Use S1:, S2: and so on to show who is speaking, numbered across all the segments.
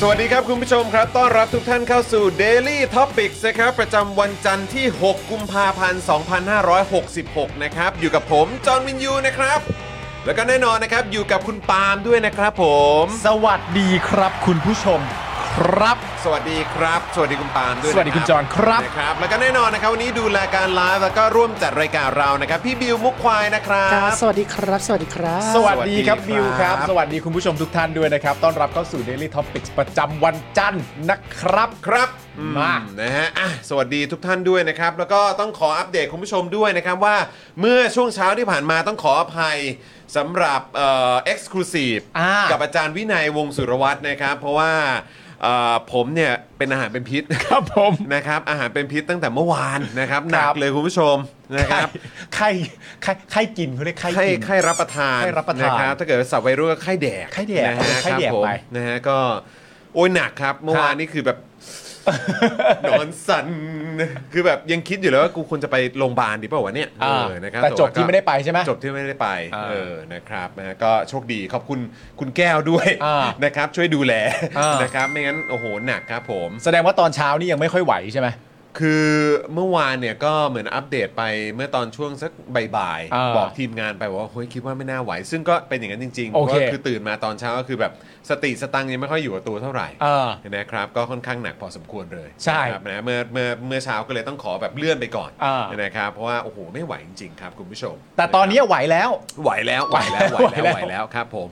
S1: สวัสดีครับคุณผู้ชมครับ ต้อนรับทุกท่านเข้าสู่ Daily Topics นะครับ ประจำวันจันทร์ที่ 6 กุมภาพันธ์ 2566 นะครับ อยู่กับผม จอห์นวินยูนะครับ แล้วก็แน่นอนนะครับ อยู่กับคุณปาล์มด้วยนะครับผม
S2: สวัสดีครับคุณผู้ชม ครับ
S1: สวัสดีครับ สวัสดีคุณปาล์มด้วยนะ
S2: สวัสดีคุณจอห์นครับ
S1: นะครับ แล้วก็แน่นอนนะครับวันนี้ดูแลการไลฟ์แล้วก็ร่วมจัดรายการเรานะครับ พี่บิวมุกควายนะครับ
S3: สวัสดีครับ สวัสดีครับ
S2: สวัสดีค
S1: สวัสดีค
S2: รับ
S1: รับ
S2: บิวครับ สวัสดีคุณผู้ชมทุกท่านด้วยนะครับ ต้อนรับเข้าสู่ Daily Topics ประจำวันจันทร์นะครับ
S1: ครับ
S2: มา
S1: อืนะฮะอ่ะสวัสดีทุกท่านด้วยนะครับ แล้วก็ต้องขออัปเดตคุณผู้ชมด้วยนะครับว่าเมื่อช่วงเช้าที่ผ่านมาต้องขออภัยสำหรับเอ็กซ์คลูซีฟ
S2: อ่ากั
S1: กับอาจารย์วินัยวงศ์สุรวัตรนะครับ เพราะว่าเอ่อผมเนี่ยเป็นอาหารเป็นพิษ
S2: ครับผม
S1: นะครับอาหารเป็นพิษตั้งแต่เมื่อวานนะครับหนั
S2: ค
S1: ก
S2: รับ
S1: เลยคุณผู้ชมนะครับ
S2: ไข้ไข้ไข้กินเขาเรียกไข้
S1: ไข้
S2: กิน
S1: ไข้รับประทาน
S2: ไข้รับประทาน
S1: ครับถ้าเกิดสับวัยรุ่นก็ไข้แดก
S2: ไข้แดก
S1: นะฮะ
S2: ไข้แดก
S1: ครับผม
S2: ไป
S1: นะฮะก็โอ้ยหนักครับ เมื่อวานนี่คือแบบ นอนสันคือแบบยังคิดอยู่เลยว่ากูควรจะไปโรงพยาบาลดีเปล่าวะเนี่ย
S2: อ่า
S1: เออนะครับ
S2: แต่จบ
S1: ว่า
S2: ที่ไม่ได้ไปใช่ไหม
S1: จบที่ไม่ได้ไป
S2: อ่า
S1: เออนะครับนะฮะก็โชคดีขอบคุณคุณแก้วด้วย
S2: อ่า
S1: นะครับ ช่วยดูแล
S2: อ่าน
S1: นะครับ ไม่งั้นโอ้โหหนักครับผม
S2: แสดงว่าตอนเช้านี่ยังไม่ค่อยไหวใช่ไหม
S1: คือเมื่อวานเนี่ยก็เหมือนอัปเดตไปเมื่อตอนช่วงสักบ่าย
S2: อ่า
S1: บอกทีมงานไปว่าเฮ้ยคิดว่าไม่น่าไหว ซึ่งก็เป็นอย่างนั้นจริงๆ
S2: โอเค
S1: ก็คือตื่นมาตอนเช้าก็คือแบบสติสตังค์ยังไม่ค่อยอยู่กับตัวเท่าไหร่
S2: เออ
S1: นะครับก็ค่อนข้างหนักพอสมควรเลย
S2: ใช่
S1: นะครับนะเมื่อเมื่อเมื่อเช้าก็เลยต้องขอแบบเลื่อนไปก่อน
S2: อ่า
S1: นะครับเพราะว่าโอ้โหไม่ไหวจริงๆครับคุณผู้ชม
S2: แต่ตอนนี้ไหวแล้ว
S1: ไหวแล้วไหวแล้วไหวแล้วไหวแล้วครับผม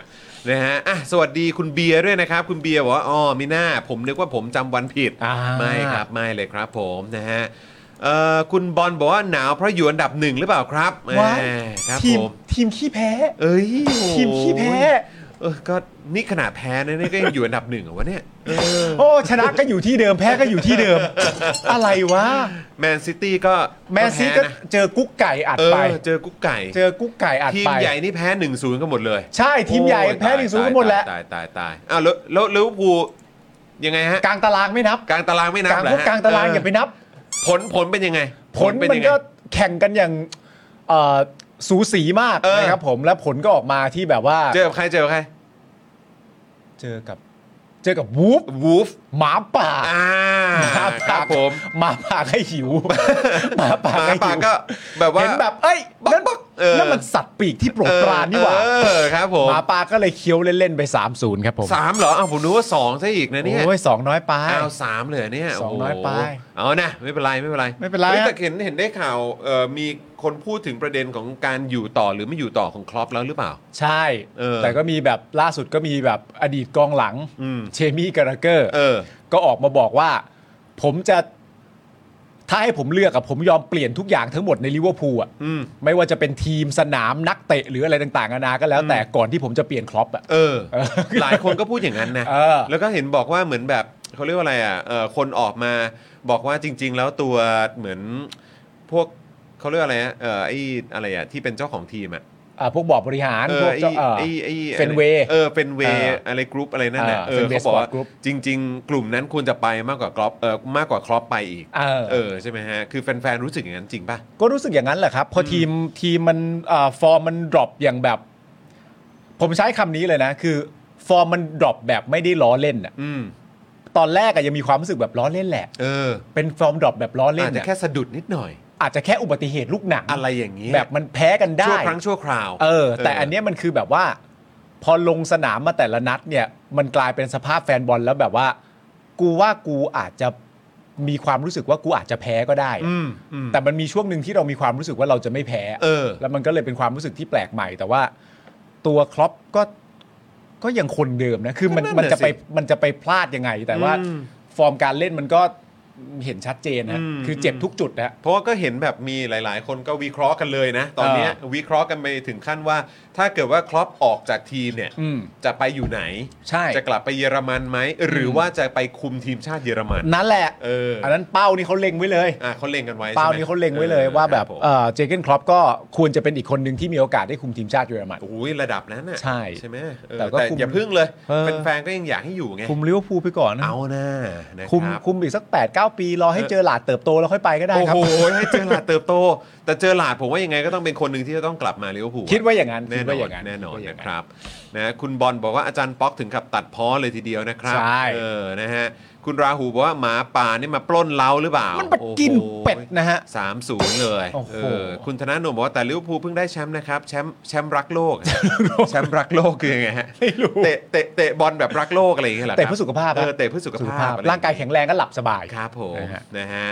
S1: นะฮะอ่ะสวัสดีคุณเบียร์ด้วยนะครับคุณเบียร์บอกว่าอ๋อมิน่าผมนึกว่าผมจำวันผิด
S2: อ่า
S1: ไม่ครับไม่เลยครับผมนะฮะเอ่อคุณบอลบอกว่าหนาวเพราะอยู่อันดับหนึ่งหรือเปล่าครับแหม
S2: ว้าย
S1: ครับ
S2: ที
S1: ผ
S2: ม
S1: ม
S2: ทีมขี้แพ้
S1: เอ้ยโอ้โห
S2: ทีมขี้แพ้
S1: เออก็นี่ขนาดแพ้นะเนี่ยก็ยังอยู่อันดับหนึ่งเหรอวะเนี่ย
S2: โอ้ชนะก็อยู่ที่เดิมแพ้ก็อยู่ที่เดิม อะไรวะ
S1: แมนซิตี้ก็
S2: แมนซีก็
S1: แพ้นะ
S2: เจอกุ๊กไก่อัด
S1: เอ
S2: ไป
S1: อเจอกุ๊กไก่
S2: เจอกุ๊กไก่อัด
S1: ทีม
S2: ไป
S1: ใหญ่นี่แพ้ 1-0 กันหมดเลย
S2: ใช่ทีมใหญ่
S1: โอ้ย
S2: แพ้หนึ่งศูนย์
S1: ตา
S2: กันหมดแหละ
S1: ตายตายตายอ้าวแล้วแล้วลิเวอร์พูลยังไงฮะ
S2: กลางตารางไม่นับ
S1: กลางตารางไม่นับ
S2: กลาง
S1: เหรอ
S2: พวก
S1: ฮะ
S2: กลางตารางอย่าไปนับ
S1: ผลผลเป็นยังไง
S2: ผล
S1: เป็น
S2: มัน
S1: ยังไง
S2: ก็แข่งกันอย่างเอ่อสูสีมาก
S1: เออ
S2: นะครับผมและผลก็ออกมาที่แบบว่า
S1: เจอกับใครเจอกับใคร
S2: เจอกับ เจอกับวูฟ
S1: วูฟ
S2: หมาป่า
S1: อ่า
S2: หมา
S1: ค
S2: ป่า
S1: รับผม
S2: หมาป่าให้หิ วหมาป่า
S1: หมา
S2: ให้
S1: ป่า
S2: หิว
S1: ก็แบบว่า
S2: เห็นแบบเอ้ย
S1: บัก
S2: นั่น
S1: บักเออ
S2: นั่นมันสัตว์ปีกที่โปรดปรานนี่หว่า
S1: เออครับผม
S2: หมาป่าก็เลยเคี้ยวเล่นๆไป 3-0 ครับผม
S1: สามเหรออ้าวผมนึกว่าสองซะอีกนะเนี่ย
S2: โอ้ยสองน้อยไป
S1: อ้าวสามเลยเนี่ย
S2: สอง
S1: โโห
S2: น้อยไป
S1: เอานะไม่เป็นไรไม่เป็นไร
S2: ไม่เป็นไร
S1: ฮ้ย
S2: ฮะ
S1: แต่เห็นเห็นได้ข่าวเอ่อมีคนพูดถึงประเด็นของการอยู่ต่อหรือไม่อยู่ต่อของคลอปแล้วหรือเปล่า
S2: ใช่
S1: เออ
S2: แต่ก็มีแบบล่าสุดก็มีแบบอดีตกองหลัง
S1: อืม
S2: เชมี่การาเกอร์
S1: เออ
S2: ก็ออกมาบอกว่า ผมจะ ถ้าให้ผมเลือกอะผมยอมเปลี่ยนทุกอย่างทั้งหมดในลิเวอร์พูลอะ
S1: อืม
S2: ไม่ว่าจะเป็นทีมสนามนักเตะหรืออะไรต่างๆนานาก็แล้ว แต่ก่อนที่ผมจะเปลี่ยนคล็อปอะ
S1: เออ
S2: เออ
S1: หลายคนก็พูดอย่างนั้นนะ
S2: เออ
S1: แล้วก็เห็นบอกว่าเหมือนแบบเขาเรียกว่าอะไรอ่ะเออคนออกมาบอกว่าจริง ๆ แล้วตัวเหมือนพวกเขาเรียกว่าอะไรอ่ะเออไอ้อะไรอ่ะที่เป็นเจ้าของทีมอ่ะ
S2: อ่าพวกบอร์ดบริหาร
S1: เอ
S2: พ
S1: อ
S2: วก
S1: ไอ้
S2: เจ้าเอ่อ
S1: ไอ้ไอ้อะไร
S2: Fenway
S1: เออเฟนเว
S2: อ่า
S1: อะไรกรุ๊ปอะไรนั่นน่ะ
S2: อ่า
S1: เออ
S2: Fenway
S1: เขาบอกว่า
S2: Sport Group
S1: จริง ๆ กลุ่มนั้นควรจะไปมากกว่าครอปเออมากกว่าครอปไปอีก
S2: เออ
S1: เออใช่ไหมฮะ คือแฟนๆรู้สึกอย่างนั้นจริงป่ะ
S2: ก็รู้สึกอย่างนั้นแหละครับ พอทีมทีมมันเอ่อฟอร์มมันดรอปอย่างแบบ ผมใช้คำนี้เลยนะ คือ ฟอร์มมันดรอปแบบไม่ได้ล้อเล่นอะ
S1: อืม
S2: ตอนแรกอะยังมีความรู้สึกแบบล้อเล่นแหละ
S1: เออ
S2: เป็นฟอร์มดรอปแบบล้อเล่
S1: อาน จจะ
S2: อะ
S1: แค่สะดุดนิดหน่อย
S2: อาจจะแค่อุบัติเหตุลูกหนัง
S1: อะไรอย่างนี้
S2: แบบมันแพ้กันได้
S1: ชั่วครั้งชั่วคราว
S2: เออ แต่อันเนี้ยมันคือแบบว่า พอลงสนามมาแต่ละนัดเนี่ย มันกลายเป็นสภาพแฟนบอลแล้วแบบว่า กูว่ากูอาจจะมีความรู้สึกว่ากูอาจจะแพ้ก็ได้อะ
S1: อืมอืม
S2: แต่มันมีช่วงหนึ่งที่เรามีความรู้สึกว่าเราจะไม่แพ้
S1: เออ
S2: แล้วมันก็เลยเป็นความรู้สึกที่แปลกใหม่ แต่ว่าตัวครอปก็ก็ยังคนเดิมนะคือมัน
S1: ก็นั่นน่ะ
S2: มันจะไป
S1: สิ
S2: มันจะไปพลาดยังไง แต่ว่า
S1: อืม
S2: ฟอร์มการเล่นมันก็เห็นชัดเจนนะ
S1: อืม
S2: คือเจ็บทุกจุดนะ
S1: เพราะว่าก็เห็นแบบมีหลาย ๆ คนก็วิเคราะห์กันเลยนะ ตอนเนี้ย
S2: เออ
S1: วิเคราะห์กันไปถึงขั้นว่า ถ้าเกิดว่าครอปออกจากทีมเนี่ย
S2: อืม
S1: จะไปอยู่ไหน
S2: ใช่
S1: จะกลับไปเยอรมันไหม หรือว่าจะไปคุมทีมชาติเยอรมัน
S2: นั่นแหละ
S1: เอออั
S2: นนั้นเป้านี่เขาเล็งไว้เลย
S1: อ่ะเขาเล็งกันไว้ใช่ไหม
S2: เป้านี้เขาเล็งไว้เลย
S1: ออ
S2: ว่าแบ
S1: ค
S2: บ
S1: รัผม
S2: เอ่อเจเกนครอปก็ควรจะเป็นอีกคนหนึ่งที่มีโอกาสได้คุมทีมชาติเยอรมัน
S1: โอ้ยระดับนั้นน่ะ
S2: ใช่
S1: ใช่ไหมเออ
S2: แต่
S1: แต่
S2: ก็คุม
S1: อย่าพึ่งเลย
S2: เออ
S1: แฟนๆก็ยังอยากให้อยู่ไง
S2: คุมลิเวอร์พูลไปก่อนนะ
S1: เอาหน้านะ
S2: คุม
S1: ครับ
S2: คุมอีกสัก 8 9 ปี รอให้เจอหลาดเติบโตแล้วค่อยไปก็ได้
S1: โอ้
S2: ครับ
S1: โหให้เจอหลาดเติบโต แต่เจอหลาดผมว่ายังไงก็ต้องเป็นคนหนึ่งที่จะต้องกลับมาลิเวอร์พูลอะ
S2: คิดว่าอย่างนั้น
S1: แน่
S2: คิด
S1: นอ
S2: ว่าอน ย่างนั้น
S1: แน่นอน
S2: คิดว่าย่า
S1: นะค
S2: ง
S1: รับนะคุณบอลบอกว่าอาจารย์ป๊อกถึงกับตัดพ้อเลยทีเดียวนะครับ
S2: ใช่
S1: เออนะฮะคุณราหูบอกว่าหมาป่านี่มาปล้นเล้าหรือเปล่า มัน
S2: มากินเป็ดนะฮะ
S1: สามศูนย์เลย
S2: โอ้โห
S1: เออคุณธนาโนมบอกว่าแต่ลิเวอร์พูลเพิ่งได้แชมป์นะครับแชมป์แชมป์รักโล ก แชมป์รักโลกคือยังไงฮะ
S2: ไม่รู้
S1: เตะเตะเตะบอลแบบรักโลกอะไรอย่างเงี้ยเหรอครับ
S2: เตะเพื่อสุขภาพอะ
S1: เออเตะเพื่อสุข
S2: สุข
S1: ภา
S2: ภา
S1: พ
S2: พ
S1: อะไรอ
S2: ร่างกายแข็งแรงก็หลับสบาย
S1: ครับผม
S2: นะฮะ
S1: นะฮะ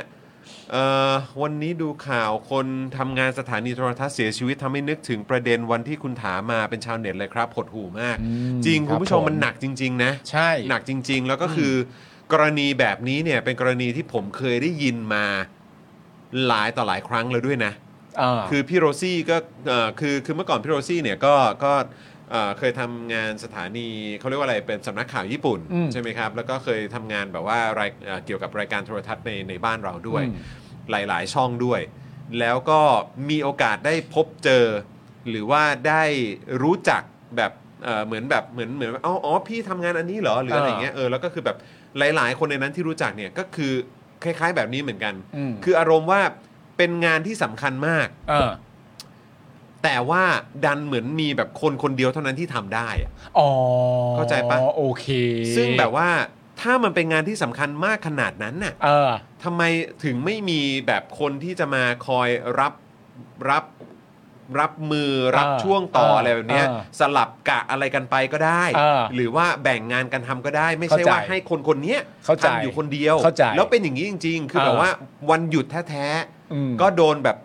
S1: เอ่อวันนี้ดูข่าวคนทำงานสถานีโทรทัศน์เสียชีวิตทำให้นึกถึงประเด็นวันที่คุณถามมาเป็นชาวเน็ตเลยครับหดหูมาก
S2: อืม
S1: จริง
S2: รับ
S1: คุณผู้ชมมันหนักจริง ๆ นะ
S2: ใช่
S1: หนักจริง ๆ แล้วก็คืออกรณีแบบนี้เนี่ยเป็นกรณีที่ผมเคยได้ยินมาหลายต่อหลายครั้งแล้วด้วยนะ
S2: อ่า
S1: คือพี่โรซี่ก็เอ่อคือคือเมื่อก่อนพี่โรซี่เนี่ยก็ก็เอ่อเคยทำงานสถานีเขาเรียกว่าอะไรเป็นสำนักข่าวญี่ปุ่น
S2: อืม
S1: ใช่ไหมครับแล้วก็เคยทำงานแบบว่ารายเอ่อเกี่ยวกับรายการโทรทัศน์ในในบ้านเราด้วย
S2: อืม
S1: หลาย ๆ ช่องด้วย แล้วก็มีโอกาสได้พบเจอ หรือว่าได้รู้จักแบบเอ่อเหมือนแบบเหมือนเหมือนอ๋ออ๋อพี่ทำงานอันนี้เหรอหรืออะไรอย่างเงี้ยเออแล้วก็คือแบบหลาย ๆ คนในนั้นที่รู้จักเนี่ยก็คือคล้าย ๆ แบบนี้เหมือนกัน
S2: อืม
S1: คืออารมณ์ว่าเป็นงานที่สำคัญมาก
S2: เออ
S1: แต่ว่าดันเหมือนมีแบบคนคนเดียวเท่านั้นที่ทำได้อะ
S2: อ๋อ
S1: เข้าใจปะ
S2: โอเค
S1: ซึ่งแบบว่าถ้ามันเป็นงานที่สำคัญมากขนาดนั้นน่ะ
S2: เออ
S1: ทำไมถึงไม่มีแบบคนที่จะมาคอยรับรับรับมือรับ
S2: เออ
S1: ช่วงต่อ
S2: เออ
S1: อะไรแบบเนี้ย
S2: เออ
S1: สลับกะอะไรกันไปก็ได้
S2: เออ
S1: หรือว่าแบ่งงานกันทำก็ได้ ไม่ใช่
S2: เข้าใจ
S1: ว่าให้คนคนเนี้ย
S2: เข้าใจ
S1: ทำอยู่คนเดียว
S2: เข้าใจ
S1: แล้วเป็นอย่างนี้จริง ๆ คือ
S2: เออ
S1: แบบว่าวันหยุดแท้ๆ
S2: อืม
S1: ก็โดนแบบ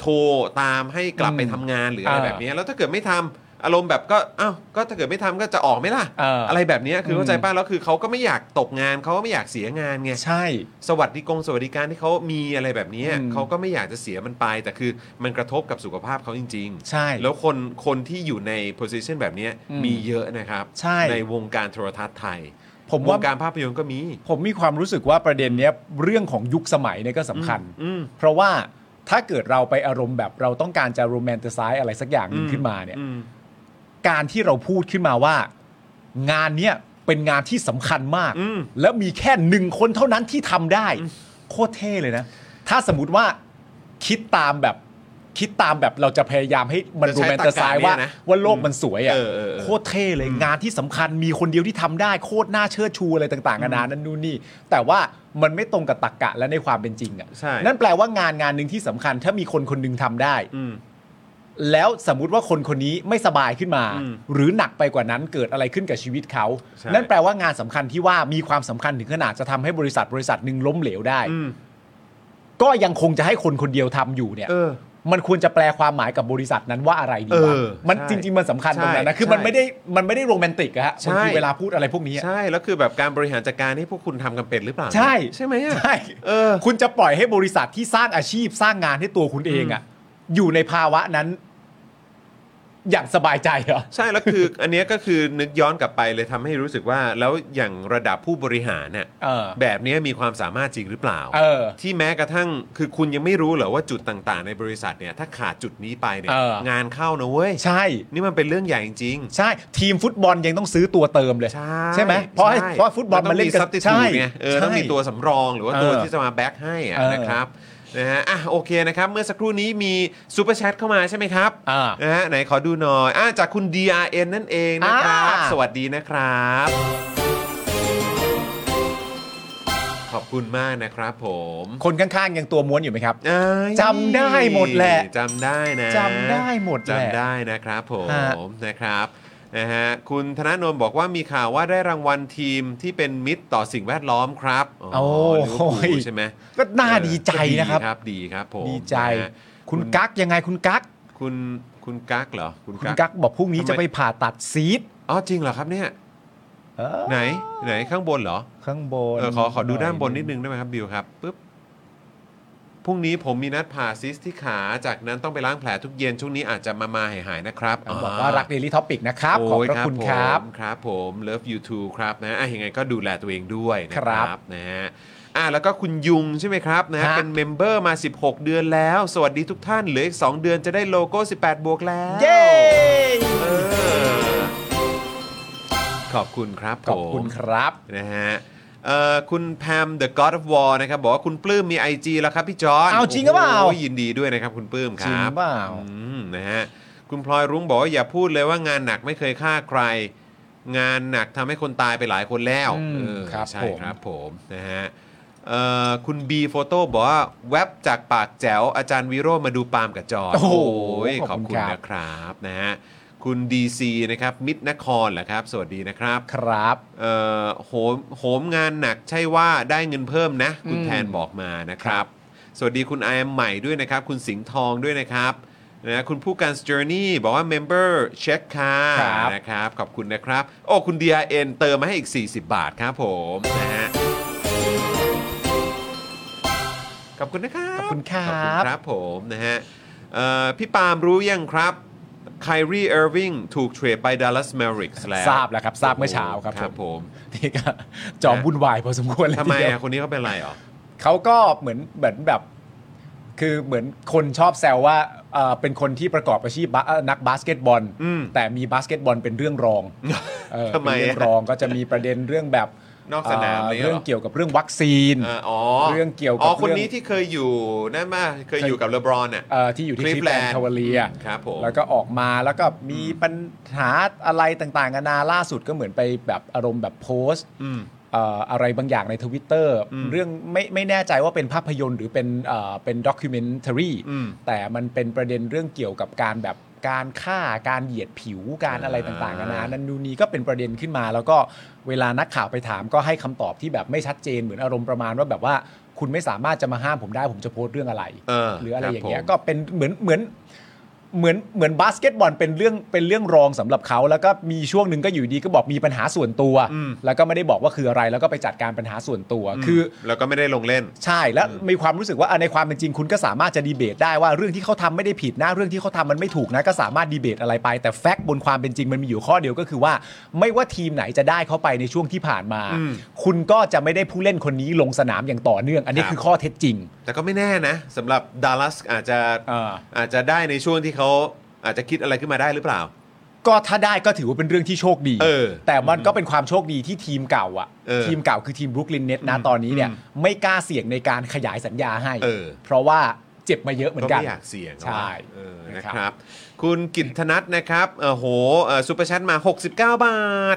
S1: โทรตามให้กลับ
S2: อืม
S1: ไปทำงานหรืออะไร
S2: อ่า
S1: แบบเนี้ยแล้วถ้าเกิดไม่ทำอารมณ์แบบก็อ้าวก็ถ้าเกิดไม่ทำก็จะออกไหมล่ะ
S2: อ่า
S1: อะไรแบบเนี้ยคือเข้าใจ
S2: อืม
S1: ป้ะแล้วคือเขาก็ไม่อยากตกงานเขาก็ไม่อยากเสียงานไง
S2: ใช่
S1: สวัสดิกงสวัสดิการที่เขามีอะไรแบบเนี้ย
S2: อืม
S1: เขาก็ไม่อยากจะเสียมันไป แต่คือมันกระทบกับสุขภาพเขาจริง ๆ
S2: ใช่
S1: แล้วคนคนที่อยู่ใน position แบบเนี้ย
S2: อืม
S1: มีเยอะนะครับ
S2: ใช่
S1: วงการโทรทัศน์ไทย
S2: ผม
S1: ว
S2: ว่า
S1: งการภาพยนตร์ก็มี
S2: ผมมีความรู้สึกว่าประเด็นเนี้ยเรื่องของยุคสมัยเนี่ยก็สำคัญ
S1: อืมอืม
S2: เพราะว่าถ้าเกิดเราไปอารมณ์แบบเราต้องการจะโรแมนติไซส์อะไรสักอย่างหนึง
S1: อืม
S2: ขึ้นมาเนี่ย
S1: อืม
S2: การที่เราพูดขึ้นมาว่า งานเนี้ยเป็นงานที่สำคัญมาก
S1: อืม
S2: แล้วมีแค่หนึ่งคนเท่านั้นที่ทำได้ โคตรเท่เลยนะ ถ้าสมมติว่าคิดตามแบบคิดตามแบบเราจะพยายามให้มันโรแมนติไซส์
S1: จะใช้ตรร
S2: ว่า
S1: กะเนี่ยนะ
S2: ว่าโลกมันสวยอ่ะ
S1: เออเออเออ
S2: โคตรเท่เลยงานที่สำคัญมีคนเดียวที่ทำได้โคตรน่าเชิดชูอะไรต่างๆนานานั่นนู่นนี่ แต่ว่ามันไม่ตรงกับตรรกะและในความเป็นจริงอ่ะ
S1: ใช่
S2: นั่นแปลว่างานงานหนึ่งที่สำคัญ ถ้ามีคนคนหนึงทำได้
S1: อืม
S2: แล้วสมมุติว่าคนคนนี้ไม่สบายขึ้นมา
S1: อืม
S2: หรือหนักไปกว่านั้นเกิดอะไรขึ้นกับชีวิตเขา
S1: ใช่
S2: นั่นแปลว่างานสำคัญที่ว่ามีความสำคัญถึงขนาดจะทำให้บริษัทบริษัทหนึ่งล้มเหลวได้
S1: อืม
S2: ก็ยังคงจะให้คนคนเดียวทำอยู่เนี่ย
S1: เออ
S2: มันควรจะแปลความหมายกับบริษัทนั้นว่าอะไรดีวะ
S1: เออ
S2: มัน
S1: ใช่
S2: จริง ๆ มันสำคัญตรงนั้นนะ
S1: ใช่
S2: คือมันไม่ได้มันไม่ได้โรแมนติกอะฮะ
S1: ใช่
S2: บางทีเวลาพูดอะไรพวกนี้อะ
S1: ใช่ แล้วคือแบบการบริหารจัดการนี่พวกคุณทำกันเป็นหรือเปล่า
S2: ใช่
S1: ใช่ไหมอะ
S2: ใช่
S1: เออ
S2: คุณจะปล่อยให้บริษัทที่สร้างอาชีพสร้างงานให้ตัวคุณเองอะอยู่ในภาวะนั้น อย่างสบายใจเหรอ
S1: ใช่แล้วคือ อันเนี้ยก็คือนึกย้อนกลับไปเลยทำให้รู้สึกว่าแล้วอย่างระดับผู้บริหารเนี่ย
S2: เออ
S1: แบบเนี้ยมีความสามารถจริงหรือเปล่า
S2: เออ
S1: ที่แม้กระทั่งคือคุณยังไม่รู้เหรอว่าจุดต่างๆ ในบริษัทเนี่ยถ้าขาดจุดนี้ไปเนี่ย
S2: เออ
S1: งานเข้านะเว้ย
S2: ใช่
S1: นี่มันเป็นเรื่องใหญ่จริงๆ
S2: ใช่ ทีมฟุตบอลยังต้องซื้อตัวเติมเลย
S1: ใช่
S2: ใช่ไหมเพราะให้
S1: ใช่
S2: เพราะฟุตบอลมันเล่น
S1: ต้องซับติทูไงเออต้องมี
S2: ใช่
S1: ตัวสำรองหรือว่า
S2: เออ
S1: ตัวที่จะมาแบ็กให้อะ
S2: เออ
S1: นะครับนะฮะอ่ะโอเคนะครับ เมื่อสักครู่นี้มีซูเปอร์แชทเข้ามาใช่ไหมครับ
S2: อ่า
S1: นะฮะไหนขอดูหน่อยอ่ะจากคุณ DRN นั่นเองนะครับ
S2: อ่า
S1: สวัสดีนะครับ ขอบคุณมากนะครับผม
S2: คนข้างๆยังตัวม้วนอยู่ไหมครับ
S1: เอ้ย
S2: จำได้หมดแหละ
S1: จำได้นะ
S2: จำได้หมดแหละ
S1: จำได้นะครับผม
S2: ฮะ
S1: นะครับนะฮะคุณธนาโนนบอกว่ามีข่าวว่าได้รางวัลทีมที่เป็นมิตรต่อสิ่งแวดล้อมครับลิเวอร์พูลใช่ไหม
S2: ก็น่าดีใจ
S1: เออก็
S2: นะครับ
S1: ครับ ดีครับผม
S2: ดีใจ
S1: นะฮะ
S2: คุณกั๊กยังไงคุณกั๊ก
S1: คุณคุณกั๊กเหรอคุณ
S2: คุณ
S1: กั๊ก
S2: กั๊กบอกพรุ่งนี้
S1: ทำไม
S2: จะไปผ่าตัดซีด
S1: อ๋อจริงเหรอครับเนี่ย
S2: เออ
S1: ไหนไหนข้างบนเหรอ
S2: ข้างบน
S1: เออขอขอดูด้านบนนิดนึงได้ไหมครับบิวครับปึ๊บพรุ่งนี้ผมมีนัดผ่าซิสที่ขาจากนั้นต้องไปล้างแผลทุกเย็นช่วงนี้อาจจะมามาหายหายๆนะครับ
S2: บอกว่ารักเดลี่ท็อปิกนะครับ ขอบ
S1: โย
S2: พระคุณ
S1: ผม
S2: ครับ
S1: ครับผม Love you too ครับนะอ่ะยังไงก็ดูแลตัวเองด้วยนะค
S2: ครั
S1: รับบนะฮะอ่ะแล้วก็คุณยุงใช่ไหมครับนะฮะ
S2: ฮะ
S1: เป็นเมมเบอร์มา 16 เดือนแล้ว สวัสดีทุกท่านเหลืออีก 2 เดือนจะได้โลโก้ 18 บวกแล้ว
S2: เย้
S1: เออขอบคุณครับผม
S2: ขอบคุณครับ
S1: นะฮะเอ่อคุณแพม The God of War นะครับบอกว่าคุณปลื้มมี IG แล้วครับพี่จอน
S2: เอาจริงหรือเปล่า
S1: โยยินดีด้วยนะครับคุณปลื้มครับ
S2: จริงหรือเปล่า
S1: อืมนะฮะคุณพลอยรุ้งบอกว่าอย่าพูดเลยว่างานหนักไม่เคยฆ่าใคร งานหนักทำให้คนตายไปหลายคนแล้ว
S2: อืม
S1: เออ
S2: ครับ
S1: ใช่
S2: ผม
S1: ครับผมนะฮะเอ่อคุณบีโฟโต้บอกว่าแว็บจากปากแจ๋วอาจารย์วิโรจน์มาดูปาล์มกับจอน
S2: โอ้โห
S1: ยข
S2: ข
S1: อบ
S2: อ
S1: บ
S2: คุ
S1: คุณ
S2: ณครับ
S1: นะครับนะฮะคุณ DC นะครับมิตรนครเหรอครับ สวัสดีนะครับ
S2: ครับ
S1: เอ่อโหมโหมงานหนักใช่ว่าได้เงินเพิ่มนะ คุณ
S2: อืม
S1: แทนบอกมานะครับ สวัสดีคุณไอแอมใหม่ด้วยนะครับ คุณสิงห์ทองด้วยนะครับนะคุณผู้การ Journey บอกว่า Member เช็คค่ะ
S2: ครับ
S1: นะครับ ขอบคุณนะครับ โอ้ คุณ DRN เติมมาให้อีก 40 บาทครับผมนะฮะขอบคุณนะครับ
S2: ขอบคุณครับ
S1: ขอบคุณครับผมนะฮะเอ่อพี่ปาล์มรู้ยังครับไคลรีเออร์วิงถูกเทรดไปดัลลัสแมริกส์แล้ว
S2: ทราบแล้วครับ ทราบเมื่อเช้าครับ
S1: ครับ
S2: ผ
S1: ผม ม
S2: นี่ก็ จอมวุ่นวายพอสมควรเลย
S1: ทำไม
S2: ทีเดียว
S1: อ่ะคนนี้เขาเป็นอะไรเหรอ
S2: เขาก็เหมือนเหมือนแบบ คือเหมือนคนชอบแซวว่าเอ่อเป็นคนที่ประกอบอาชีพบาเอ่อนักบาสเกตบอล
S1: อืม
S2: แต่มีบาสเกตบอลเป็นเรื่องรองเออ
S1: ทำไม
S2: เป็นเรื่อง
S1: อะ
S2: รองก็จะมีประเด็นเรื่องแบบ
S1: นอกสนาม
S2: เอ่อ
S1: เลยเหรอ
S2: เรื่องเกี่ยวกับเรื่องวัคซีน
S1: อ่าอ๋อ
S2: เรื่องเกี่ยวกับ
S1: อ๋อคน
S2: เรื่อง
S1: นี้ที่เคยอยู่นั่นมาเคยอยู่กับเลบรอนอ่ะ
S2: เอ่อที่อยู่ที่คลิปแลน
S1: Cleveland
S2: ด์คาวาเลีย
S1: ครับผม
S2: แล้วก็ออกมาแล้วก็มีปัญหาอะไรต่างๆกันานาล่าสุดก็เหมือนไปแบบอารมณ์แบบโพสต์
S1: อืม
S2: เอ่ออะไรบางอย่างในทวิตเตอร์
S1: อืม
S2: เรื่องไม่ไม่แน่ใจว่าเป็นภาพยนตร์หรือเป็นเอ่อเป็นด็อกิเมนทารี
S1: อืม
S2: แต่มันเป็นประเด็นเรื่องเกี่ยวกับการแบบการฆ่าการเหยียดผิวการอะไรต่างๆ
S1: อ่า
S2: นานานันนูนนีก็เป็นประเด็นขึ้นมา แล้วก็เวลานักข่าวไปถามก็ให้คำตอบที่แบบไม่ชัดเจนเหมือนอารมณ์ประมาณว่าแบบว่าคุณไม่สามารถจะมาห้ามผมได้ผมจะโพสต์เรื่องอะไร
S1: เออ
S2: หรืออะไรอย่าง
S1: ค
S2: เงี้ย
S1: รับผม
S2: ก็เป็นเหมือนเหมือน เหมือนเหมือนบาสเกตบอลเป็นเรื่องเป็นเรื่องรองสำหรับเขา แล้วก็มีช่วงหนึ่งก็อยู่ดีก็บอกมีปัญหาส่วนตัว
S1: อืม
S2: แล้วก็ไม่ได้บอกว่าคืออะไรแล้วก็ไปจัดการปัญหาส่วนตัว คือ
S1: แล้วก็ไม่ได้ลงเล่น
S2: ใช่แล้วมีความรู้สึกว่าอ่ะในความเป็นจริงคุณก็สามารถจะดีเบตได้ว่าเรื่องที่เขาทำไม่ได้ผิดนะเรื่องที่เขาทำมันไม่ถูกนะก็สามารถดีเบตอะไรไป แต่แฟกต์บนความเป็นจริงมันมีอยู่ข้อเดียวก็คือว่า ไม่ว่าทีมไหนจะได้เข้าไปในช่วงที่ผ่านมา
S1: อืม
S2: คุณก็จะไม่ได้ผู้เล่นคนนี้ลงสนามอย่างต่อเนื่อง อันนี้
S1: ครับ
S2: คือข้อเท็จจริง
S1: แต่ก็ไม่แน่นะสำหรับดัลลัสอาจจะ
S2: เออ
S1: อาจจะได้ในช่วงที่เขาอาจจะคิดอะไรขึ้นมาได้หรือเปล่า
S2: ก็ถ้าได้ก็ถือว่าเป็นเรื่องที่โชคดี
S1: เออ
S2: แต่มันก็เป็นความโชคดีที่ทีมเก่าอ่ะ
S1: เออ
S2: ทีมเก่าคือทีมบรุกลินเน็ตนะตอนนี้เนี่ย
S1: อืม
S2: ไม่กล้าเสี่ยงในการขยายสัญญาให้
S1: เออ
S2: เพราะว่าเจ็บมาเยอะเหมือนกัน
S1: ไม่อยากเสี่ยง
S2: ใช่
S1: เออนะ
S2: นะ
S1: ค
S2: ครั
S1: รับ
S2: บ
S1: คุณกิตธนัทนะครับเออโหซูเปอร์แชทมา 69 บาท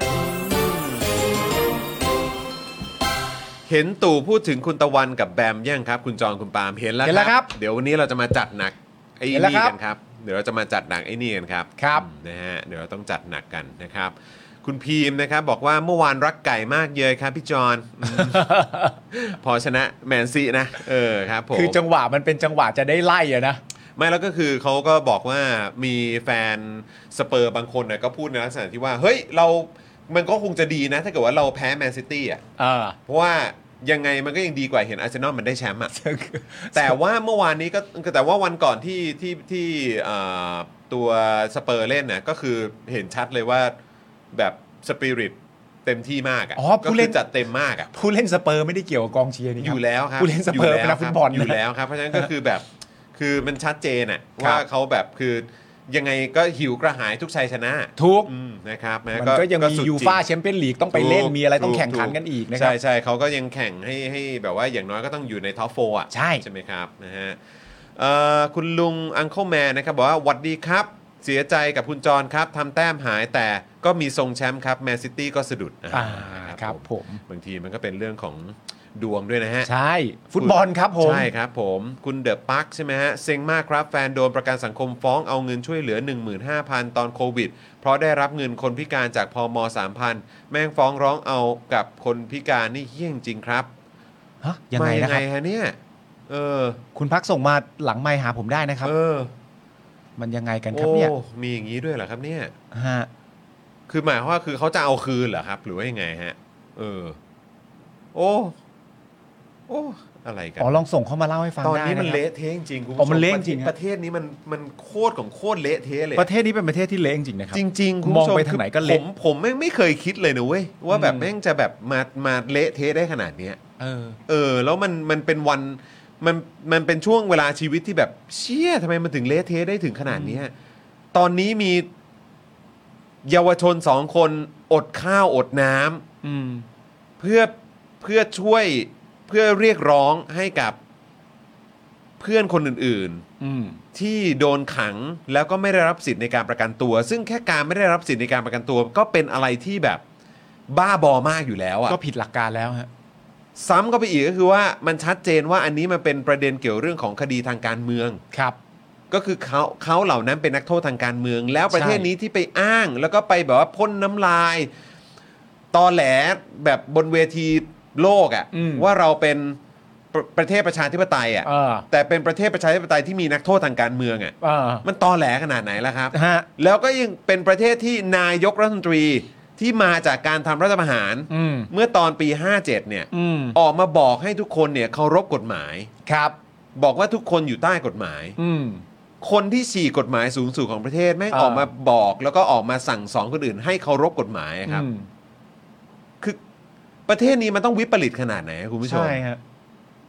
S1: เห็นตู่พูดถึงคุณตะวันกับแบมยังครับ คุณจองคุณปาล์มเห็นแล้ว
S2: เห็นแล้วครับ
S1: เดี๋ยววันนี้เราจะมาจัดหนักไอ้
S2: เห็นแล้ว
S1: นี่
S2: ครับ
S1: กันครับ เดี๋ยวเราจะมาจัดหนักไอ้นี่กันครับ
S2: ครับ
S1: อืมนะฮะเดี๋ยวเราต้องจัดหนักกันนะครับ คุณพีมนะครับ บอกว่าเมื่อวานรักไก่มากเยยครับพี่จอน อืม พอชนะแมนซีนะ เออครับผม
S2: คือจังหวะมันเป็นจังหวะจะได้ไล่อะนะ
S1: ไม่แล้วก็คือเขาก็บอกว่ามีแฟนสเปอร์บางคนนะก็พูดในลักษณะที่ว่า เฮ้ยเรามันก็คงจะดีนะ ถ้าเกิดว่าเราแพ้แมนซิตี้อ่ะ
S2: เออ
S1: เพราะว่ายังไงมันก็ยังดีกว่าเห็นอาร์เซนอลมันได้แชมป์อ่ะแต่ว่าเมื่อวานนี้ก็แต่ว่าวันก่อนที่ที่ที่เอ่อ ตัวสเปอร์เล่นน่ะก็คือเห็นชัดเลยว่าแบบสปิริตเต็มที่มากอ่ะ
S2: อ๋อผู้เล่น
S1: ก็คือจัดเต็มมากอ่ะ
S2: ผู้เล่นสเปอร์ไม่ได้เกี่ยวกับกองเชียร์นี่
S1: อ
S2: ครับ
S1: ยู่แล้วครับ
S2: ผู้เล่นสเปอร์เป็นนักฟุตบอลนะ
S1: อยู่แล้วครับ เพราะฉะนั้นก็คือแบบ คือมันชัดเจนอะ
S2: ครับ
S1: ว่าเขาแบบคือยังไงก็หิวกระหายทุกชัยชนะ
S2: ทุก
S1: อืมนะครับะ
S2: มันก็ยังมี
S1: สุดจริ
S2: ยูฟ่าแชมเปี้ยนลีกต้องไปเล่น
S1: ถูก
S2: มีอะไรต้อง
S1: ถู
S2: แข่งขันกันอีกนะครั
S1: ใช่
S2: บ
S1: ใช่เขาก็ยังแข่งให้ให้แบบว่าอย่างน้อยก็ต้องอยู่ในท็อปโฟอ่ะ
S2: ใช่
S1: ใช่ไหมครับนะฮะเอ่อคุณลุงอังเคิลแมนนะครับบอกว่าหวัดดีครับ เสียใจกับคุณจรครับทำแต้มหายแต่ก็มีทรงแชมป์ครับแมนซิตี้ก็สะดุด
S2: อ่า
S1: นะครับ
S2: ผม
S1: บางทีมันก็เป็นเรื่องของดวงด้วยนะฮะ
S2: ใช่ ฟุตบอลครับผม
S1: ใช่ครับผมคุณเดอะปักใช่ไหมฮะเซ็งมากครับแฟนโดนประกันสังคมฟ้องเอาเงินช่วยเหลือ 15,000 ตอนโควิด เพราะได้รับเงินคนพิการจากพอม3,000 แม่งฟ้องร้องเอากับคนพิการนี่เฮี้ยงจริงครับ
S2: ฮะยังไง
S1: มายั
S2: นะ
S1: ง
S2: ค
S1: ไง
S2: รับ
S1: ฮะเนี่ยเออ
S2: คุณพักส่งมาหลังไมค์หาผมได้นะครับ
S1: เออ
S2: มันยังไงกันครับ
S1: โอ้
S2: เนี่ย
S1: มีอย่างนี้ด้วยเหรอครับเนี่ย
S2: ฮะ
S1: คือหมายความว่าคือเขาจะเอาคืนเหรอครับ หรือว่ายังไงฮะ เออ โอ้โอ้อะไรกัน
S2: อ๋อลองส่งเข้ามาเล่าให้ฟัง
S1: ตอน
S2: ได้
S1: นี้มัน
S2: นะครับ
S1: เละเทะจริงๆคุณผู้ช
S2: อ๋อมันเละจริง
S1: ป
S2: ฮะ
S1: ระเทศนี้มันมันโคตรของโคตรเละเทะเลย
S2: ประเทศนี้เป็นประเทศที่เละจริงๆนะครับ
S1: จริงๆคุณ
S2: มอง
S1: ผู้ชม
S2: ไปทางไหนก็เละ
S1: ผมผมแม่งไม่เคยคิดเลยนะเว้ยว่าแบบ
S2: อืม
S1: แม่งจะแบบมามาเละเทะได้ขนาดเนี้ย
S2: เออ
S1: เออ แล้วมันมันเป็นวันมันมันเป็นช่วงเวลาชีวิตที่แบบเชี่ยทำไมมันถึงเละเทะได้ถึงขนาดเนี้ยตอนนี้มีเยาวชนสองคนอดข้าวอดน้ำ
S2: อืม
S1: เพื่อเพื่อช่วยเพื่อเรียกร้องให้กับเพื่อนคนอื่น
S2: อืม
S1: ๆ ที่โดนขังแล้วก็ไม่ได้รับสิทธิ์ในการประกันตัว ซึ่งแค่การไม่ได้รับสิทธิ์ในการประกันตัว ก็เป็นอะไรที่แบบบ้าบอมากอยู่แล้วอะ
S2: ก็ผิดหลักการแล้วฮะ
S1: ซ้ำก็ไปอีกก็คือว่ามันชัดเจนว่าอันนี้มันเป็นประเด็นเกี่ยวเรื่องของคดีทางการเมือง
S2: ครับ
S1: ก็คือเขาเขาเหล่านั้นเป็นนักโทษทางการเมือง แล้วประเทศ
S2: ใช่
S1: นี้ที่ไปอ้าง แล้วก็ไปแบบว่าพ่นน้ำลาย ตอแหลแบบบนเวทีโลกอะ
S2: อืม
S1: ว่าเราเป็นปรประเทศประชาธิปไตยอะ
S2: เออ
S1: แต่เป็นประเทศประชาธิปไตยที่มีนักโทษทางการเมืองอะ
S2: เออ
S1: มันตอแหลขนาดไหนล่ะครับ
S2: ฮะ
S1: แล้วก็ยังเป็นประเทศที่นายกรัฐมนตรีที่มาจากการทำรัฐประหาร
S2: อืม
S1: เมื่อตอนปี 57 เนี่ย
S2: อืม
S1: ออกมาบอกให้ทุกคนเนี่ยเคารพกฎหมาย
S2: ครับ
S1: บอกว่าทุกคนอยู่ใต้กฎหมาย
S2: อืม
S1: คนที่ฉีกกฎหมายสูงสุดของประเทศแม่ง
S2: อ่า
S1: ออกมาบอกแล้วก็ออกมาสั่งสอนคนอื่น ให้เคารพกฎหมายครับ
S2: อืม
S1: คือประเทศนี้มันต้องวิปริตขนาดไหนครับคุณผู้ชม
S2: ใช่ฮะ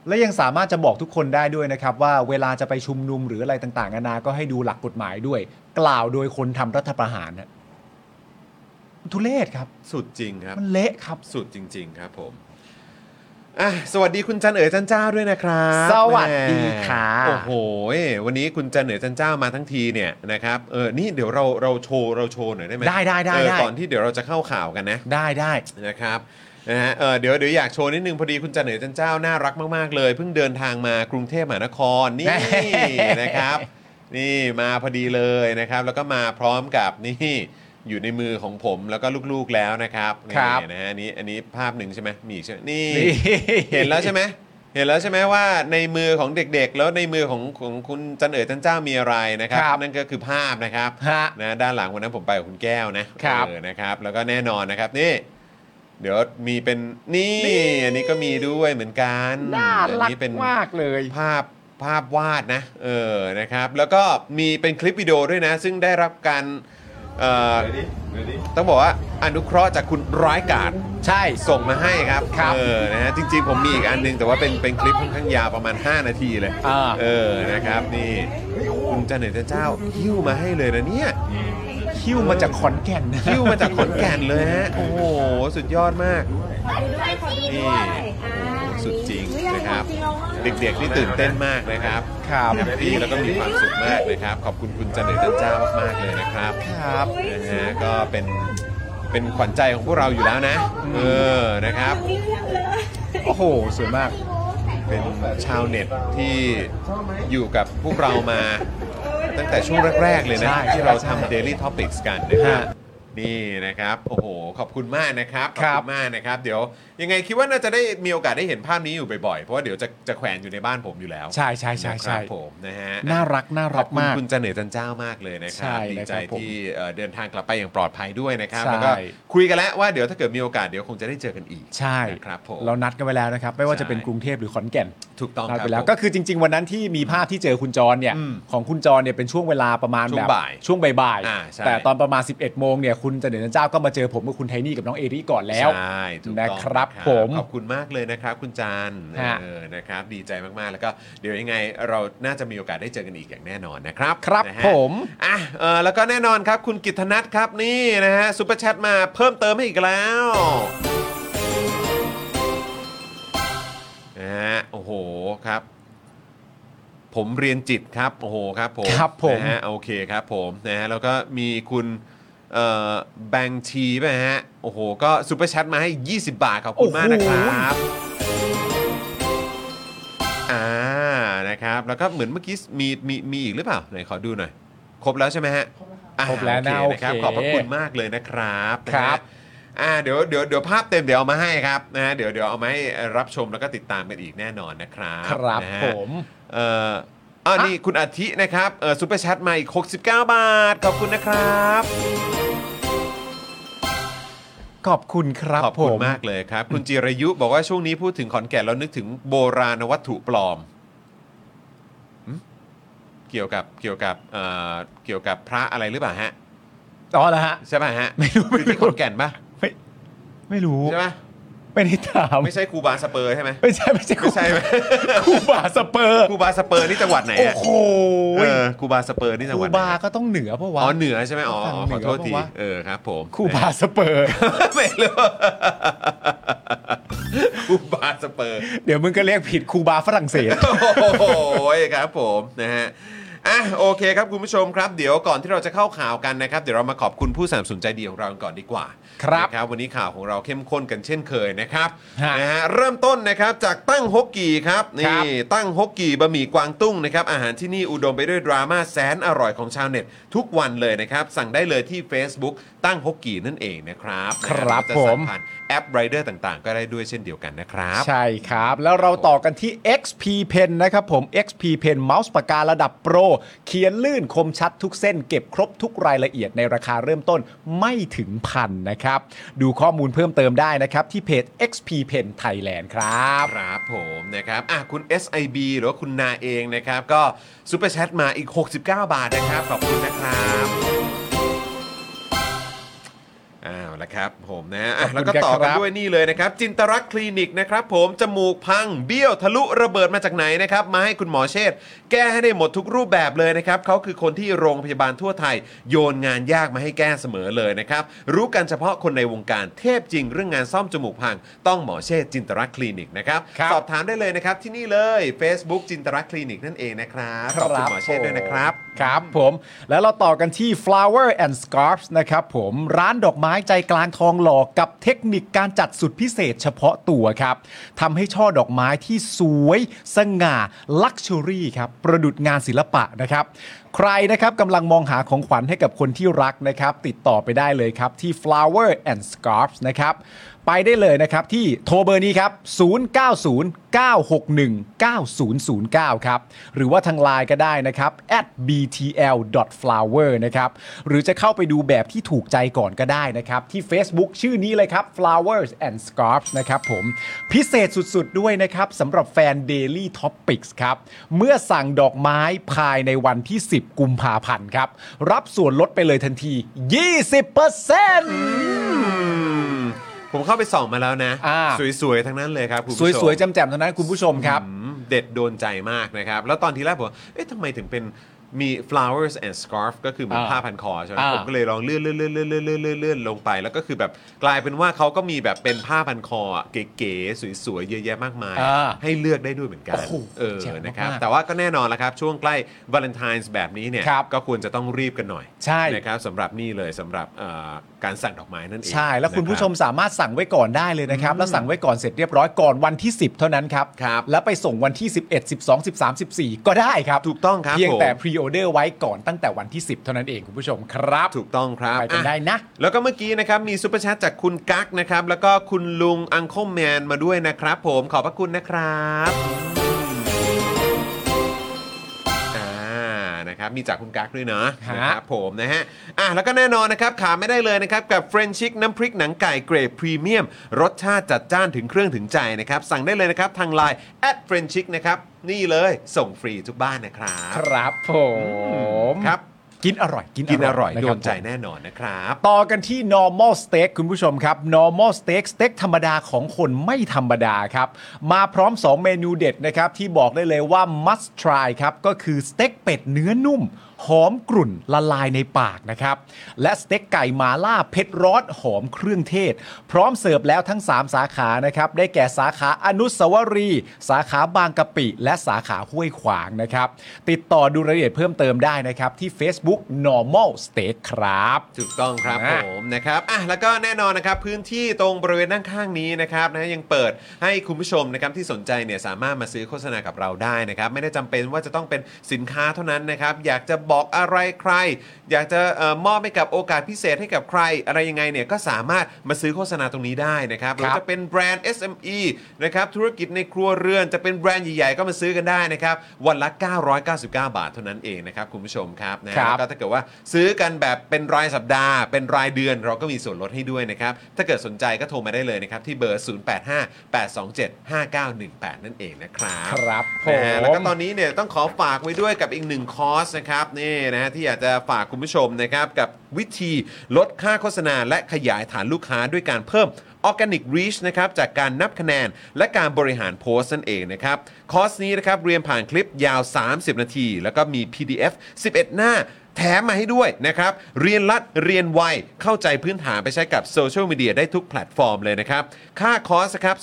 S2: และยังสามารถจะบอกทุกคนได้ด้วยนะครับ ว่าเวลาจะไปชุมนุมหรืออะไรต่างๆนานา ก็ให้ดูหลักกฎหมายด้วย กล่าวโดยคนทำรัฐประหารฮะทุเลศครับ
S1: สุดจริงครับ
S2: มันเละครับ
S1: สุดจริง ๆ ครับผมอ่ะสวัสดีคุณจันเอ๋ยจันเจ้าด้วยนะครับ
S2: สวัสดีค่ะ
S1: แหม่โอ้โหวันนี้คุณจันเอ๋ยจันเจ้ามาทั้งทีเนี่ยนะครับเออนี่เดี๋ยวเราเราโชว์เราโชว์หน่อยได้ไหม
S2: ได้ได้ได้
S1: เออ
S2: ได้
S1: ก่อนที่เดี๋ยวเราจะเข้าข่าวกันนะ
S2: ได้ได้
S1: นะครับนะฮะเอ่อเดี๋ยวเดี๋ยวอยากโชว์นิดนึงพอดีคุณจันเหนือจันเจ้าน่ารักมาก ๆ เลย เพิ่งเดินทางมากรุงเทพมหานครนี่
S2: แน่
S1: นะครับ นี่มาพอดีเลยนะครับ แล้วก็มาพร้อมกับ นี่อยู่ในมือของผมแล้วก็ลูกๆแล้วนะครับ
S2: ครับ
S1: นี่นะฮะอันนี้อันนี้ภาพหนึ่งใช่ไหมมีอีกใช่ไหมนี่
S2: นี่
S1: เห็นแล้วใช่ไหมเห็นแล้วใช่ไหมว่าในมือของเด็กๆ แล้วในมือของของคุณจันเอ๋ยจันเจ้ามีอะไรนะครับ
S2: ครับ
S1: นั่นก็คือภาพนะครับ
S2: ฮะ
S1: นะด้านหลังวันนั้นผมไปกับคุณแก้วนะครับ เออนะครับ แล้วก็แน่นอนนะครับนี่ เดี๋ยวมีเป็นนี่
S2: นี่
S1: อันนี้ก็มีด้วยเหมือนกัน
S2: น่ารั
S1: อั
S2: ก
S1: นี้เป็น
S2: มากเลย
S1: ภาพภาพวาดนะ เออนะครับ แล้วก็มีเป็นคลิปวิดีโอด้วยนะ ซึ่งได้รับการเอ่อต้องบอกว่าอนุเคราะห์จากคุณร้ายกาด
S2: ใช่
S1: ส่งมาให้ครับ
S2: ครับ
S1: เออนะฮะจริง ๆ ผมมีอีกอันหนึงแต่ว่าเป็นเป็นคลิปค่อนข้างยาวประมาณ 5 นาทีเลย
S2: อ่า
S1: เออนะครับนี่คุณจันเหนือเจ้าหิ้วมาให้เลยนะเนี่ย
S2: คิ้วมาจากขอนแก่นนะ
S1: คิ้วมาจากขอนแก่นเลยฮะ โอ้โห สุดยอดมาก นี่สุดจริงนะครับ เด็กๆนี่ตื่นเต้นมากนะครับ
S2: ครับ
S1: แฮปปี้แล้วก็มีความสุขมากนะครับ ขอบคุณคุณจันเดอร์จันเจ้ามากๆเลยนะครับ
S2: ครับ
S1: นะฮะก็เป็นเป็นขวัญใจของพวกเราอยู่แล้วนะ เออนะครับ
S2: โอ้โห สวยมาก
S1: เป็นชาวเน็ตที่อยู่กับพวกเรามาตั้งแต่ช่วงแรก ๆ เลยนะ
S2: ใช่
S1: ที่เราทำ Daily Topics กันนะครับ
S2: ฮะ
S1: นี่นะครับ โอ้โห ขอบคุณมากนะครับ ขอ
S2: ครั
S1: บบ คุณมากนะครับ เดี๋ยวยังไงคิดว่าน่าจะได้มีโอกาสได้เห็นภาพนี้อยู่บ่อยๆ เพราะว่าเดี๋ยวจะจะแขวนอยู่ในบ้านผมอยู่แล้ว
S2: ใช่ใช่ใช่
S1: นะค
S2: ใช่
S1: รับผมนะฮะ
S2: น่ารักน่า
S1: ข
S2: รั
S1: อก บคุณ
S2: มาก
S1: คุณเจันเหนือจันเจ้ามากเลยนะค
S2: ใช่
S1: รับ ดี
S2: นะ
S1: ใจ
S2: ครับผม
S1: ที่เอ่อเดินทางกลับไปอย่างปลอดภัยด้วยนะครับ
S2: ใช่
S1: แล้วก็คุยกันแล้วว่าเดี๋ยวถ้าเกิดมีโอกาสเดี๋ยวคงจะได้เจอกันอีก
S2: ใช่
S1: นะครับผม
S2: เรานัดกันไว้แล้วนะครับ ไม่ว่าจะเป็นกรุงเทพหรือขอนแก่น
S1: ถูกต้อง
S2: น้อย
S1: ครับ
S2: ไปแล้ว
S1: ผม
S2: ก็คือจริง ๆ วันนั้นที่มีภาพที่เจอคุณจรเนี่ย
S1: อืม
S2: ของคุณจรเนี่ยเป็นช่วงเวลาประมาณ
S1: ช่วง
S2: แบบ
S1: บ่าย
S2: ช่วงบ่าย
S1: อ่าใช่
S2: แต่ตอนประมาณ 11 โมงเนี่ยคุณเจเนรเจ้าก็มาเจอผมกับคุณไทนี่กับน้องเอริก่อนแล้ว
S1: ใช่ถูกต้อง
S2: นะครับผม
S1: ขอบคุณมากเลยนะครับคุณจาน
S2: ฮะ
S1: เออนะครับ ดีใจมากๆ แล้วก็เดี๋ยวยังไงเราน่าจะมีโอกาสได้เจอกันอีกอย่างแน่นอนนะครับ
S2: ครับ
S1: นะฮะ
S2: ผม
S1: อ่ะเออแล้วก็แน่นอนครับคุณกิตนัทครับนี่นะฮะซุปเปอร์แชทมาเพิ่มเติมให้อีกแล้วนะฮะโอ้โหครับ ผมเรียนจิตครับโอ้โหครับผม
S2: ครับผม
S1: นะฮะโอเคครับผมนะฮะแล้วก็มีคุณเอ่อแบงทีไปฮะโอ้โห ก็ซูเปอร์แชทมาให้ 20 บาทขอบคุณมากนะครับอ่านะครับ แล้วก็เหมือนเมื่อกี้มีมีมีอีกหรือเปล่าไหนขอดูหน่อย ครบแล้วใช่ไหมฮะอ่า
S2: ครบแล้วนะ
S1: โอเคนะครับ
S2: โอเค
S1: ขอบพระคุณมากเลยนะครับนะฮะ
S2: ครับ
S1: อ่าเดี๋ยวเดี๋ยวเดี๋ยวภาพเต็มเดี๋ยวเอามาให้ครับนะฮะเดี๋ยวเดี๋ยวเอามาให้รับชมแล้วก็ติดตามกันอีกแน่นอนนะครับ
S2: ครับ
S1: นะฮะ
S2: ผม
S1: เอ่ออ่านี่คุณอาทินะครับเออซูเปอร์แชทมาอีก 69 บาท ขอบคุณนะครับ
S2: ขอบคุณครับ
S1: ขอบ
S2: ผ
S1: คุณ
S2: ม
S1: มากเลยครับ คุณจิรยุบอกว่าช่วงนี้พูดถึงขอนแก่นแล้วนึกถึงโบราณวัตถุปลอมหึเกี่ยวกับเกี่ยวกับเอ่อเกี่ยวกับพระอะไรหรือเปล่าฮะ
S2: อ๋อเหรอฮะ
S1: ใช่ป่ะฮะ
S2: ไม่รู้ไม่
S1: คือ
S2: รู้
S1: ที่ขอนแก่นปะ
S2: ไม่ไม่รู้
S1: ใช่ป่ะ
S2: ไม่ได้ถาม
S1: ไม่ใช่ครูบาสเปอร์ใช่ไหม
S2: ไม่ใช่ไม่ใช่
S1: ไม่ใช่ไหม
S2: ครูบาสเปอร์
S1: ครูบาสเปอร์นี่จังหวัดไหน
S2: โอ้
S1: อะ
S2: โห
S1: เออครูบาสเปอร์นี่
S2: ค
S1: จังห
S2: รู
S1: วัดไหน
S2: บาก็ต้องเหนือเพราะว่า
S1: อ๋อเหนือใช่ไหมอ๋ออ๋อขอโทษที
S2: เหนือปะวะ
S1: เออครับ ผม
S2: ครูบาสเปอร์
S1: ไม่รู้ ครูบาสเปอร์
S2: เดี๋ยวมึงก็เรียกผิดครูบาฝรั่งเศส
S1: โอ้ยครับผมนะฮะอ่ะโอเคครับคุณผู้ชมครับ เดี๋ยวก่อนที่เราจะเข้าข่าวกันนะครับ เดี๋ยวเรามาขอบคุณผู้สนับสนุนใจดีของเราก่อนดีกว่า
S2: ครับ
S1: นะวันนี้ข่าวของเราเข้มข้นกันเช่นเคยนะครับ
S2: ฮะ
S1: นะฮะเริ่มต้นนะครับจากตั้งฮกกีครับ
S2: ครั
S1: นี่
S2: บ
S1: ตั้งฮกกีบะหมี่กวางตุ้งนะครับอาหารที่นี่อุดมไปด้วยดราม่าแสนอร่อยของชาวเน็ต ทุกวันเลยนะครับสั่งได้เลยที่ Facebook ตั้งฮกกีนั่นเองนะครับ
S2: ครับ
S1: จะสั่ง
S2: ผม
S1: ผ่านแอปไรเดอร์ต่างๆ ก็ได้ด้วยเช่นเดียวกันนะครับ
S2: ใช่ครับ แล้วเราต่อกันที่ XP Pen นะครับผม XP Pen เมาส์ปากการะดับโปร เขียนลื่นคมชัดทุกเส้นเก็บครบทุกรายละเอียดในราคาเริ่มต้นไม่ถึงพันนะครับ ดูข้อมูลเพิ่มเติมได้นะครับ ที่เพจ XP Pen Thailand ครับ
S1: ครับผมนะครับอ่ะคุณ SIB หรือว่าคุณนาเองนะครับ ก็ซูเปอร์แชทมาอีก 69 บาทนะครับ ขอบคุณนะครับอ้าวแล้วครับผมนะอ่ะ
S2: ขอบคุณ
S1: แล้วก็ต่อ
S2: ค
S1: กั
S2: รั
S1: น
S2: บ
S1: ด้วยนี่เลยนะครับ จินตรักษณ์คลินิกนะครับผม จมูกพังเบี้ยวทะลุระเบิดมาจากไหนนะครับ มาให้คุณหมอเชษฐ์แก้ให้ได้หมดทุกรูปแบบเลยนะครับเขาคือคนที่โรงพยาบาลทั่วไทย โยนงานยากมาให้แก้เสมอเลยนะครับ รู้กันเฉพาะคนในวงการเทพจริง เรื่องงานซ่อมจมูกพัง ต้องหมอเชษฐ์จินตรักษณ์คลินิกนะครับ
S2: ครับ
S1: สอบถามได้เลยนะครับที่นี่เลย Facebook จินตรักษณ์คลินิกนั่นเองนะครับขอบคุณหมอเชษฐ์ด้วยนะครับ
S2: ครับผมแล้วเราต่อกันที่ flower and scarfs นะครับผมร้านดอกไม้ใจกลางทองหล่อกับเทคนิคการจัดสุดพิเศษเฉพาะตัวครับทำให้ช่อดอกไม้ที่สวย สง่า ลักชัวรี่ครับ ประดุดงานศิลปะนะครับ ใครนะครับกำลังมองหาของขวัญให้กับคนที่รักนะครับ ติดต่อไปได้เลยครับที่ flower and scarfs นะครับไปได้เลยนะครับที่โทรเบอร์นี้ครับ 0909619009 ครับ หรือว่าทางไลน์ก็ได้นะครับ at btl.flower นะครับ หรือจะเข้าไปดูแบบที่ถูกใจก่อนก็ได้นะครับ ที่ Facebook ชื่อนี้เลยครับ flowers and scarfs นะครับผม พิเศษสุดๆด้วยนะครับสำหรับแฟน Daily Topics ครับ เมื่อสั่งดอกไม้ภายในวันที่ 10 กุมภาพันธ์ครับ รับส่วนลดไปเลยทันที 20%
S1: ผมเข้าไปส่องมาแล้วนะ
S2: อ่า
S1: สวยๆทั้งนั้นเลยครับคุณผู้ชม
S2: สวยๆแจ่มๆทั้งนั้นคุณผู้ชมครับ
S1: อืมเด็ดโดนใจมากนะครับ แล้วตอนที่แรกผมว่าเอ๊ะทำไมถึงเป็นมี flowers and scarf ก็คือเหมือน
S2: อ่า
S1: ผ้าพันคอใช่ไหม
S2: อ่า
S1: ผมก็เลยลองเลื่อนเลื่อนเลื่อนเลื่อนเลื่อนเลื่อนเลื่อนเลื่อนลงไป แล้วก็คือแบบกลายเป็นว่าเขาก็มีแบบเป็นผ้าพันคออะเก๋ๆสวยๆ เยอะแยะมากมาย
S2: อ่า
S1: ให้เลือกได้ด้วยเหมือนกัน
S2: โอ้โห
S1: เออ
S2: เจ๋งมาก
S1: นะครับแต่ว่าก็แน่นอนละครับ ช่วงใกล้ว a เลน t i น e s แบบนี้เนี่ย
S2: ครับ
S1: ก็ควรจะต้องรีบกันหน่อย
S2: ใช่
S1: นะครับสำหรับนี่เลยสำหรับเอ่อการสั่งดอกไม้นั่นเอง
S2: ใช่แล้วคุณผู้ชม
S1: นะ
S2: สามารถสั่งไว้ก่อนได้เลยนะครับ แล้วสั่งไว้ก่อนเสร็จเรียบร้อยก่อนวันที่ 10 เท่านั้นครับ
S1: ครับ
S2: แล้วไปส่งวันที่ 11 12 13 14 ก็ได้ครับ
S1: ถูกต้องครับ
S2: เพียง
S1: ผม
S2: แต่พรีออเดอร์ไว้ก่อนตั้งแต่วันที่ 10 เท่านั้นเองคุณผู้ชมครับ
S1: ครับถูกต้องครับ
S2: ไปกัน
S1: อ่
S2: ได้นะ
S1: แล้วก็เมื่อกี้นะครับ มีซุปเปอร์แชทจากคุณกั๊กนะครับ แล้วก็คุณลุงอัง l e m แมนมาด้วยนะครับ ผมขอบพระคุณนะครับ อ่านะค นะครับมีจากคุณกั๊กด้วยเนาะ
S2: ฮะ
S1: นะครับผมนะฮะอ่ะแล้วก็แน่นอนนะครับขาดไม่ได้เลยนะครับกับเฟรนชิกน้ำพริกหนังไก่เกรดพรีเมียมรสชาติจัดจ้านถึงเครื่องถึงใจนะครับ สั่งได้เลยนะครับทางไลน์แอดเฟรนชิกนะครับนี่เลยส่งฟรีทุกบ้านนะครับ
S2: ครับผม
S1: ครับ
S2: กินอร่อย
S1: กินอร่อย
S2: ะค
S1: โด
S2: บ
S1: นใจ
S2: ผม
S1: แน่นอนนะครับ
S2: ต่อกันที่ normal steak คุณผู้ชมครับ normal steak สเต็กธรรมดาของคนไม่ธรรมดาครับ มาพร้อม 2 เมนูเด็ดนะครับ ที่บอกได้เลยว่า must try ครับ ก็คือสเต็กเป็ดเนื้อนุ่ม หอมกรุ่นละลายในปากนะครับ และสเต็กไก่หมาล่าเผ็ดร้อนหอมเครื่องเทศ พร้อมเสิร์ฟแล้วทั้ง 3 สาขานะครับ ได้แก่สาขาอนุสาวรีย์สาขาบางกะปิ และสาขาห้วยขวางนะครับ ติดต่อดูรายละเอียดเพิ่มเติมได้นะครับที่ Facebook normal steak ครับ
S1: ถูกต้องครับ
S2: อ่า
S1: ผมนะครับอ่ะแล้วก็แน่นอนนะครับพื้นที่ตรงบริเวณด้านข้างนี้นะครับนะยังเปิดให้คุณผู้ชมนะครับที่สนใจเนี่ยสามารถมาซื้อโฆษณากับเราได้นะครับ ไม่ได้จำเป็นว่าจะต้องเป็นสินค้าเท่านั้นนะครับ อยากจะบอกอะไรใคร อยากจะเอ่อมอบให้กับโอกาสพิเศษให้กับใคร อะไรยังไงเนี่ยก็สามารถมาซื้อโฆษณาตรงนี้ได้นะครับ
S2: ครับ
S1: เราจะเป็นแบรนด์ SME นะครับธุรกิจในครัวเรือนจะเป็นแบรนด์ใหญ่ๆก็มาซื้อกันได้นะครับวันละ 999 บาทเท่านั้นเองนะครับคุณผู้ชมครับนะ
S2: ครั
S1: แล้
S2: บ
S1: วก็ถ้าเกิดว่าซื้อกันแบบเป็นรายสัปดาห์ เป็นรายเดือนเราก็มีส่วนลดให้ด้วยนะครับ ถ้าเกิดสนใจก็โทรมาได้เลยนะครับ ที่เบอร์ 0858275918 นั่นเองนะครับ
S2: ครับผ
S1: นะ
S2: ม
S1: ฮะแล้วก็ตอนนี้เนี่ยต้องขอฝากไว้ด้วยกับอีกหนึ่งคอร์สนะครับนี่นะฮะที่อยากจะฝากคุณผู้ชมนะครับกับวิธีลดค่าโฆษณาและขยายฐานลูกค้าด้วยการเพิ่ม Organic Reach นะครับจากการนับคะแนนและการบริหารโพสต์นั่นเองนะครับ คอร์สนี้นะครับเรียนผ่านคลิปยาว 30 นาที แล้วก็มี PDF 11 หน้า แถมมาให้ด้วยนะครับ เรียนรัดเรียนไว เข้าใจพื้นฐานไปใช้กับโซเชียลมีเดียได้ทุกแพลตฟอร์มเลยนะครับ ค่าคอร์สครับ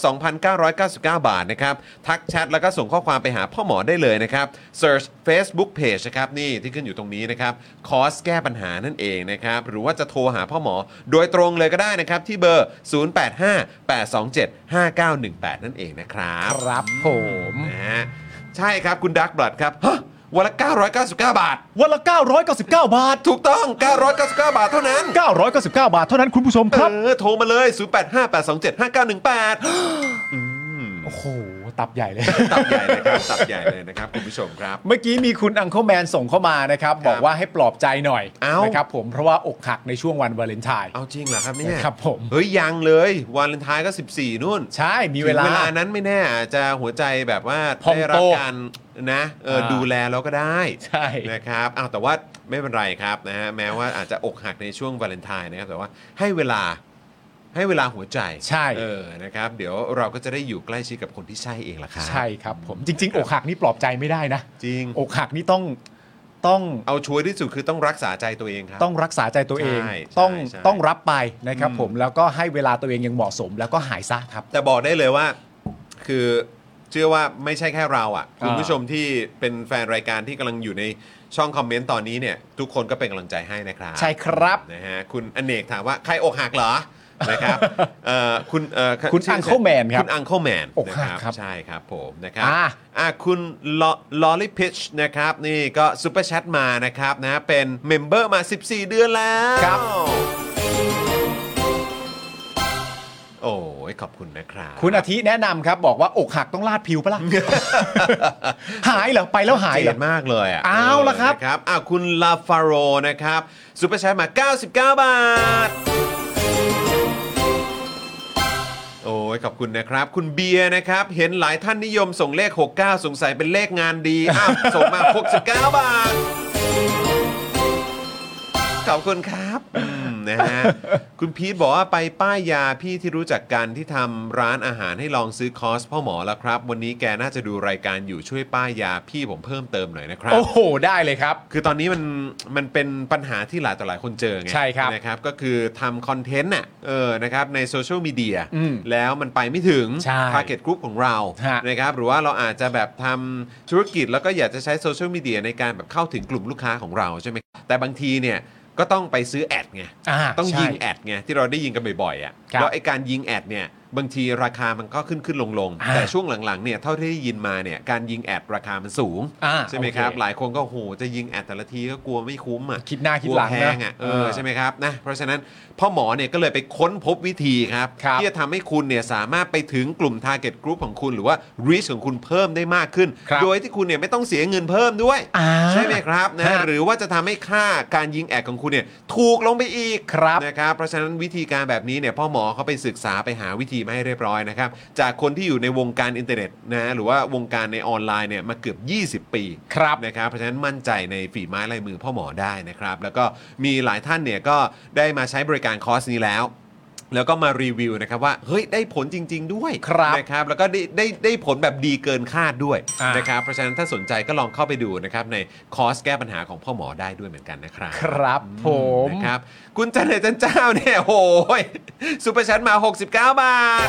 S1: 2,999 บาทนะครับ ทักแชทแล้วก็ส่งข้อความไปหาพ่อหมอได้เลยนะครับ Search Facebook Page นะครับ นี่ที่ขึ้นอยู่ตรงนี้นะครับ คอร์สแก้ปัญหานั่นเองนะครับ หรือว่าจะโทรหาพ่อหมอโดยตรงเลยก็ได้นะครับ ที่เบอร์ 0858275918 นั่นเองนะครับ
S2: ครับผม
S1: นะฮะใช่ครับคุณดักบลัดครับฮะวันละ 999 บาท
S2: วันละ 999 บาท
S1: ถูกต้อง 999 บาทเท่านั้น
S2: 999 บาท เท่านั้นคุณผู้ชม
S1: เอ
S2: ครับ
S1: อ โทรมาเลย 0858275918
S2: โอ้โห ตับใหญ่เลย
S1: ตับใหญ่เลยครับ ตับใหญ่เลยนะครับ คุณผู้ชมครับ
S2: เมื่อกี้มีคุณอัง l e m แมนส่งเข้ามานะครับ บอกว่าให้ปลอบใจหน่อย
S1: เอ้า
S2: นะครับผมเพราะว่าอกหักในช่วงวันวาเลนไทน์
S1: เอาจริงเหรอครับเนี่ย
S2: ครับผม
S1: เฮ้ย ยังเลย วันเลนไทน์ก็ 14 นู่น
S2: ใช่มีเวลา
S1: ถึงเวลานั้นไม่แน่อาจจะหัวใจแบบว่า
S2: พอง
S1: ได้รั
S2: โต
S1: การนะเอออา ดูแลเราก็ได้
S2: ใช่
S1: นะครับอ้าวแต่ว่าไม่เป็นไรครับนะฮะแม้ว่าอาจจะอกหักในช่วงวาเลนไทน์นะครับแต่ว่าให้เวลาให้เวลาหัวใจ
S2: ใช่
S1: เออนะครับ เดี๋ยวเราก็จะได้อยู่ใกล้ชิดกับคนที่ใช่เองล่ะครับ
S2: ใช่ครับผมจริง ๆ อกหักนี่ปลอบใจไม่ได้นะ
S1: จริง
S2: อกหักนี่ต้องต้อง
S1: เอาชัวร์ที่สุดคือต้องรักษาใจตัวเองครับ
S2: ต้องรักษาใจตัวเอง
S1: ใช่ใช่
S2: ต้อง
S1: ใช่
S2: ต้องรับไปนะครับผมแล้วก็ให้เวลาตัวเองอยังเหมาะสม แล้วก็หายซะครับ
S1: แต่บอกได้เลยว่า คือเชื่อว่าไม่ใช่แค่เราอ่ะ
S2: อ่า
S1: คุณผู้ชมที่เป็นแฟนรายการที่กำลังอยู่ในช่องคอมเมนต์ตอนนี้เนี่ย ทุกคนก็เป็นกำลังใจให้นะครับ
S2: ใช่ครับ
S1: นะฮะคุณอเนกถามว่า ใครอกหักเหรอ นะครับเอ่อคุณเอ่อ
S2: คุณ
S1: ชื่
S2: Uncle Man ครับ
S1: คุณอังเคิลแมน
S2: อกหักครับ
S1: ใช่ครับผมนะครับ
S2: อ่า
S1: อ่ะคุณลอลลี่พิชนะครับ นี่ก็ซูเปอร์แชทมานะครับนะเป็นเมมเบอร์มา 14 เดือนแล้ว
S2: ครับ
S1: โอ้ยขอบคุณนะครับ
S2: คุณอาทิแนะนำครับ บอกว่าอกหักต้องลาดผิวปะ ล่ะ หายเหรอ ไปแล้วหายเหร
S1: เจ็
S2: อ
S1: ดมากเลยอ่ะ
S2: เอาล่ะครับ
S1: นะครับอ้าวคุณลาฟาโรนะครับซูเปอร์แชทมา 99 บาท โอ้ยขอบคุณนะครับ คุณเบียร์นะครับ เห็นหลายท่านนิยมส่งเลข 69 สงสัยเป็นเลขงานดี อ้าว ส่งมา 69 บาท ขอบคุณครับอืมนะฮะ คุณพีทบอกว่าไปป้ายยาพี่ที่รู้จักกันที่ทำร้านอาหารให้ลองซื้อคอร์สพ่อหมอแล้วครับ วันนี้แกน่าจะดูรายการอยู่ช่วยป้ายยาพี่ผมเพิ่มเติมหน่อยนะครับ
S2: โอ้โห ได้เลยครับ
S1: คือตอนนี้มันมันเป็นปัญหาที่หลายต่อหลายคนเจอไง
S2: ใช่ครับ
S1: นะครับก็คือทำคอนเทนต์น่ะเออนะครับในโซเชียลมีเดีย
S2: อืม
S1: แล้วมันไปไม่ถึง
S2: ใช่
S1: ทาร์เก็ตกลุ่มของเรา
S2: ฮะ
S1: นะครับหรือว่าเราอาจจะแบบทำธุรกิจแล้วก็อยากจะใช้โซเชียลมีเดียในการแบบเข้าถึงกลุ่มลูกค้าของเราใช่ไหมแต่บางทีเนี่ยก็ต้องไปซื้อแอดไง
S2: า
S1: ต้อง
S2: ใช่
S1: ยิงแอดไงที่เราได้ยินกันบ่อยๆอ่ะ
S2: ครับ
S1: แล้วไอการยิงแอดเนี่ย บางทีราคามันก็ขึ้นขึ้นลงลงๆ
S2: อ่า
S1: แต่ช่วงหลังๆเนี่ยเท่าที่ได้ยินมาเนี่ยการยิงแอดราคามันสูง
S2: อ่า
S1: ใช่ไหมครับ
S2: โอเค
S1: หลายคนก็โหจะยิงแอดแต่ละทีก็กลัวไม่คุ้มอ่ะ
S2: คิดหน้าคิดหลัง
S1: กว
S2: นะ
S1: แพงอ่ะเออ
S2: เออ
S1: ใช่ไหมครับนะเพราะฉะนั้นพ่อหมอเนี่ยก็เลยไปค้นพบวิธีครับ
S2: ครับ
S1: ที่จะทำให้คุณเนี่ยสามารถไปถึงกลุ่ม Target Group ของคุณหรือว่า reach ของคุณเพิ่มได้มากขึ้น
S2: ครับ
S1: โดยที่คุณเนี่ยไม่ต้องเสียเงินเพิ่มด้วย
S2: อ่า
S1: ใช่ไหมครับนะ
S2: ฮะ
S1: หรือว่าจะทำให้ค่าการยิงแอดของคุณเนี่ยถูกลงไปอีก
S2: ครับ
S1: นะครับเพราะฉะนั้นวิธีการแบบนี้เนี่ยพ่อหมอเขาไปศึกษาไปหาวิธีมาให้เรียบร้อยนะครับจากคนที่อยู่ในวงการอินเทอร์เน็ตนะหรือว่าวงการในออนไลน์เนี่ยมาเกือบ 20 ปี
S2: ครับ
S1: นะครับเพราะฉะนั้นมั่นใจในฝีไม้ลายมือพ่อหมอได้นะครับ แล้วก็มีหลายท่านเนี่ยก็ได้มาใช้บริการคอร์สนี้แล้ว แล้วก็มารีวิวนะครับว่าเฮ้ยได้ผลจริง ๆ ด้วย
S2: ครับ
S1: นะครับแล้วก็ได้ได้ได้ผลแบบดีเกินคาดด้วย
S2: อ่าน
S1: นะครับเพราะฉะนั้นถ้าสนใจก็ลองเข้าไปดูนะครับในคอร์สแก้ปัญหาของพ่อหมอได้ด้วยเหมือนกันนะครับ
S2: ครับผม
S1: นะครับคุณจันเนตจันเจ้าเนี่ยโอ้ยซูเปอร์ชันมา 69 บาท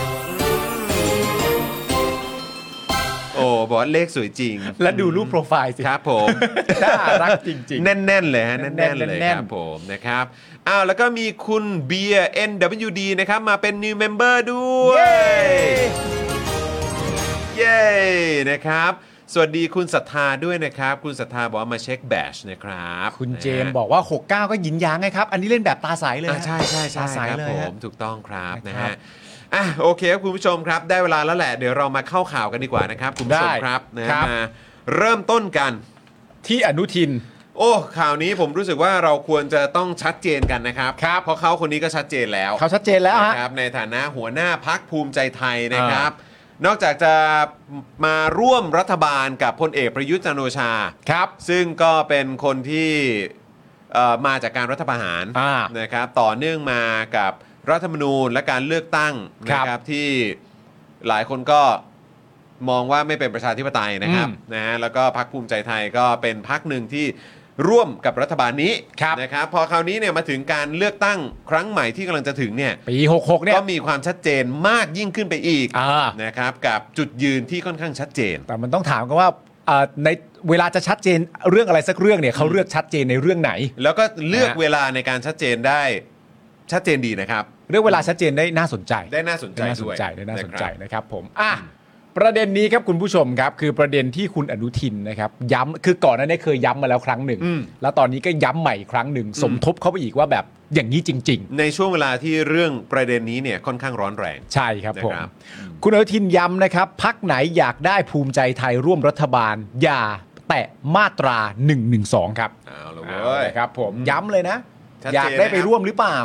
S1: โอ้บอกว่าเลขสวยจริง
S2: และดูรูปโปรไฟล์สิ
S1: ครับผม
S2: น่ารักจริง
S1: แน่น ๆ เลยฮะ
S2: แน่นๆ
S1: แน่น ๆ เลย
S2: แน่นๆ
S1: ครับผมนะครับอ้าวแล้วก็มีคุณเบียร์ NWD นะครับ มาเป็น new member ด้วย เย้นะครับ สวัสดีคุณศรัทธาด้วยนะครับ คุณศรัทธาบอกว่ามาเช็คแบชนะครับ
S2: ๆ คุณเจมส์
S1: นะฮะ
S2: บอกว่า 69 ก็หยินยางไงครับ อันนี้เล่นแบบตาใสเลย
S1: อ่า
S2: ฮะ
S1: ใช่ใช่ใช่
S2: ตาใส
S1: ครับ
S2: เลย
S1: ผ
S2: ฮะ
S1: มถูกต้องครับนะ
S2: นะครั
S1: ฮะ
S2: บ
S1: อ่ะโอเคครับคุณผู้ชมครับ ได้เวลาแล้วแหละเดี๋ยวเรามาเข้าข่าวกันดีกว่านะครับคุณผู้ชม
S2: ได้
S1: ครับนะฮะ
S2: ครับ
S1: มาเริ่มต้นกัน
S2: ที่อนุทิน
S1: โอ้ ข่าวนี้ผมรู้สึกว่าเราควรจะต้องชัดเจนกันนะครับ เพราะเขาคนนี้ก็ชัดเจนแล้ว
S2: เขาชัดเจนแล้วฮะ
S1: นะครับในฐานะหัวหน้าพักภูมิใจไทยนะครับ นอกจากจะมาร่วมรัฐบาลกับพลเอกประยุทธ์จันทร์โอชา
S2: ครับ
S1: ซึ่งก็เป็นคนที่เอ่อมาจากการรัฐประหาร
S2: อ่า
S1: นะครับต่อเนื่องมากับรัฐธรรมนูญและการเลือกตั้งนะ
S2: ครับ
S1: ครับที่หลายคนก็มองว่าไม่เป็นประชาธิปไตยนะครับ
S2: อืม
S1: นะฮะแล้วก็พรรคภูมิใจไทยก็เป็นพรรคหนึ่งที่ร่วมกับรัฐบาลนี้
S2: ครับ
S1: นะครับพอคราวนี้เนี่ยมาถึงการเลือกตั้งครั้งใหม่ที่กำลังจะถึงเนี่ย
S2: ปี 66 เนี่ย
S1: ก็มีความชัดเจนมากยิ่งขึ้นไปอีก
S2: อ่า
S1: นะครับกับจุดยืนที่ค่อนข้างชัดเจน
S2: แต่มันต้องถามกันว่าเอ่อในเวลาจะชัดเจนเรื่องอะไรสักเรื่องเนี่ยเขาเลือกชัดเจนในเรื่องไหน
S1: แล้วก็เลือก
S2: นะฮะ
S1: เวลาในการชัดเจนได้ชัดเจนดีนะครับ
S2: เรื่องเวลาชัดเจนได้น่าสนใจ
S1: ได้น่าสนใจ
S2: ได้น่าส
S1: ด้
S2: น
S1: วย
S2: ใจได้น่าสนใจ
S1: ะครับ
S2: นะครับผมอ่ะประเด็นนี้ครับคุณผู้ชมครับ คือประเด็นที่คุณอนุทินนะครับย้ำคือก่อนหน้านี้เคยย้ำมาแล้วครั้งหนึ่ง
S1: อืม
S2: แล้วตอนนี้ก็ย้ำใหม่อีกครั้งหนึ่ง สมทบเข้าไปอีกว่าแบบอย่างนี้จริง
S1: ในช่วงเวลาที่เรื่องประเด็นนี้เนี่ยค่อนข้างร้อนแรง
S2: ๆ ใช่ครับผม
S1: นะครับ
S2: คุณอนุทินย้ำนะครับพักไหนอยากได้ภูมิใจไทยร่วมรัฐบาล อย่าแตะมาตรา 112 ครับ
S1: เอาละ
S2: เอา
S1: เว้ย
S2: ละครับผมย้ำเลยนะ
S1: ชัดเจน
S2: อยากได้ไป
S1: นะครับ
S2: ร่วมหรือเปล่า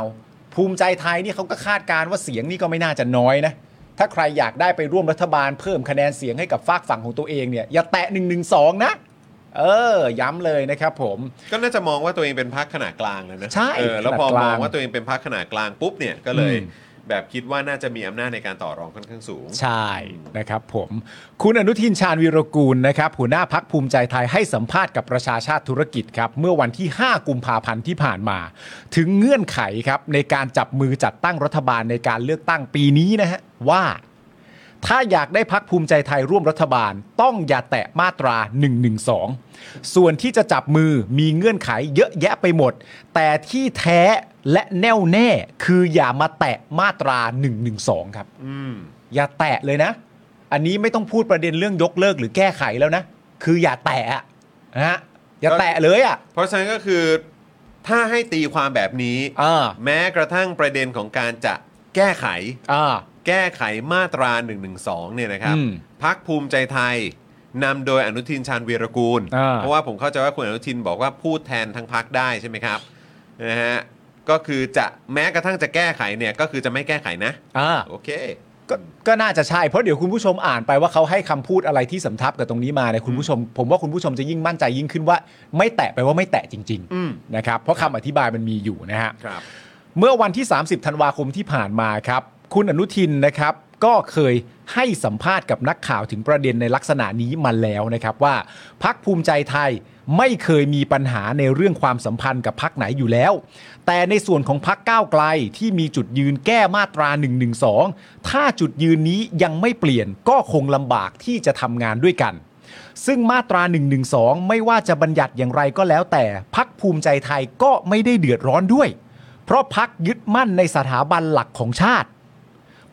S2: ภูมิใจไทยนี่เขาก็คาดการณ์ว่าเสียงนี่ก็ไม่น่าจะน้อยนะ ถ้าใครอยากได้ไปร่วมรัฐบาลเพิ่มคะแนนเสียงให้กับฝากฝั่งของตัวเองเนี่ยอย่าแตะ1นึนะ เออ ย้ำเลยนะครับผม
S1: ก็น่าจะมองว่าตัวเองเป็นพักขนาดกลางเลยนะ
S2: ใช่
S1: เออแล้วพอ
S2: ข
S1: ม
S2: นาดกลาง
S1: องว่าตัวเองเป็นพักขนาดกลางปุ๊บเนี่ยก็เลย
S2: อืม
S1: แบบคิดว่าน่าจะมีอำนาจในการต่อรองค่อนข้างสูง
S2: ใช่นะครับผม คุณอนุทินชาญวีรกูลนะครับหัวหน้าพักภูมิใจไทยให้สัมภาษณ์กับประชาชาติธุรกิจครับ เมื่อวันที่ 5 กุมภาพันธ์ที่ผ่านมา ถึงเงื่อนไขครับในการจับมือจัดตั้งรัฐบาลในการเลือกตั้งปีนี้นะฮะว่า ถ้าอยากได้พักภูมิใจไทยร่วมรัฐบาล ต้องอย่าแตะมาตรา 112 ส่วนที่จะจับมือมีเงื่อนไขเยอะแยะไปหมด แต่ที่แท้และแน่วแน่คืออย่ามาแตะมาตรา 112 ครับ
S1: อืม
S2: อย่าแตะเลยนะ อันนี้ไม่ต้องพูดประเด็นเรื่องยกเลิกหรือแก้ไขแล้วนะ คืออย่าแตะอะนะฮะ อย่าแตะเลยอ่ะ
S1: เพราะฉะนั้นก็คือถ้าให้ตีความแบบนี้
S2: อ่า
S1: แม้กระทั่งประเด็นของการจะแก้ไข
S2: อ่า
S1: แก้ไขมาตรา 112 เนี่ยนะครับ
S2: อืม
S1: พักภูมิใจไทยนำโดยอนุทินชาญวีรกูล
S2: อ่า
S1: เพราะว่าผมเข้าใจว่าคุณอนุทินบอกว่าพูดแทนทั้งพักได้ใช่ไหมครับนะฮะก็คือจะแม้กระทั่งจะแก้ไขเนี่ยก็คือจะไม่แก้ไขนะ
S2: อ่า
S1: โอเค
S2: ก็ก็น่าจะใช่เพราะเดี๋ยวคุณผู้ชมอ่านไปว่าเขาให้คำพูดอะไรที่สำทับกับตรงนี้มาเนี่ยคุณผู้ชม ผมว่าคุณผู้ชมจะยิ่งมั่นใจยิ่งขึ้นว่า ไม่แตะไปว่าไม่แตะจริง
S1: อืม
S2: ๆนะครับเพราะคำอธิบายมันมีอยู่นะฮะ
S1: ครับ
S2: เมื่อวันที่ 30 ธันวาคมที่ผ่านมาครับ คุณอนุทินนะครับ ก็เคยให้สัมภาษณ์กับนักข่าวถึงประเด็นในลักษณะนี้มาแล้วนะครับว่าพักภูมิใจไทยไม่เคยมีปัญหาในเรื่องความสัมพันธ์กับพักไหนอยู่แล้ว แต่ในส่วนของพักก้าวไกลที่มีจุดยืนแก้มาตรา 112 ถ้าจุดยืนนี้ยังไม่เปลี่ยนก็คงลำบากที่จะทำงานด้วยกัน ซึ่งมาตรา 112 ไม่ว่าจะบัญญัติอย่างไรก็แล้วแต่พักภูมิใจไทยก็ไม่ได้เดือดร้อนด้วย เพราะพักยึดมั่นในสถาบันหลักของชาติ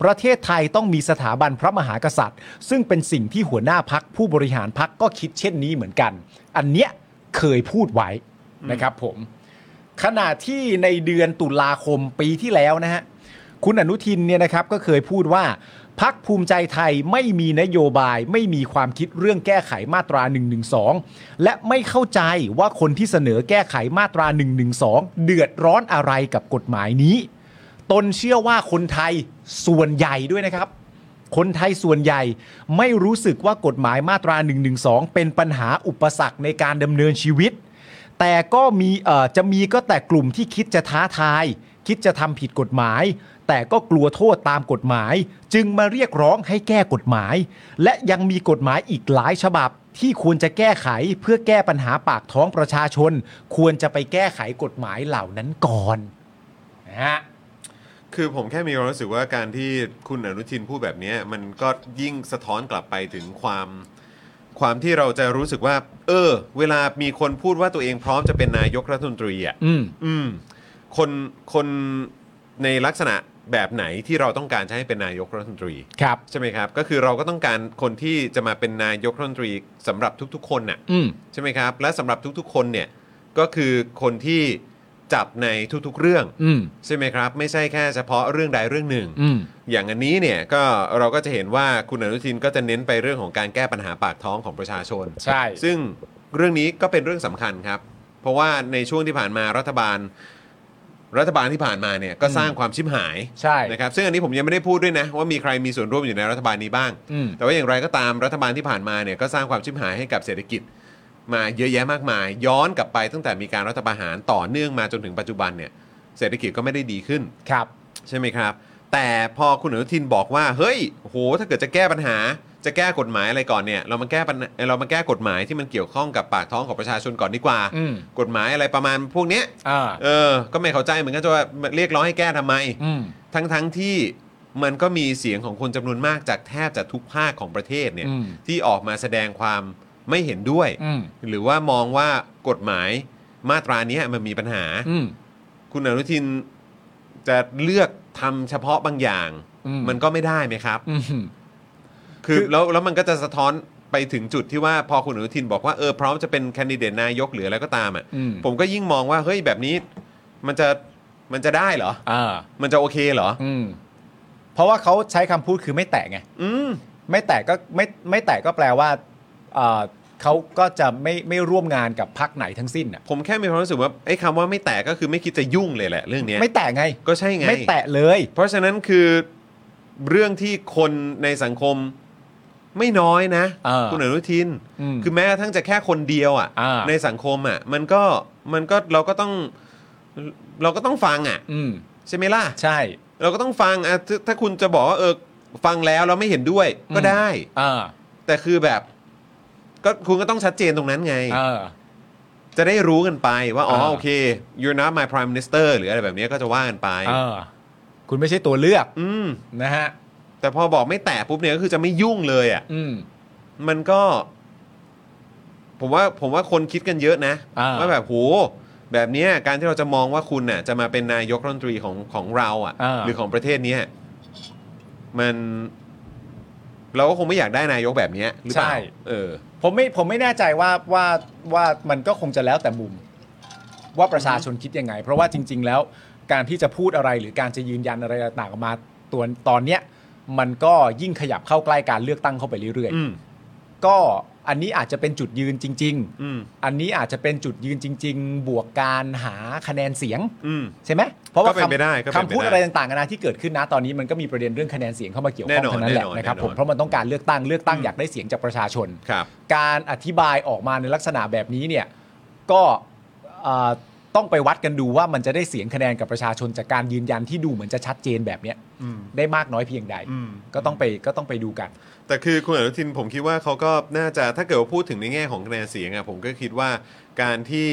S2: ประเทศไทยต้องมีสถาบันพระมหากษัตริย์ ซึ่งเป็นสิ่งที่หัวหน้าพักผู้บริหารพักก็คิดเช่นนี้เหมือนกัน อันเนี้ยเคยพูดไว้นะครับผม ขณะที่ในเดือนตุลาคมปีที่แล้วนะฮะ คุณอนุทินเนี่ยนะครับก็เคยพูดว่า พักภูมิใจไทยไม่มีนโยบาย ไม่มีความคิดเรื่องแก้ไขมาตรา 112 และไม่เข้าใจว่าคนที่เสนอแก้ไขมาตรา 112 เดือดร้อนอะไรกับกฎหมายนี้ ตนเชื่อว่าคนไทยส่วนใหญ่ด้วยนะครับ คนไทยส่วนใหญ่ไม่รู้สึกว่ากฎหมายมาตรา 112 เป็นปัญหาอุปสรรคในการดำเนินชีวิต แต่ก็มีเอ่อจะมีก็แต่กลุ่มที่คิดจะท้าทาย คิดจะทำผิดกฎหมาย แต่ก็กลัวโทษตามกฎหมาย จึงมาเรียกร้องให้แก้กฎหมาย และยังมีกฎหมายอีกหลายฉบับ ที่ควรจะแก้ไขเพื่อแก้ปัญหาปากท้องประชาชน ควรจะไปแก้ไขกฎหมายเหล่านั้นก่อนนะฮะ
S1: คือผมแค่มีความรู้สึกว่าการที่คุณอนุทินพูดแบบเนี้ยมันก็ยิ่งสะท้อนกลับไปถึงความ ความที่เราจะรู้สึกว่า เออ เวลามีคนพูดว่าตัวเองพร้อมจะเป็นนายกรัฐมนตรีอ่ะ
S2: อืม
S1: อืมคนคนในลักษณะแบบไหนที่เราต้องการจะให้เป็นนายกรัฐมนตรี
S2: ครับ
S1: ใช่ไหมครับ ก็คือเราก็ต้องการคนที่จะมาเป็นนายกรัฐมนตรีสำหรับทุกๆ คนน่ะ
S2: อืม
S1: ใช่ไหมครับ และสำหรับทุกๆ คนเนี่ยก็คือคนที่จับในทุกๆ เรื่อง
S2: อืม
S1: ใช่ไหมครับ ไม่ใช่แค่เฉพาะเรื่องใดเรื่องหนึ่ง
S2: อืม
S1: อย่างอันนี้เนี่ยก็เราก็จะเห็นว่าคุณอนุทินก็จะเน้นไปเรื่องของการแก้ปัญหาปากท้องของประชาชน
S2: ใช่
S1: ซึ่งเรื่องนี้ก็เป็นเรื่องสำคัญครับ เพราะว่าในช่วงที่ผ่านมารัฐบาล รัฐบาลที่ผ่านมาเนี่ยก็สร้างความชิบหาย
S2: ใช่
S1: นะครับซึ่งอันนี้ผมยังไม่ได้พูดด้วยนะ ว่ามีใครมีส่วนร่วมอยู่ในรัฐบาลนี้บ้าง
S2: อืม
S1: แต่ว่าอย่างไรก็ตามรัฐบาลที่ผ่านมาเนี่ยก็สร้างความชิบหายให้กับเศรษฐกิจ มาเยอะแยะมากมาย ย้อนกลับไปตั้งแต่มีการรัฐประหารต่อเนื่องมาจนถึงปัจจุบันเนี่ยเศรษฐกิจก็ไม่ได้ดีขึ้น
S2: ครับ
S1: ใช่ไหมครับ แต่พอคุณอนุทินบอกว่าเฮ้ยโหถ้าเกิดจะแก้ปัญหา จะแก้กฎหมายอะไรก่อนเนี่ยเรามาแก้ปัญเรามาแก้กฎหมายที่มันเกี่ยวข้องกับปากท้องของประชาชนก่อนดีกว่า
S2: อืม
S1: กฎหมายอะไรประมาณพวกเนี้ย
S2: อ่า
S1: เออ ก็ไม่เข้าใจเหมือนกันจะว่าเรียกร้องให้แก้ทำไม
S2: อืม
S1: ทั้งทั้งๆที่มันก็มีเสียงของคนจำนวนมากจากแทบจะทุกภาคของประเทศเนี่ย
S2: อืม
S1: ที่ออกมาแสดงความไม่เห็นด้วย
S2: อืม
S1: หรือว่ามองว่ากฎหมายมาตราเนี้ยมันมีปัญหา
S2: อืม
S1: คุณอนุทินจะเลือกทำเฉพาะบางอย่าง
S2: อืม
S1: มันก็ไม่ได้ไหมครับ
S2: อืม
S1: คือ
S2: คือ
S1: แล้วแล้วมันก็จะสะท้อนไปถึงจุดที่ว่าพอคุณอนุทินบอกว่าเออพร้อมจะเป็นแคนดิเดตนายกหรืออะไรก็ตามอ่ะ
S2: อืม
S1: ผมก็ยิ่งมองว่าเฮ้ยแบบนี้มันจะมันจะได้เหรอ
S2: อ่า
S1: มันจะโอเคเหรอ
S2: อืม เพราะว่าเขาใช้คำพูดคือไม่แตะไง
S1: อืม
S2: ไม่แตะก็ไม่ไม่แตะก็แปลว่าเอ่อเขาก็จะไม่ไม่ร่วมงานกับพักไหนทั้งสิ้นน่ะ
S1: ผมแค่มีความรู้สึกว่าไอ้คำว่าไม่แตะก็คือไม่คิดจะยุ่งเลยแหละเรื่องเนี้ย
S2: ไม่แตะไง
S1: ก็ใช่ไง
S2: ไม่แตะเลย
S1: เพราะฉะนั้นคือเรื่องที่คนในสังคมไม่น้อยนะ
S2: เออ
S1: คุณอนุทิน
S2: อืม
S1: คือแม้กระทั่งจะแค่คนเดียวอ่ะ
S2: อ่า
S1: ในสังคมอ่ะ มันก็มันก็เราก็ต้องเราก็ต้องฟังอ่ะ
S2: อืม
S1: ใช่ไหมล่ะ
S2: ใช่
S1: เราก็ต้องฟังอ่ะถ้าถ้าคุณจะบอกว่าเออฟังแล้วเราไม่เห็นด้วยก็ได้
S2: อ่า
S1: แต่คือแบบ ก็คุณก็ต้องชัดเจนตรงนั้นไง
S2: อ่า
S1: จะได้รู้กันไปว่าอ๋อ
S2: เออ
S1: โอเค you're not my prime minister หรืออะไรแบบเนี้ยก็จะว่ากันไป
S2: อ่าคุณไม่ใช่ตัวเลือก
S1: อืม
S2: นะฮะ
S1: แต่พอบอกไม่แตะปุ๊บเนี่ยก็คือจะไม่ยุ่งเลยอ่ะ
S2: อืม
S1: มันก็ ผมว่าผมว่าคนคิดกันเยอะนะ
S2: อ่า
S1: ว่าแบบโหแบบเนี้ยการที่เราจะมองว่าคุณน่ะ จะมาเป็นนายกรัฐมนตรีของของเราอ่ะ
S2: อ่า
S1: หรือของประเทศเนี้ยมัน เราก็คงไม่อยากได้นายกแบบเนี้ยหรือเปล่า
S2: ใช่
S1: เออ
S2: ผมไม่ผมไม่แน่ใจว่าว่าว่ามันก็คงจะแล้วแต่มุม ว่าประชาชนคิดยังไง เพราะว่าจริง ๆ แล้วการที่จะพูดอะไรหรือการจะยืนยันอะไรต่างๆออกมาตัวตอนเนี้ย มันก็ยิ่งขยับเข้าใกล้การเลือกตั้งเข้าไปเรื่อย
S1: อืม
S2: ๆ ก็อันนี้อาจจะเป็นจุดยืนจริง
S1: อืม
S2: ๆ อันนี้อาจจะเป็นจุดยืนจริง ๆ บวกการหาคะแนนเสียง
S1: อืม
S2: ใช่ไหมเพราะว่า
S1: ก็เป็นไปได้ก็
S2: คำ
S1: เป็นไปได้
S2: คำพูดอะไรต่างๆกันานาที่เกิดขึ้นนะตอนนี้มันก็มีประเด็นเรื่องคะแนนเสียงเข้ามาเกี่ยวข้อง
S1: แน่นอน
S2: เท่านั้นแหละ
S1: แน่นอน
S2: นะครับ
S1: แน่น
S2: ผ
S1: อน
S2: มเพราะมันต้องการเลือกตั้งเลือกตั้งอยากได้เสียงจากประชาชน
S1: ครับ
S2: การอธิบายออกมาในลักษณะแบบนี้เนี่ยก็เอ่อต้องไปวัดกันดูว่ามันจะได้เสียงคะแนนกับประชาชนจากการยืนยันที่ดูเหมือนจะชัดเจนแบบเนี้ย
S1: อืม
S2: ได้มากน้อยเพียงใด
S1: อืม
S2: ก็ต้องไปก็ต้องไปดูกัน
S1: แต่คือคุณอนุทินผมคิดว่าเขาก็น่าจะถ้าเกิดว่าพูดถึงในแง่ของคะแนนเสียงอะผมก็คิดว่าการที่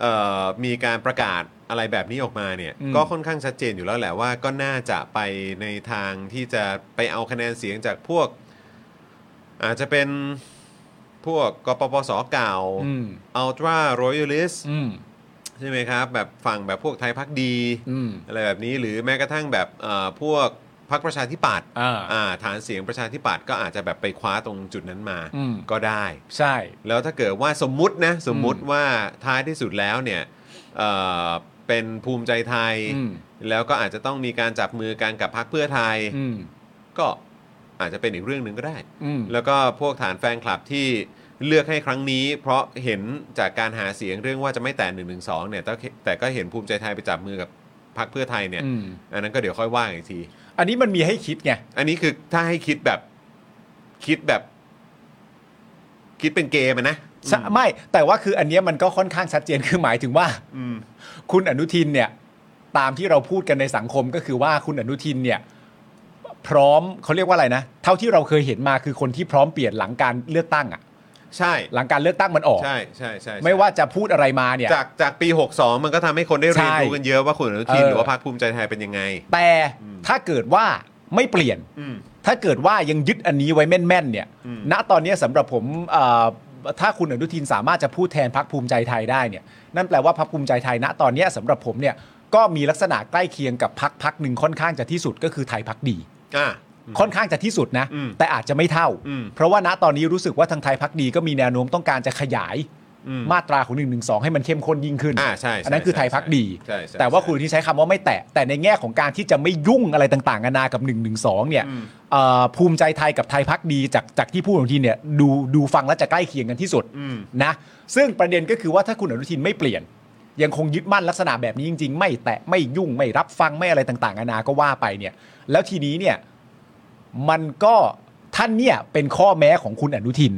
S1: เอ่อมีการประกาศอะไรแบบนี้ออกมาเนี่ย
S2: อืม
S1: ก็ค่อนข้างชัดเจนอยู่แล้วแหละว่าก็น่าจะไปในทางที่จะไปเอาคะแนนเสียงจากพวก อาจจะเป็นพวกกปปสเก่า
S2: อืม
S1: อัลตร้ารอยัลิส
S2: อืม
S1: ใช่ไหมครับ แบบฝั่งแบบพวกไทยพักดี
S2: อืม
S1: อะไรแบบนี้หรือแม้กระทั่งแบบเอ่อพวก พรรคประชาธิปัตย์
S2: อ่า
S1: อ่าฐานเสียงประชาธิปัตย์ก็อาจจะแบบไปคว้าตรงจุดนั้นมา
S2: อืม
S1: ก็ได้
S2: ใช่
S1: แล้วถ้าเกิดว่าสมมุตินะสมมุติว่าท้ายที่สุดแล้วเนี่ยเอ่อเป็นภูมิใจไทย
S2: อืม
S1: แล้วก็อาจจะต้องมีการจับมือกันกับพรรคเพื่อไทย
S2: อืม
S1: ก็อาจจะเป็นอีกเรื่องหนึ่งก็ได้
S2: อืม
S1: แล้วก็พวกฐานแฟนคลับที่เลือกให้ครั้งนี้ เพราะเห็นจากการหาเสียงเรื่องว่าจะไม่แต่1นึเนี่ยแต่แต่ก็เห็นภูมิใจไทยไปจับมือกับพรรคเพื่อไทยเนี่ย
S2: อืม
S1: อันนั้นก็เดี๋ยวค่อยว่ากันอีกที
S2: อันนี้มันมีให้คิดไง
S1: อันนี้คือถ้าให้คิดแบบคิดแบบ คิดเป็นเกมอะนะ
S2: ใช่ไม่แต่ว่าคืออันเนี้ยมันก็ค่อนข้างชัดเจน คือหมายถึงว่าคุณอนุทินเนี่ยตามที่เราพูดกันในสังคมก็คือว่าคุณอนุทินเนี่ยพร้อมเขาเรียกว่าอะไรนะ เท่าที่เราเคยเห็นมาคือคนที่พร้อมเปลี่ยนหลังการเลือกตั้งอะ
S1: ใช่
S2: หลังการเลือกตั้งมันออก
S1: ใช่ใช่ใช่ใช่
S2: ไม่ว่าจะพูดอะไรมาเนี่ย
S1: จากจากปี 62 มันก็ทำให้คนได้เรียน
S2: ใช่
S1: รู้กันเยอะว่าคุณอนุทิน
S2: เออ
S1: หรือว่าพรรคภูมิใจไทยเป็นยังไง
S2: แต่ถ้าเกิดว่าไม่เปลี่ยน
S1: อืม
S2: ถ้าเกิดว่ายังยึดอันนี้ไว้แม่นๆเนี่ย ณ ตอนเนี้ยสำหรับผมเอ่อถ้าคุณอนุทินสามารถจะพูดแทนพักภูมิใจไทยได้เนี่ย นั่นแปลว่าพักภูมิใจไทยณตอนเนี้ยสำหรับผมเนี่ย ก็มีลักษณะใกล้เคียงกับพักพักหนึ่งค่อนข้างจะที่สุดก็คือไทยพักดี
S1: อ่ะ
S2: ค่อนข้างจะที่สุดนะ
S1: อืม
S2: แต่อาจจะไม่เท่า
S1: อืม
S2: เพราะว่าณตอนนี้รู้สึกว่าทางไทยพักดีก็มีแนวโน้มต้องการจะขยาย
S1: อืม
S2: มาตราของ1นึให้มันเข้มข้นยิ่งขึ้น
S1: อ่าใช่ใช่
S2: นนั้นคือไทยพักดี
S1: ใช่ใช่
S2: แต่ว่าคุณที่ใช้คำว่าไม่แตะ แต่ในแง่ของการที่จะไม่ยุ่งอะไรต่างๆนานากับ1นึเนี่ย
S1: อืม
S2: เอ่อภูมิใจไทยกับไทยพักดีจากจากที่พูดของทีเนี่ยดูดูฟังแล้วจะใกล้เคียงกันที่สุด
S1: อืม
S2: นะซึ่งประเด็นก็คือว่าถ้าคุณอนุทินไม่เปลี่ยน ยังคงยึดมั่นลักษณะแบบนี้จริง ๆ ไม่แตะไม่ยุ่งไม่รับฟังไม่อะไรต่างๆนานาก็ว่าไปเนี่ยแล้วทีนี้เนี่ย มันก็ท่านเนี่ยเป็นข้อแม้ของคุณอนุทิน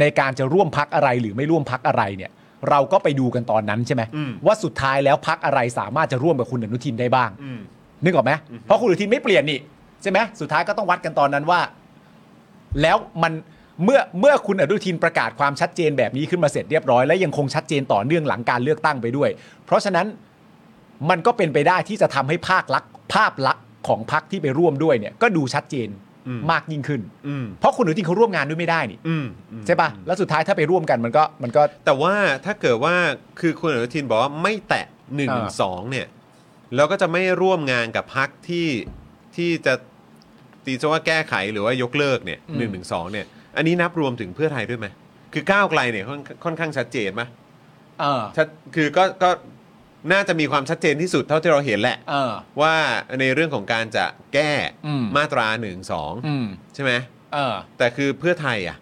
S2: ในการจะร่วมพักอะไรหรือไม่ร่วมพักอะไรเนี่ย เราก็ไปดูกันตอนนั้นใช่ไหม
S1: อืม
S2: ว่าสุดท้ายแล้วพักอะไรสามารถจะร่วมกับคุณอนุทินได้บ้าง
S1: อืม
S2: นึกออกไหมเพราะคุณอนุทินไม่เปลี่ยนนี่ใช่ไหมสุดท้ายก็ต้องวัดกันตอนนั้นว่า แล้วมันเมื่อเมื่อคุณอนุทินประกาศความชัดเจนแบบนี้ขึ้นมาเสร็จเรียบร้อย และยังคงชัดเจนต่อเนื่องหลังการเลือกตั้งไปด้วย เพราะฉะนั้นมันก็เป็นไปได้ที่จะทำให้ภาคลักษณ์ภาพลักษณ์ของพรรคที่ไปร่วมด้วยเนี่ย ก็ดูชัดเจน
S1: อืม
S2: มากยิ่งขึ้น
S1: อืม
S2: เพราะคุณอนุทินเขาร่วมงานด้วยไม่ได้นี่
S1: อืมอืม
S2: ใช่ปะแล้วสุดท้ายถ้าไปร่วมกันมันก็มันก็
S1: แต่ว่าถ้าเกิดว่าคือคุณอนุทินบอกว่าไม่แตะ1นึ
S2: อ่า
S1: เนี่ยแล้วก็จะไม่ร่วมงานกับพรรคที่ที่จะตีซะว่าแก้ไขหรือว่ายกเลิกเนี่ยหนึ่งหนึ่งสองเนี่ย อันนี้นับรวมถึงเพื่อไทยด้วยไหมคือก้าวไกลเนี่ยค่อนค่อนข้างชัดเจนไหม
S2: เออ
S1: ชัดคือก็ก็น่าจะมีความชัดเจนที่สุดเท่าที่เราเห็นแหละ
S2: เออ
S1: ว่าในเรื่องของการจะแก้
S2: อืม
S1: มาตราหนึ่งสอง
S2: อืม
S1: ใช่ไหม
S2: เออ
S1: แต่คือเพื่อไทยอ่ะ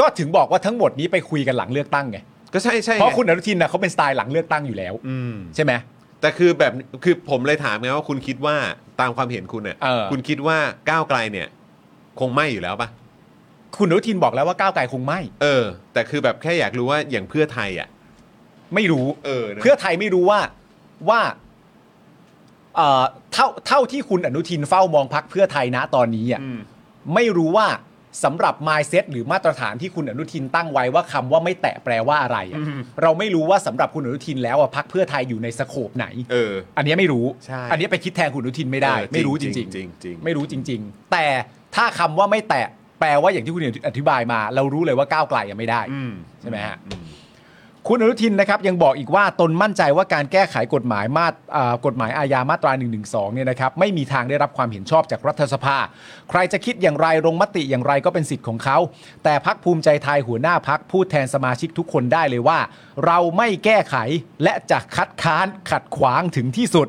S2: ก็ถึงบอกว่าทั้งหมดนี้ไปคุยกันหลังเลือกตั้งไง
S1: ก็ใช่ใช่ไง
S2: เพราะคุณอนุทินนะเขาเป็นสไตล์หลังเลือกตั้งอยู่แล้ว
S1: อืม
S2: ใช่ไหม
S1: แต่คือแบบคือผมเลยถามไงว่าคุณคิดว่าตามความเห็นคุณเนี่ย
S2: เออ
S1: คุณคิดว่าก้าวไกลเนี่ย คงไม่อยู่แล้วปะ
S2: คุณอนุทินบอกแล้วว่าก้าวไกลคงไม่
S1: เออ แต่คือแบบแค่อยากรู้ว่าอย่างเพื่อไทยอ่ะ
S2: ไม่รู้
S1: เออนะ
S2: เพื่อไทยไม่รู้ว่าว่าเอ่อเท่าเท่าที่คุณอนุทินเฝ้ามองพักเพื่อไทยนะตอนนี้อ่ะ
S1: อืม
S2: ไม่รู้ว่าสำหรับ mindset หรือมาตรฐานที่คุณอนุทินตั้งไว้ว่าคำว่าไม่แตะแปลว่าอะไรอะเราไม่รู้ว่าสำหรับคุณอนุทินแล้วอ่ะพักเพื่อไทยอยู่ในสโคปไหน
S1: เออ
S2: อันเนี้ยไม่รู้
S1: ใช่
S2: อันเนี้ยไปคิดแทนคุณอนุทินไม่ได้
S1: เออจริง
S2: ไม่รู้
S1: จ
S2: จ
S1: ริ
S2: ริ
S1: ง
S2: ง
S1: จริง
S2: ไม่รู้จริง ๆ แต่ถ้าคำว่าไม่แตะแปลว่าอย่างที่คุณอธิบายมา เรารู้เลยว่าก้าวไกลยังไม่ได้
S1: อืม
S2: ใช่ไหมฮะ
S1: อืม
S2: คุณอนุทินนะครับยังบอกอีกว่าตนมั่นใจว่าการแก้ไขกฎหมายมาตรอ่ากฎหมายอาญามาตรา1นึเนี่ยนะครับไม่มีทางได้รับความเห็นชอบจากรัฐสภา ใครจะคิดอย่างไรลงมติอย่างไรก็เป็นสิทธิ์ของเขา แต่พักภูมิใจไทยหัวหน้าพักพูดแทนสมาชิกทุกคนได้เลยว่า เราไม่แก้ไขและจะคัดค้านขัดขวางถึงที่สุด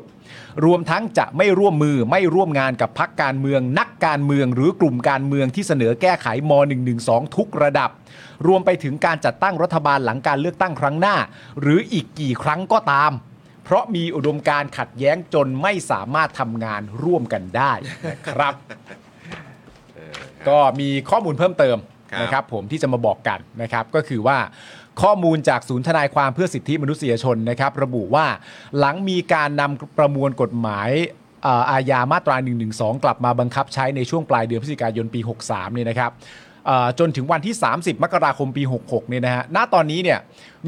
S2: รวมทั้งจะไม่ร่วมมือไม่ร่วมงานกับพักการเมือง นักการเมืองหรือกลุ่มการเมืองที่เสนอแก้ไขม .112 ทุกระดับ รวมไปถึงการจัดตั้งรัฐบาลหลังการเลือกตั้งครั้งหน้า หรืออีกกี่ครั้งก็ตาม เพราะมีอุดมการณ์ขัดแย้งจนไม่สามารถทำงานร่วมกันได้นะครับ ก็มีข้อมูลเพิ่มเติม
S1: ครับ
S2: นะครับผมที่จะมาบอกกันนะครับ ก็คือว่าข้อมูลจากศูนย์ทนายความเพื่อสิทธิมนุษยชนนะครับ ระบุว่าหลังมีการนำประมวลกฎหมายเอ่ออาญามาตรา 112 กลับมาบังคับใช้ในช่วงปลายเดือนพฤศจิกายนปี 63เนี่ยนะครับเอ่อจนถึงวันที่ 30 มกราคมปี 66เนี่ยนะฮะณตอนนี้เนี่ย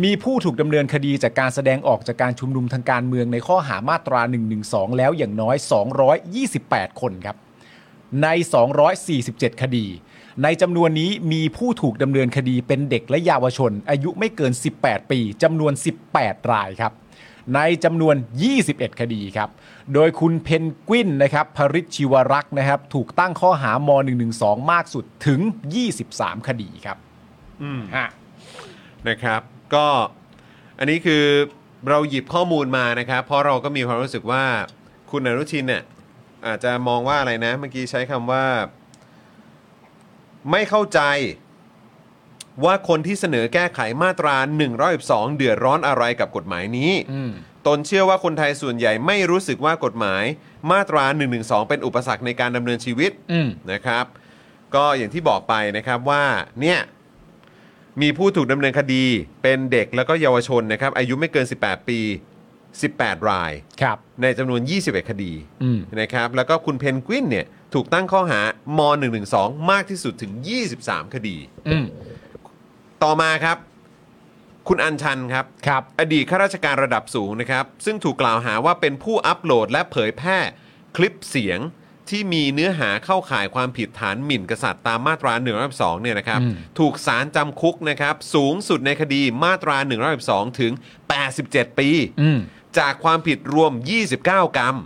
S2: มีผู้ถูกดำเนินคดีจากการแสดงออกจากการชุมนุมทางการเมืองในข้อหามาตรา 112 แล้วอย่างน้อย 228 คนครับ ใน 247 คดี ในจำนวนนี้มีผู้ถูกดำเนินคดีเป็นเด็กและเยาวชน อายุไม่เกิน 18 ปีจำนวน 18 รายครับ ในจำนวน 21 คดีครับ โดยคุณเพนกวินนะครับพริชชิวรักษ์นะครับ ถูกตั้งข้อหาม .112 มากสุดถึง 23 คดีครับ
S1: อืม
S2: ฮะ
S1: นะครับก็อันนี้คือเราหยิบข้อมูลมานะครับ เพราะเราก็มีความรู้สึกว่าคุณอนุชินเนี่ยอาจจะมองว่าอะไรนะ เมื่อกี้ใช้คำว่า ไม่เข้าใจว่าคนที่เสนอแก้ไขมาตรา 112 เดือดร้อนอะไรกับกฎหมายนี้ ตนเชื่อว่าคนไทยส่วนใหญ่ไม่รู้สึกว่ากฎหมาย มาตรา 112 เป็นอุปสรรคในการดำเนินชีวิต
S2: อืม
S1: นะครับ ก็อย่างที่บอกไปนะครับว่าเนี่ย มีผู้ถูกดำเนินคดีเป็นเด็กแล้วก็เยาวชนนะครับ อายุไม่เกิน 18 ปี 18 ราย
S2: ครับ
S1: ในจำนวน 21 คดี
S2: อืม
S1: นะครับ แล้วก็คุณเพนกวินเนี่ยถูกตั้งข้อหาม112 มากที่สุดถึง 23 คดี
S2: อืม
S1: ต่อมาครับ คุณอัญชันครับ
S2: ครับ
S1: อดีตข้าราชการระดับสูงนะครับ ซึ่งถูกกล่าวหาว่าเป็นผู้อัปโหลดและเผยแพร่คลิปเสียงที่มีเนื้อหาเข้าข่ายความผิดฐานหมิ่นกษัตริย์ตามมาตรา1 1 2เนี่ยนะครับ
S2: อืม
S1: ถูกสารจำคุกนะครับ สูงสุดในคดีมาตรา1 1 2 ถึง 87 ปี
S2: อืม
S1: จากความผิดรวม 29 กรัม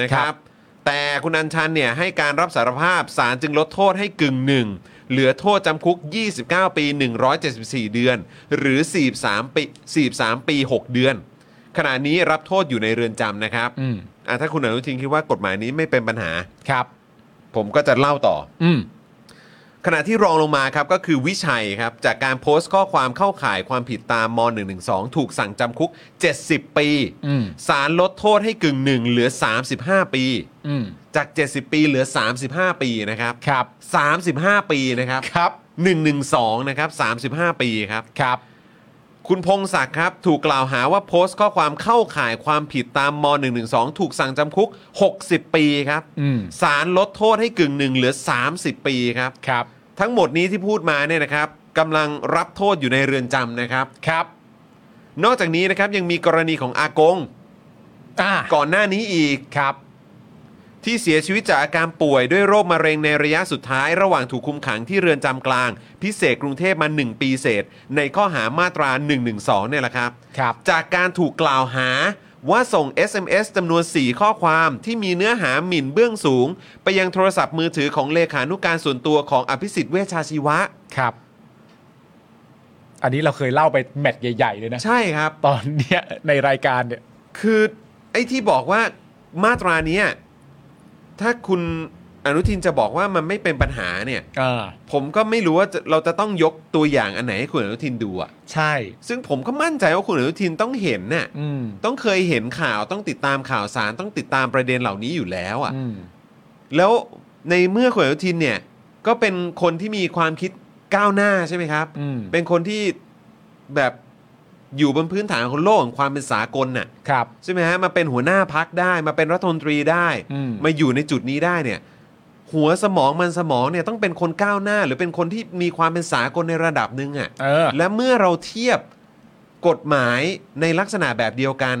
S1: นะค
S2: ค
S1: รั
S2: รับ บ
S1: แต่คุณอัญชันเนี่ยให้การรับสารภาพศาลจึงลดโทษให้กึ่งหนึ่ง เหลือโทษจำคุก 29 ปี 174 เดือน หรือ 43 ปี 43 ปี 6 เดือน ขณะนี้รับโทษอยู่ในเรือนจำนะครับ
S2: อืม
S1: อ่ะถ้าคุณอนุทินคิดว่ากฎหมายนี้ไม่เป็นปัญหา
S2: ครับ
S1: ผมก็จะเล่าต่อ
S2: อืม
S1: ขณะที่รองลงมาครับก็คือวิชัยครับ จากการโพสต์ข้อความเข้าข่ายความผิดตามม .112 ถูกสั่งจำคุก 70 ปี
S2: อืม
S1: ศาลลดโทษให้กึ่งหนึ่งเหลือ 35 ปี
S2: อืม
S1: จาก 70 ปีเหลือ 35 ปีนะครับ
S2: ครับ
S1: 35 ปีนะครับ
S2: ครับ
S1: 112 นะครับ 35 ปีครับ
S2: ครับ
S1: คุณพงศักดิ์ครับ ถูกกล่าวหาว่าโพสต์ข้อความเข้าข่ายความผิดตามม .112 ถูกสั่งจำคุก 60 ปีครับ
S2: อืม
S1: ศาลลดโทษให้กึ่งหนึ่งเหลือ 30 ปีครับ
S2: ครับ
S1: ทั้งหมดนี้ที่พูดมาเนี่ยนะครับกำลังรับโทษอยู่ในเรือนจำนะครับ
S2: ครับ
S1: นอกจากนี้นะครับยังมีกรณีของอากง
S2: อ่า
S1: ก่อนหน้านี้อีก
S2: ครับ
S1: ที่เสียชีวิตจากอาการป่วยด้วยโรคมะเร็งในระยะสุดท้ายระหว่างถูกคุมขังที่เรือนจำกลาง พิเศษกรุงเทพมา 1 ปีเศษ ในข้อหามาตรา 112 เนี่ยแหละครับ
S2: ครับ
S1: จากการถูกกล่าวหาว่าส่ง SMS จำนวน 4 ข้อความที่มีเนื้อหาหมิ่นเบื้องสูง ไปยังโทรศัพท์มือถือของเลขานุการส่วนตัวของอภิสิทธิ์เวชชาชีวะ
S2: ครับ อันนี้เราเคยเล่าไปแมตช์ใหญ่ ๆ เลยนะ
S1: ใช่ครับ
S2: ตอนเนี้ยในรายการเนี่ย
S1: คือไอ้ที่บอกว่ามาตราเนี้ยถ้าคุณอนุทินจะบอกว่ามันไม่เป็นปัญหาเนี่ย
S2: อ่า
S1: ผมก็ไม่รู้ว่าจะเราจะต้องยกตัวอย่างอันไหนให้คุณอนุทินดูอะ
S2: ใช่
S1: ซึ่งผมก็มั่นใจว่าคุณอนุทินต้องเห็นน่ะ
S2: อืม
S1: ต้องเคยเห็นข่าว ต้องติดตามข่าวสาร ต้องติดตามประเด็นเหล่านี้อยู่แล้วอะ
S2: อืม
S1: แล้วในเมื่อคุณอนุทินเนี่ย ก็เป็นคนที่มีความคิดก้าวหน้าใช่ไหมครับ
S2: อืม
S1: เป็นคนที่แบบอยู่บนพื้นฐานของโลกของความเป็นสากลน่ะ
S2: ครับ
S1: ใช่ไหมฮะมาเป็นหัวหน้าพักได้มาเป็นรัฐมนตรีได้
S2: อืม
S1: มาอยู่ในจุดนี้ได้เนี่ย หัวสมองมันสมองเนี่ยต้องเป็นคนก้าวหน้า หรือเป็นคนที่มีความเป็นสากลในระดับหนึ่งอะ่ะ
S2: เออ
S1: และเมื่อเราเทียบกฎหมายในลักษณะแบบเดียวกัน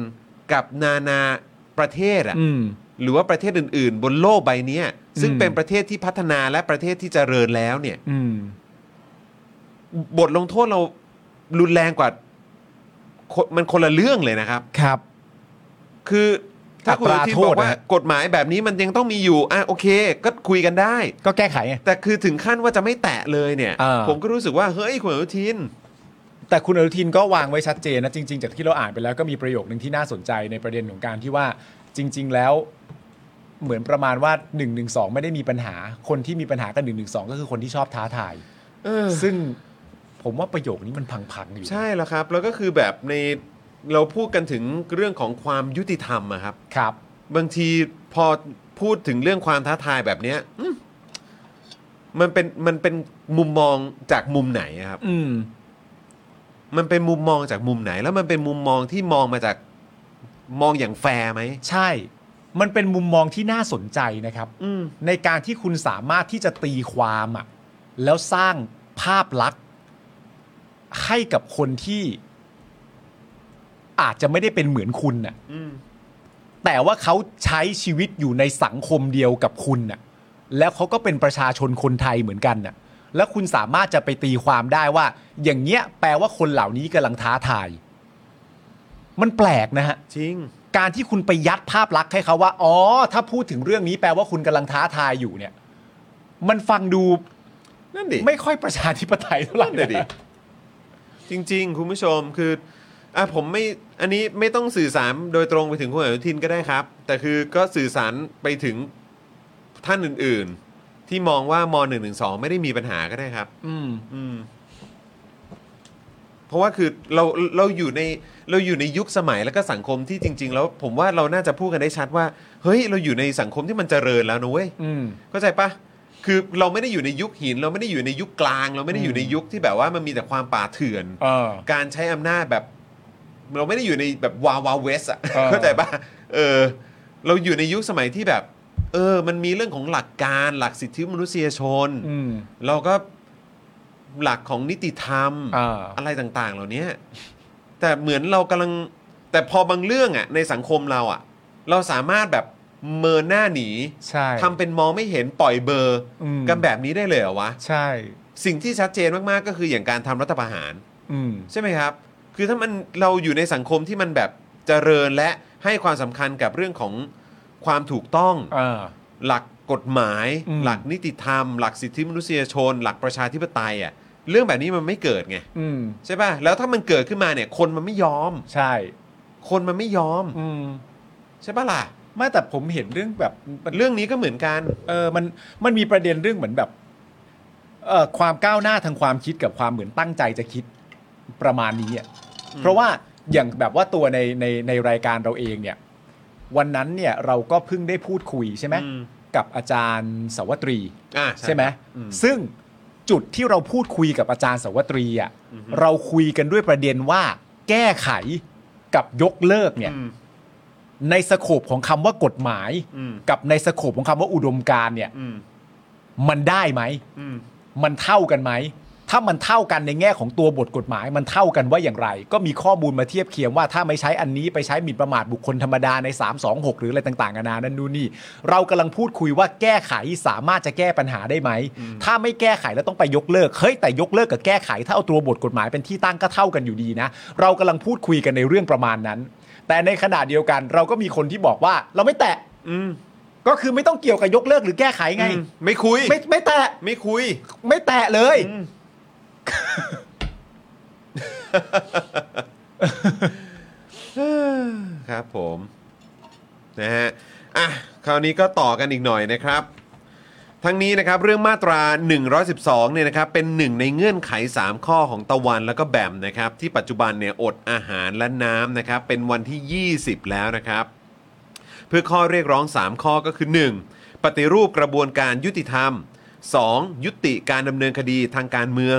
S1: กับนานาประเทศ
S2: อื
S1: อะ่ะ
S2: ม
S1: หรือว่าประเทศอื่น ๆ บนโลกใบเนี้ยซึ่ง
S2: อืม
S1: เป็นประเทศที่พัฒนาและประเทศที่เจริญแล้วเนี่ย
S2: อืม
S1: บทลงโทษเรารุนแรงกว่าคนมันคนละเรื่องเลยนะครับ
S2: ครับ
S1: คือถ้าคุณ
S2: อัตรา
S1: ที่
S2: โท
S1: บอ
S2: ษ
S1: กว่า
S2: นะฮะ
S1: กฎหมายแบบนี้มันยังต้องมีอยู่อ่ะโอเค ก็คุยกันได้
S2: ก็แก้ไขไง
S1: แต่คือถึงขั้นว่าจะไม่แตะเลยเนี่ย
S2: อ่า
S1: ผมก็รู้สึกว่า เฮ้ยคุณอนุทิน
S2: แต่คุณอนุทินก็วางไว้ชัดเจนนะจริง ๆ จากที่เราอ่านไปแล้วก็มีประโยคหนึ่งที่น่าสนใจในประเด็นของการที่ว่าจริง ๆ แล้ว เหมือนประมาณว่า1นึไม่ได้มีปัญหา คนที่มีปัญหากับ1นึก็คือคนที่ชอบท้าทายซึ่งผมว่าประโยคนี้มันพังๆอยู่
S1: ใช่แล้วครับ แล้วก็คือแบบในเราพูดกันถึงเรื่องของความยุติธรรมอะครับ
S2: ครับ
S1: บางทีพอพูดถึงเรื่องความท้าทายแบบเนี้ยอืมมันเป็นมันเป็นมุมมองจากมุมไหนอะครับ
S2: อืม
S1: มันเป็นมุมมองจากมุมไหน แล้วมันเป็นมุมมองที่มองมาจากมองอย่างแฟร์ไหม
S2: ใช่ มันเป็นมุมมองที่น่าสนใจนะครับ
S1: อืม
S2: ในการที่คุณสามารถที่จะตีความอะแล้วสร้างภาพลักษณ์ ให้กับคนที่ อาจจะไม่ได้เป็นเหมือนคุณน่ะ
S1: อืม
S2: แต่ว่าเขาใช้ชีวิตอยู่ในสังคมเดียวกับคุณน่ะ แล้วเขาก็เป็นประชาชนคนไทยเหมือนกันน่ะ แล้วคุณสามารถจะไปตีความได้ว่า อย่างเงี้ย แปลว่าคนเหล่านี้กำลังท้าทาย มันแปลกนะฮะ
S1: จริง
S2: การที่คุณไปยัดภาพลักษณ์ให้เขาว่า อ๋อ ถ้าพูดถึงเรื่องนี้แปลว่าคุณกำลังท้าทายอยู่เนี่ย มันฟังดู
S1: นั่นดิ
S2: ไม่ค่อยประชาธิปไตยเท่าไหร่
S1: นั่นดิ จริง ๆ คุณผู้ชมคืออ่ะผมไม่อันนี้ไม่ต้องสื่อสารโดยตรงไปถึงคุณอนุทินก็ได้ครับ แต่คือก็สื่อสารไปถึงท่านอื่น ๆ ที่มองว่าม .112 ไม่ได้มีปัญหาก็ได้ครับ
S2: อืม
S1: อืม เพราะว่าคือเราเราอยู่ในเราอยู่ในยุคสมัยแล้วก็สังคมที่จริง ๆ แล้วผมว่าเราน่าจะพูดกันได้ชัดว่า เฮ้ย เราอยู่ในสังคมที่มันเจริญแล้วนะเว้ย
S2: อืม
S1: เข้าใจปะคือเราไม่ได้อยู่ในยุคหิน เราไม่ได้อยู่ในยุคกลาง เราไม่ได้อยู่ในยุคที่แบบว่ามันมีแต่ความป่าเถื่อน
S2: เออ
S1: การใช้อำนาจแบบ เราไม่ได้อยู่ในแบบวาวาเวสอะ
S2: เออ
S1: เข้าใจปะเออ เราอยู่ในยุคสมัยที่แบบ เออ มันมีเรื่องของหลักการหลักสิทธิมนุษยชน
S2: อืม
S1: เราก็หลักของนิติธรรม
S2: อ่า
S1: ไรต่าง ๆ เหล่านี้แต่เหมือนเรากำลัง แต่พอบางเรื่องอะในสังคมเราอะเราสามารถแบบเมินหน้าหนี
S2: ใช่
S1: ทำเป็นมองไม่เห็นปล่อยเบอร์
S2: อืม
S1: กันแบบนี้ได้เลยเหรอวะ
S2: ใช่
S1: สิ่งที่ชัดเจนมาก ๆ ก็คืออย่างการทำรัฐประหาร
S2: อืม
S1: ใช่ไหมครับ คือถ้ามันเราอยู่ในสังคมที่มันแบบเจริญและให้ความสำคัญกับเรื่องของความถูกต้อง
S2: เออ
S1: หลักกฎหมาย
S2: อืม
S1: หลักนิติธรรม หลักสิทธิมนุษยชน หลักประชาธิปไตยอ่ะเรื่องแบบนี้มันไม่เกิดไง
S2: อืม
S1: ใช่ป่ะแล้วถ้ามันเกิดขึ้นมาเนี่ย คนมันไม่ยอม
S2: ใช่
S1: คนมันไม่ยอม
S2: อืม
S1: ใช่ป่ะล่ะ
S2: ไม่แต่ผมเห็นเรื่องแบบมัน
S1: เรื่องนี้ก็เหมือนกัน
S2: เออ มัน มันมีประเด็นเรื่องเหมือนแบบ เอ่อ ความก้าวหน้าทางความคิดกับความเหมือนตั้งใจจะคิดประมาณนี้อ่ะ เพราะว่าอย่างแบบว่าตัวในในในรายการเราเองเนี่ย วันนั้นเนี่ยเราก็เพิ่งได้พูดคุยใช่ไหม
S1: อืม
S2: กับอาจารย์สวัตรี
S1: อ่า
S2: ใช่ไหมซึ่งจุดที่เราพูดคุยกับอาจารย์สวัตรีอ่ะเราคุยกันด้วยประเด็นว่า แก้ไขกับยกเลิกเนี่ย
S1: อืม
S2: ในสโคปของคำว่ากฎหมาย
S1: อืม
S2: กับในสโคปของคำว่าอุดมการณ์เนี่ย
S1: อืม
S2: มันได้ไหม
S1: อืม
S2: มันเท่ากันไหม ถ้ามันเท่ากันในแง่ของตัวบทกฎหมาย มันเท่ากันว่าอย่างไร ก็มีข้อมูลมาเทียบเคียงว่าถ้าไม่ใช้อันนี้ไปใช้หมิ่นประมาทบุคคลธรรมดาใน 326 หรืออะไรต่างๆนานานั่นนู่นนี่ เรากำลังพูดคุยว่าแก้ไขสามารถจะแก้ปัญหาได้ไหม ถ้าไม่แก้ไขแล้วต้องไปยกเลิก เฮ้ยแต่ยกเลิกกับแก้ไข ถ้าเอาตัวบทกฎหมายเป็นที่ตั้งก็เท่ากันอยู่ดีนะ เรากำลังพูดคุยกันในเรื่องประมาณนั้น แต่ในขณะเดียวกัน เราก็มีคนที่บอกว่า เราไม่แตะ
S1: อืม
S2: ก็คือไม่ต้องเกี่ยวกับยกเลิกหรือแก้ไขไง
S1: อืมไม่คุย
S2: ไม่ไม่แตะ
S1: ไม่คุย
S2: ไม่แตะเลย
S1: ครับผมนะฮะอ่ะคราวนี้ก็ต่อกันอีกหน่อยนะครับ ทั้งนี้นะครับเรื่องมาตรา 112เนี่ยนะครับเป็นหนึ่งในเงื่อนไข 3 ข้อของตะวันแล้วก็แบมนะครับ ที่ปัจจุบันเนี่ยอดอาหารและน้ำนะครับ เป็นวันที่ 20 แล้วนะครับ เพื่อข้อเรียกร้อง 3 ข้อก็คือ 1. ปฏิรูปกระบวนการยุติธรรม 2. ยุติการดำเนินคดีทางการเมือง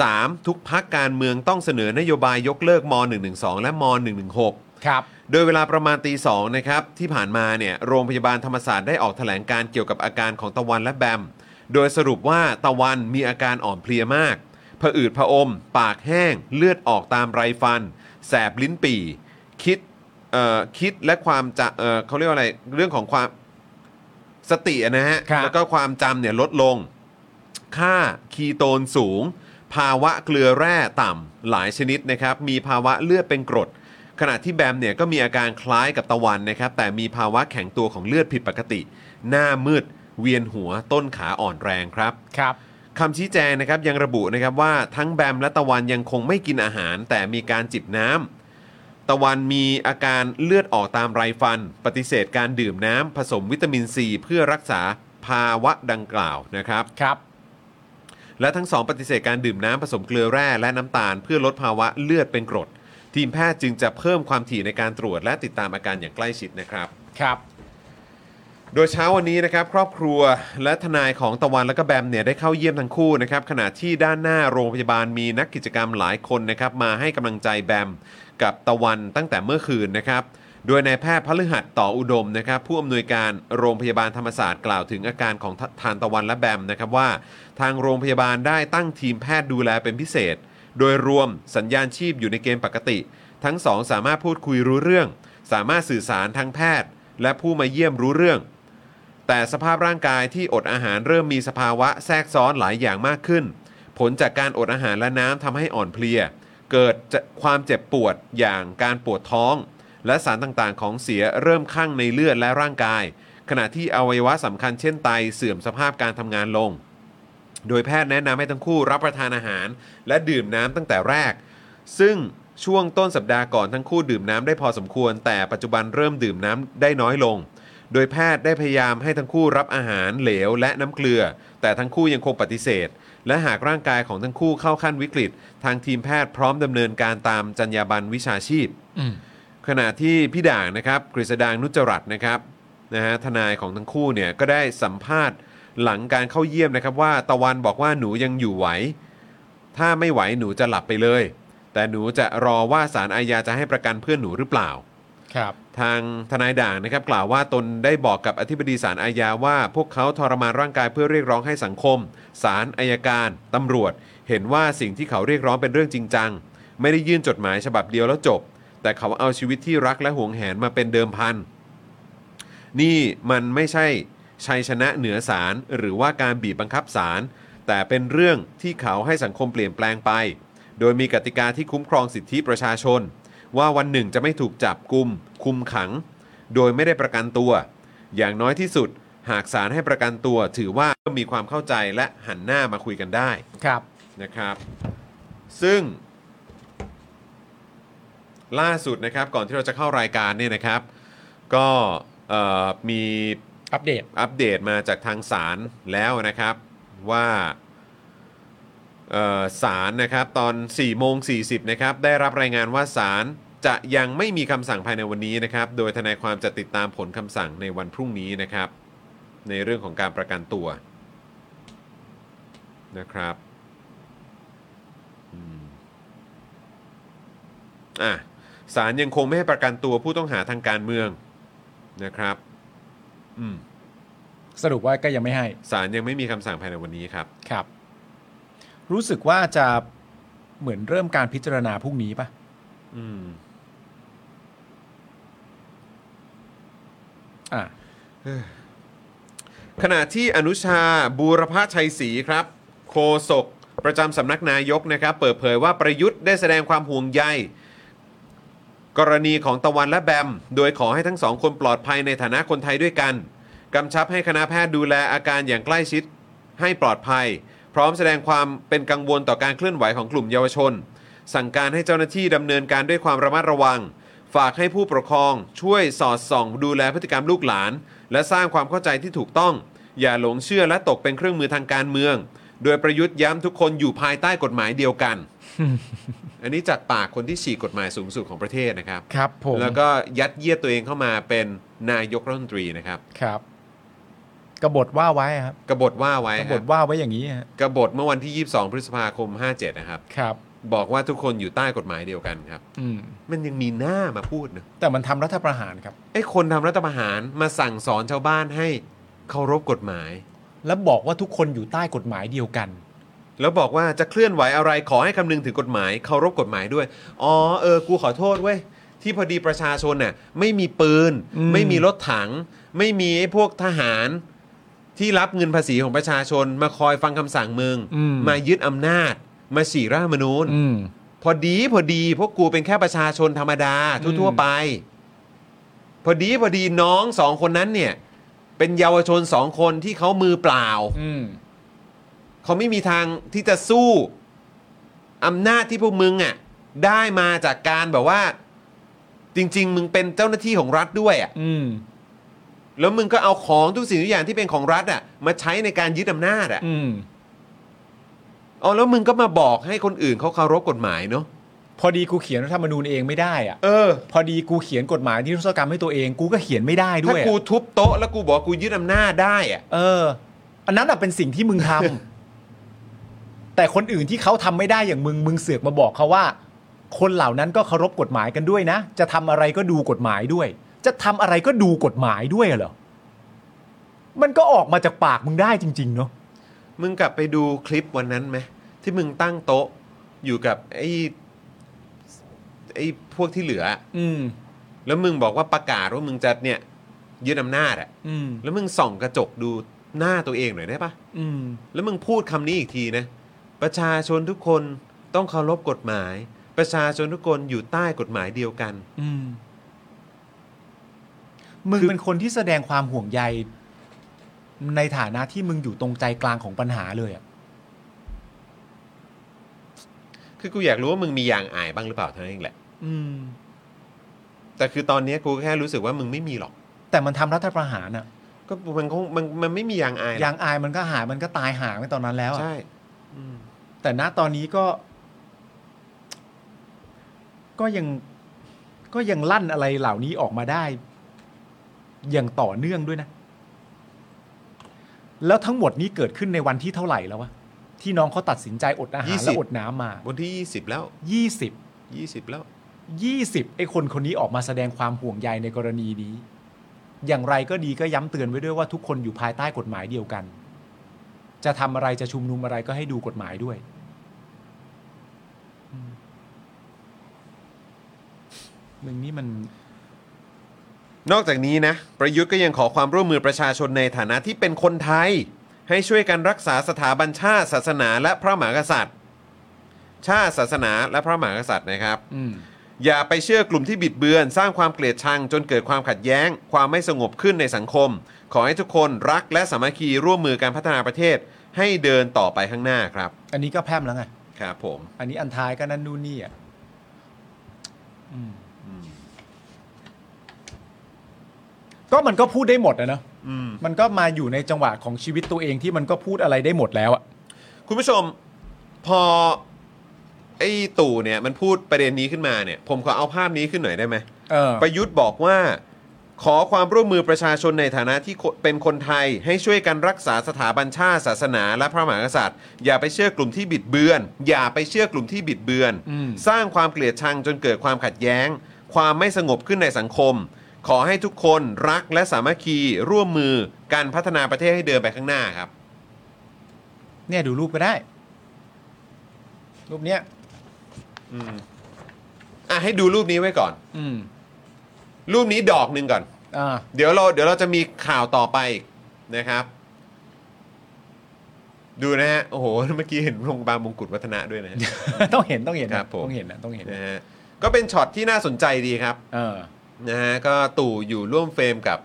S1: 3. ทุกพักการเมืองต้องเสนอนโยบายยกเลิกม .112 และม .116
S2: ครับ
S1: โดยเวลาประมาณตีสองนะครับ ที่ผ่านมาเนี่ยโรงพยาบาลธรรมศาสตร์ได้ออกแถลงการเกี่ยวกับอาการของตะวันและแบม โดยสรุปว่าตะวันมีอาการอ่อนเพลียมากผะอืดผะอม ปากแห้ง เลือดออกตามไรฟัน แสบลิ้นปี่ คิดเอ่อคิดและความจะเอ่อเขาเรียกว่าอะไรเรื่องของความสติอะนะฮะ
S2: ครับ
S1: แล้วก็ความจำเนี่ยลดลง ค่าคีโตนสูง ภาวะเกลือแร่ต่ำหลายชนิดนะครับ มีภาวะเลือดเป็นกรด ขณะที่แบมเนี่ยก็มีอาการคล้ายกับตะวันนะครับ แต่มีภาวะแข็งตัวของเลือดผิดปกติ หน้ามืด เวียนหัวต้นขาอ่อนแรงครับ
S2: ครับ
S1: คำชี้แจงนะครับยังระบุนะครับว่าทั้งแบมและตะวันยังคงไม่กินอาหาร แต่มีการจิบน้ำตะวันมีอาการเลือดออกตามไรฟัน ปฏิเสธการดื่มน้ำผสมวิตามินซีเพื่อรักษาภาวะดังกล่าวนะครับ
S2: ครับ
S1: และทั้งสองปฏิเสธการดื่มน้ำผสมเกลือแร่และน้ำตาล เพื่อลดภาวะเลือดเป็นกรด ทีมแพทย์จึงจะเพิ่มความถี่ในการตรวจและติดตามอาการอย่างใกล้ชิดนะครับ
S2: ครับ
S1: โดยเช้าวันนี้นะครับครอบครัวและทนายของตะวันและก็แบมเนี่ยได้เข้าเยี่ยมทั้งคู่นะครับขณะที่ด้านหน้าโรงพยาบาลมีนักกิจกรรมหลายคนนะครับมาให้กำลังใจแบมกับตะวันตั้งแต่เมื่อคืนนะครับโดยนายแพทย์พฤหัสต่ออุดมนะครับผู้อำนวยการโรงพยาบาลธรรมศาสตร์กล่าวถึงอาการของททานตะวันและแบมนะครับว่า ทางโรงพยาบาลได้ตั้งทีมแพทย์ดูแลเป็นพิเศษ โดยรวมสัญญาณชีพอยู่ในเกณฑ์ปกติ ทั้งสองสามารถพูดคุยรู้เรื่อง สามารถสื่อสารทางแพทย์ และผู้มาเยี่ยมรู้เรื่อง แต่สภาพร่างกายที่อดอาหารเริ่มมีสภาวะแทรกซ้อนหลายอย่างมากขึ้น ผลจากการอดอาหารและน้ำทำให้อ่อนเพลีย เกิดจะความเจ็บปวดอย่างการปวดท้อง และสารต่างๆ ของเสียเริ่มข้างในเลือดและร่างกาย ขณะที่อวัยวะสำคัญเช่นไตเสื่อมสภาพการทำงานลง โดยแพทย์แนะนำให้ทั้งคู่รับประทานอาหาร และดื่มน้ำตั้งแต่แรก ซึ่งช่วงต้นสัปดาห์ก่อนทั้งคู่ดื่มน้ำได้พอสมควร แต่ปัจจุบันเริ่มดื่มน้ำได้น้อยลง โดยแพทย์ได้พยายามให้ทั้งคู่รับอาหารเหลวและน้ำเกลือ แต่ทั้งคู่ยังคงปฏิเสธ และหากร่างกายของทั้งคู่เข้าขั้นวิกฤต ทางทีมแพทย์พร้อมดำเนินการตามจรรยาบรรณวิชาชีพ
S2: อืม
S1: ขณะที่พี่ด่างนะครับกฤษดางนุจจรัตน์นะครับนะฮะทนายของทั้งคู่เนี่ยก็ได้สัมภาษณ์หลังการเข้าเยี่ยมนะครับว่าตะวันบอกว่าหนูยังอยู่ไหว ถ้าไม่ไหวหนูจะหลับไปเลย แต่หนูจะรอว่าศาลอาญาจะให้ประกันเพื่อนหนูหรือเปล่า
S2: ครับ
S1: ทางทนายด่างนะครับกล่าวว่าตนได้บอกกับอธิบดีศาลอาญาว่า พวกเขาทรมานร่างกายเพื่อเรียกร้องให้สังคมศาลอายการตำรวจ เห็นว่าสิ่งที่เขาเรียกร้องเป็นเรื่องจริงจัง ไม่ได้ยื่นจดหมายฉบับเดียวแล้วจบ แต่เขาเอาชีวิตที่รักและหวงแหนมาเป็นเดิมพัน นี่มันไม่ใช่ชัยชนะเหนือศาลหรือว่าการบีบบังคับศาลแต่เป็นเรื่องที่เขาให้สังคมเปลี่ยนแปลงไป โดยมีกติกาที่คุ้มครองสิทธิประชาชน ว่าวันหนึ่งจะไม่ถูกจับกุม คุมขัง โดยไม่ได้ประกันตัว อย่างน้อยที่สุด หากศาลให้ประกันตัว ถือว่ามีความเข้าใจและหันหน้ามาคุยกันได้
S2: ครับ
S1: นะครับ ซึ่ง ล่าสุดนะครับก่อนที่เราจะเข้ารายการเนี่ยนะครับ ก็เอ่อมี
S2: อัปเดต
S1: อัปเดตมาจากทางศาลแล้วนะครับว่าเอ่อศาลนะครับตอน4โมง40นะครับได้รับรายงานว่าศาลจะยังไม่มีคำสั่งภายในวันนี้นะครับ โดยทนายความจะติดตามผลคำสั่งในวันพรุ่งนี้นะครับ ในเรื่องของการประกันตัวนะครับอืมอ่ะศาลยังคงไม่ให้ประกันตัวผู้ต้องหาทางการเมืองนะครับ อืม
S2: สรุปว่าก็ยังไม่ให้
S1: ศาลยังไม่มีคำสั่งภายในวันนี้ครับ
S2: ครับ รู้สึกว่าจะเหมือนเริ่มการพิจารณาพรุ่งนี้ปะ
S1: อืม
S2: อ่ะ
S1: ขณะที่อนุชาบูรพชัยศรีครับ โคศกประจำสำนักนายกนะครับ เปิดเผยว่าประยุทธ์ได้แสดงความห่วงใย กรณีของตะวันและแบม โดยขอให้ทั้งสองคนปลอดภัยในฐานะคนไทยด้วยกัน กำชับให้คณะแพทย์ดูแลอาการอย่างใกล้ชิด ให้ปลอดภัย พร้อมแสดงความเป็นกังวลต่อการเคลื่อนไหวของกลุ่มเยาวชน สั่งการให้เจ้าหน้าที่ดำเนินการด้วยความระมัดระวัง ฝากให้ผู้ปกครอง ช่วยสอดส่อง ดูแลพฤติกรรมลูกหลาน และสร้างความเข้าใจที่ถูกต้อง อย่าหลงเชื่อและตกเป็นเครื่องมือทางการเมือง โดยประยุทธ์ย้ำทุกคนอยู่ภายใต้กฎหมายเดียวกัน อันนี้จากปากคนที่ฉีกกฎหมายสูงสุดของประเทศนะครับ
S2: ครับผม
S1: แล้วก็ยัดเยียดตัวเองเข้ามาเป็นนายกรัฐมนตรีนะครับ
S2: ครับ กบฏว่าไว้ครับ
S1: กบฏว่าไว้ค
S2: กบ
S1: รั
S2: ฏ
S1: บ
S2: ว่าไว้อย่างนี้ฮะ
S1: กบฏเมื่อวันที่ 22 พฤษภาคม 57 นะครับ
S2: ครับ
S1: บอกว่าทุกคนอยู่ใต้กฎหมายเดียวกันครับ
S2: อืม
S1: มันยังมีหน้ามาพูดเนอะ
S2: แต่มันทำรัฐประหารครับ
S1: ไอ้คนทำรัฐประหารมาสั่งสอนชาวบ้านให้เคารพกฎหมาย
S2: แล้วบอกว่าทุกคนอยู่ใต้กฎหมายเดียวกัน
S1: แล้วบอกว่าจะเคลื่อนไหวอะไรขอให้คำนึงถึงกฎหมายเคารพกฎหมายด้วย อ๋อเออกูขอโทษเว้ย ที่พอดีประชาชนน่ะไม่มีปืน
S2: อืม
S1: ไม่มีรถถัง ไม่มีไอ้พวกทหาร ที่รับเงินภาษีของประชาชน มาคอยฟังคำสั่งมึง มายึดอำนาจ มาฉีกรัฐธรรมนูญ
S2: อืม
S1: พอดีพอดีพวกกูเป็นแค่ประชาชนธรรมดาทั่ว
S2: อื
S1: ๆ
S2: ม
S1: ไป พอดีพอดีน้องสองคนนั้นเนี่ย เป็นเยาวชนสองคนที่เขามือเปล่า
S2: อืม
S1: เขาไม่มีทางที่จะสู้อำนาจที่พวกมึงอ่ะได้มาจากการแบบว่า จริง ๆ มึงเป็นเจ้าหน้าที่ของรัฐด้วยอ่ะ
S2: อืม
S1: แล้วมึงก็เอาของทุกสิ่งทุกอย่างที่เป็นของรัฐอ่ะมาใช้ในการยึดอำนาจอ่ะ
S2: อืม
S1: อ๋อแล้วมึงก็มาบอกให้คนอื่นเขาเคารพกฎหมายเนาะ
S2: พอดีกูเขียนรัฐธรรมนูญเองไม่ได้อะ
S1: เออ
S2: พอดีกูเขียนกฎหมายที่รุษกรรมให้ตัวเอง กูก็เขียนไม่ได้ด้
S1: ถ้า
S2: วยอะ
S1: กูทุบโต๊ะแล้วกูบอกกูยึดอำนาจได้อ่ะ
S2: เออ อันนั้นอะเป็นสิ่งที่มึงทำ แต่คนอื่นที่เขาทำไม่ได้อย่างมึง มึงเสือกมาบอกเขาว่า คนเหล่านั้นก็เคารพกฎหมายกันด้วยนะ จะทำอะไรก็ดูกฎหมายด้วย จะทำอะไรก็ดูกฎหมายด้วยเหรอ มันก็ออกมาจากปากมึงได้จริง ๆ เนาะ
S1: มึงกลับไปดูคลิปวันนั้นไหมที่มึงตั้งโต๊ะอยู่กับไอ้ไอ้พวกที่เหลืออะ
S2: อืม
S1: แล้วมึงบอกว่าประกาศว่ามึงจะเนี่ยยึดอำนาจอะ
S2: อืม
S1: แล้วมึงส่องกระจกดูหน้าตัวเองหน่อยได้ปะ
S2: อืม
S1: แล้วมึงพูดคำนี้อีกทีนะ ประชาชนทุกคนต้องเคารพกฎหมาย ประชาชนทุกคนอยู่ใต้กฎหมายเดียวกัน
S2: อืมมึงเป็นคนที่แสดงความห่วงใย ในฐานะที่มึงอยู่ตรงใจกลางของปัญหาเลยอะ
S1: คือกูอยากรู้ว่ามึงมียางอายบ้างหรือเปล่าเท่านั้นเองแหละ
S2: อืม
S1: แต่คือตอนเนี้ยกูแค่รู้สึกว่ามึงไม่มีหรอก
S2: แต่มันทำรัฐประหารอะ
S1: ก็มันคงมันมันไม่มียางอายหรอก
S2: ยางอายมันก็หายมันก็ตายหาไปตอนนั้นแล้วอะ
S1: ใช่
S2: แต่ณตอนนี้ก็ ก็ยัง ก็ยังลั่นอะไรเหล่านี้ออกมาได้ อย่างต่อเนื่องด้วยนะ แล้วทั้งหมดนี้เกิดขึ้นในวันที่เท่าไหร่แล้ววะที่น้องเขาตัดสินใจอดอาหารและ
S1: 20
S2: อดน้ำมา
S1: วันที่ 20 แล้ว
S2: ยี่สิบ
S1: 20 แล้ว
S2: ยี่สิบไอ้คนคนนี้ออกมาแสดงความห่วงใยในกรณีนี้ อย่างไรก็ดีก็ย้ำเตือนไว้ด้วยว่าทุกคนอยู่ภายใต้กฎหมายเดียวกัน จะทำอะไรจะชุมนุมอะไรก็ให้ดูกฎหมายด้วย มึงนี่มัน
S1: นอกจากนี้นะ ประยุทธ์ก็ยังขอความร่วมมือประชาชนในฐานะที่เป็นคนไทย ให้ช่วยกันรักษาสถาบันชาติศาสนาและพระมหากษัตริย์ ชาติศาสนาและพระมหากษัตริย์นะครับ
S2: อืม
S1: อย่าไปเชื่อกลุ่มที่บิดเบือน สร้างความเกลียดชัง จนเกิดความขัดแย้ง ความไม่สงบขึ้นในสังคม ขอให้ทุกคนรักและสามัคคีร่วมมือการพัฒนาประเทศ ให้เดินต่อไปข้างหน้าครับ
S2: อันนี้ก็แพร่มแล้วไง
S1: ครับผม
S2: อันนี้อันท้ายก็นั่นนู่นนี่อ่ะอืมก็มันก็พูดได้หมดอะเนอะ
S1: อืม
S2: มันก็มาอยู่ในจังหวะของชีวิตตัวเองที่มันก็พูดอะไรได้หมดแล้วอะ
S1: คุณผู้ชมพอไอ้ตู่เนี่ยมันพูดประเด็นนี้ขึ้นมาเนี่ย ผมขอเอาภาพนี้ขึ้นหน่อยได้ไหม
S2: เออ
S1: ประยุทธ์บอกว่า ขอความร่วมมือประชาชนในฐานะที่คนเป็นคนไทย ให้ช่วยกันรักษาสถาบันชาติศาสนาและพระมหากษัตริย์ อย่าไปเชื่อกลุ่มที่บิดเบือน อย่าไปเชื่อกลุ่มที่บิดเบือน
S2: อืม
S1: สร้างความเกลียดชังจนเกิดความขัดแย้ง ความไม่สงบขึ้นในสังคม ขอให้ทุกคนรักและสามัคคีร่วมมือการพัฒนาประเทศให้เดินไปข้างหน้าครับ
S2: เนี่ยดูรูปก็ได้ รูปเนี้ย
S1: อืมอ่ะให้ดูรูปนี้ไว้ก่อน
S2: อืม
S1: รูปนี้ดอกหนึ่งก่อน
S2: อ่า
S1: เดี๋ยวเราเดี๋ยวเราจะมีข่าวต่อไปอีกนะครับ ดูนะฮะ โอ้โห เมื่อกี้เห็นโรงพยาบาลมงกุฎวัฒนะด้วย นะฮะ
S2: ต้องเห็นต้องเห็นนะครับ
S1: ผม
S2: ต้องเห็นนะต้องเห็น
S1: นะฮะก็เป็นช็อตที่น่าสนใจดีครับ
S2: เออ
S1: นะฮะก็ตู่อยู่ร่วมเฟรมกับ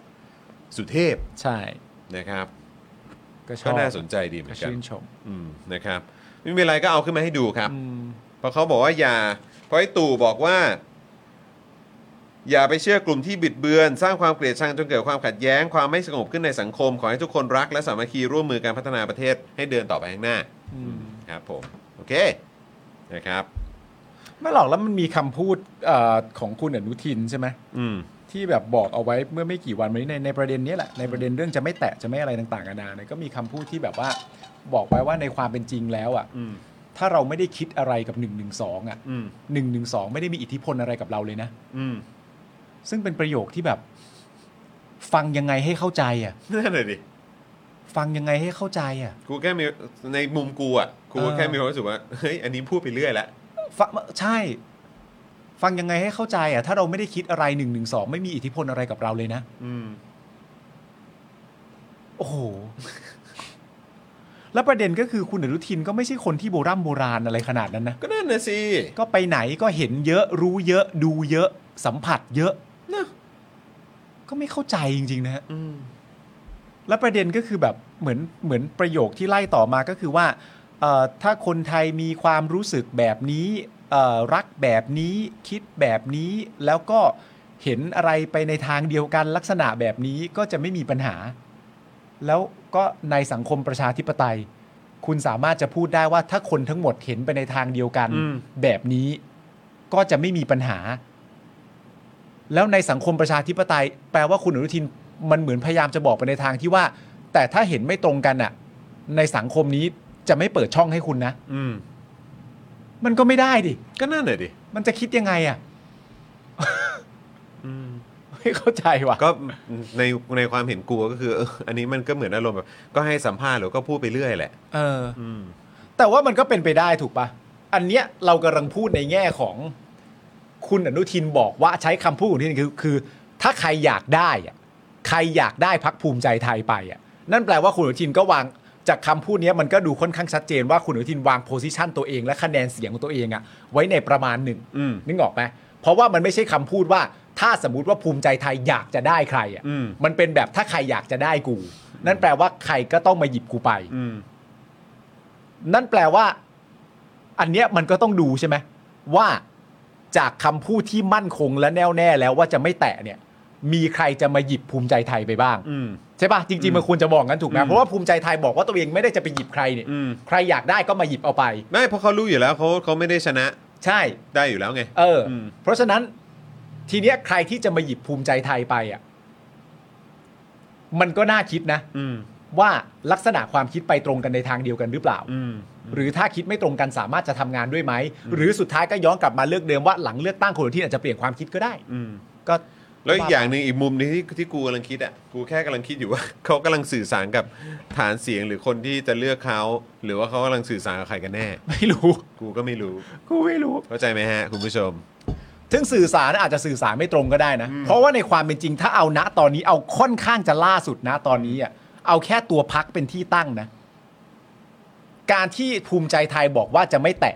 S1: สุเทพ
S2: ใช่
S1: นะครับ
S2: ก็ชอ
S1: ก็
S2: บ
S1: น่าสนใจดีเหมื
S2: ก็
S1: อนกัน
S2: ชื่นชม
S1: อืมนะครับไม่มีอะไรก็เอาขึ้นมาให้ดูครับ
S2: อืม
S1: เพราะเขาบอกว่าอย่าเพราะไอ้ตู่บอกว่า อย่าไปเชื่อกลุ่มที่บิดเบือน สร้างความเกลียดชังจนเกิดความขัดแย้ง ความไม่สงบขึ้นในสังคม ขอให้ทุกคนรักและสามัคคีร่วมมือการพัฒนาประเทศให้เดินต่อไปข้างหน้า
S2: อืม
S1: ครับผมโอเคนะครับ
S2: ไม่หรอกแล้วมันมีคำพูดเอ่อของคุณอนุทินใช่ไหม
S1: อืม
S2: ที่แบบบอกเอาไว้เมื่อไม่กี่วันมานี้ในในประเด็นเนี้ยแหละในประเด็นเรื่องจะไม่แตะจะไม่อะไรต่างๆนานาเนี่ยก็มีคำพูดที่แบบว่าบอกไว้ว่าในความเป็นจริงแล้วอ่ะ
S1: อืม
S2: ถ้าเราไม่ได้คิดอะไรกับ1นึอ่ะ
S1: อืม
S2: หนึ่งหนึ่งสองไม่ได้มีอิทธิพลอะไรกับเราเลยนะ
S1: อืม
S2: ซึ่งเป็นประโยคที่แบบ ฟังยังไงให้เข้าใจอ่ะ
S1: นั่นเลยดิ
S2: ฟังยังไงให้เข้าใจอ่ะ
S1: กูแค่มีในมุมกูอ่ะกูก็
S2: เออ
S1: แค่มีความรู้สึกว่าเฮ้ยอันนี้พูดไปเรื่อยละ
S2: ฟังใช่ ฟังยังไงให้เข้าใจอ่ะ ถ้าเราไม่ได้คิดอะไรหนึ่งหนึ่งสองไม่มีอิทธิพลอะไรกับเราเลยนะ
S1: อืม
S2: โอ้โห แล้วประเด็นก็คือคุณอนุทินก็ไม่ใช่คนที่โบราณโบราณอะไรขนาดนั้นนะ
S1: ก็นั่นนะสิ
S2: ก็ไปไหนก็เห็นเยอะรู้เยอะ ดูเยอะ สัมผัสเยอะ
S1: นะ
S2: ก็ไม่เข้าใจจริงๆนะฮะ
S1: อืม
S2: แล้วประเด็นก็คือแบบเหมือนเหมือนประโยคที่ไล่ต่อมาก็คือว่าเอ่อถ้าคนไทยมีความรู้สึกแบบนี้เอ่อรักแบบนี้คิดแบบนี้ แล้วก็เห็นอะไรไปในทางเดียวกันลักษณะแบบนี้ก็จะไม่มีปัญหา แล้วก็ในสังคมประชาธิปไตย คุณสามารถจะพูดได้ว่าถ้าคนทั้งหมดเห็นไปในทางเดียวกัน แบบนี้ก็จะไม่มีปัญหา แล้วในสังคมประชาธิปไตย แปลว่าคุณอนุทินมันเหมือนพยายามจะบอกไปในทางที่ว่า แต่ถ้าเห็นไม่ตรงกันอะในสังคมนี้จะไม่เปิดช่องให้คุณนะ
S1: อืม
S2: มันก็ไม่ได้ดิ
S1: ก็นั่นเลยดิ
S2: มันจะคิดยังไงอะ
S1: อืม
S2: ไม่เข้าใจว่ะ
S1: ก็ในในความเห็นกูก็คือเอออันนี้มันก็เหมือนอารมณ์แบบ ก็ให้สัมภาษณ์หรือก็พูดไปเรื่อยแหละ
S2: เออ
S1: อืม
S2: แต่ว่ามันก็เป็นไปได้ถูกปะอันเนี้ยเรากำลังพูดในแง่ของคุณอนุทินบอกว่าใช้คำพูดของที่นี่คือคือ ถ้าใครอยากได้อะใครอยากได้พักภูมิใจไทยไปอะนั่นแปลว่าคุณอนุทินก็วาง จากคำพูดเนี้ยมันก็ดูค่อนข้างชัดเจนว่าคุณอนุทินวางโพสิชันตัวเองและคะแนนเสียงของตัวเองอะไว้ในประมาณหนึ่ง
S1: อืม
S2: นึกออกไหมเพราะว่ามันไม่ใช่คำพูดว่าถ้าสมมติว่าภูมิใจไทยอยากจะได้ใครอะ
S1: อืม
S2: มันเป็นแบบถ้าใครอยากจะได้กู นั่นแปลว่าใครก็ต้องมาหยิบกูไป
S1: อืม
S2: นั่นแปลว่า อันเนี้ยมันก็ต้องดูใช่ไหมว่าจากคำพูดที่มั่นคงและแน่วแน่แล้วว่าจะไม่แตะเนี่ย มีใครจะมาหยิบภูมิใจไทยไปบ้าง
S1: อืม
S2: ใช่ปะจริง ๆ มันควรจะมองกันถูกไหม
S1: อืม
S2: เพราะว่าภูมิใจไทยบอกว่าตัวเองไม่ได้จะไปหยิบใครเนี่ย
S1: อืม
S2: ใครอยากได้ก็มาหยิบเอาไป
S1: ไม่เพราะเขารู้อยู่แล้วเขาเขาไม่ได้ชนะ
S2: ใช่
S1: ได้อยู่แล้วไง
S2: เอออ
S1: ม
S2: เพราะฉะนั้นทีเนี้ยใครที่จะมาหยิบภูมิใจไทยไปอ่ะมันก็น่าคิดนะ
S1: อืม
S2: ว่าลักษณะความคิดไปตรงกันในทางเดียวกันหรือเปล่า
S1: อืม
S2: หรือถ้าคิดไม่ตรงกันสามารถจะทำงานด้วยไหม หรือสุดท้ายก็ย้อนกลับมาเลือกเดิมว่าหลังเลือกตั้งคนอื่นที่อาจจะเปลี่ยนความคิดก็ได้
S1: อืม
S2: ก็
S1: แล้วอีกอย่างหนึ่งอีกมุมหนึงที่ที่กูกำลังคิดอ่ะกูแค่กำลังคิดอยู่ว่า เขากำลังสื่อสารกับฐานเสียงหรือคนที่จะเลือกเขาหรือว่าเขากำลังสื่อสารกับใครกันแน่
S2: ไม่รู้
S1: กูก็ไม่รู้
S2: กูไม่รู้
S1: เข้าใจไหมฮะ คุณผู้ชม
S2: ถึงสื่อสารอาจจะสื่อสารไม่ตรงก็ได้นะ เพราะว่าในความเป็นจริงถ้าเอาณตอนนี้เอาค่อนข้างจะล่าสุดนะตอนนี้อ่ะเอาแค่ตัวพักเป็นที่ตั้งนะ การที่ภูมิใจไทยบอกว่าจะไม่แตะ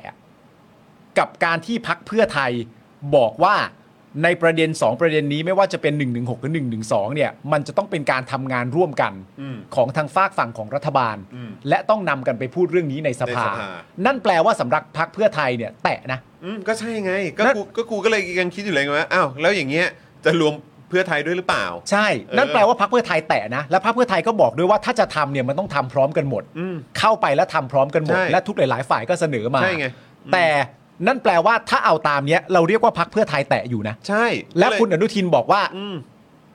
S2: กับการที่พักเพื่อไทยบอกว่าในประเด็น 2 ประเด็นนี้ไม่ว่าจะเป็น 1 1 6หรือ1 1 2 เนี่ย มันจะต้องเป็นการทำงานร่วมกัน
S1: อืม
S2: ของทางฝากฝั่งของรัฐบาล
S1: อืม
S2: และต้องนำกันไปพูดเรื่องนี้ในสภา
S1: ในสภา
S2: นั่นแปลว่าสำหรับพักเพื่อไทยเนี่ย แตะนะ
S1: อืมก็ใช่ไง ก็
S2: นั่น
S1: กูก็กูก็เลยกำลังคิดอยู่เลยไงว่าอ้าวแล้วอย่างเงี้ยจะรวมเพื่อไทยด้วยหรือเปล่า
S2: ใช่
S1: เออ
S2: นั่นแปลว่าพักเพื่อไทยแตะนะ และพักเพื่อไทยก็บอกด้วยว่าถ้าจะทำเนี่ยมันต้องทำพร้อมกันหมด
S1: อืม
S2: เข้าไปแล้วทำพร้อมกันหมด
S1: ใช่
S2: และทุกหลาย ๆ ฝ่ายก็เสนอมา
S1: ใช่ไง
S2: แต่นั่นแปลว่าถ้าเอาตามเนี้ยเราเรียกว่าพักเพื่อไทยแตะอยู่นะ
S1: ใช่
S2: และ
S1: ก็เย
S2: คุณอนุทินบอกว่า
S1: อืม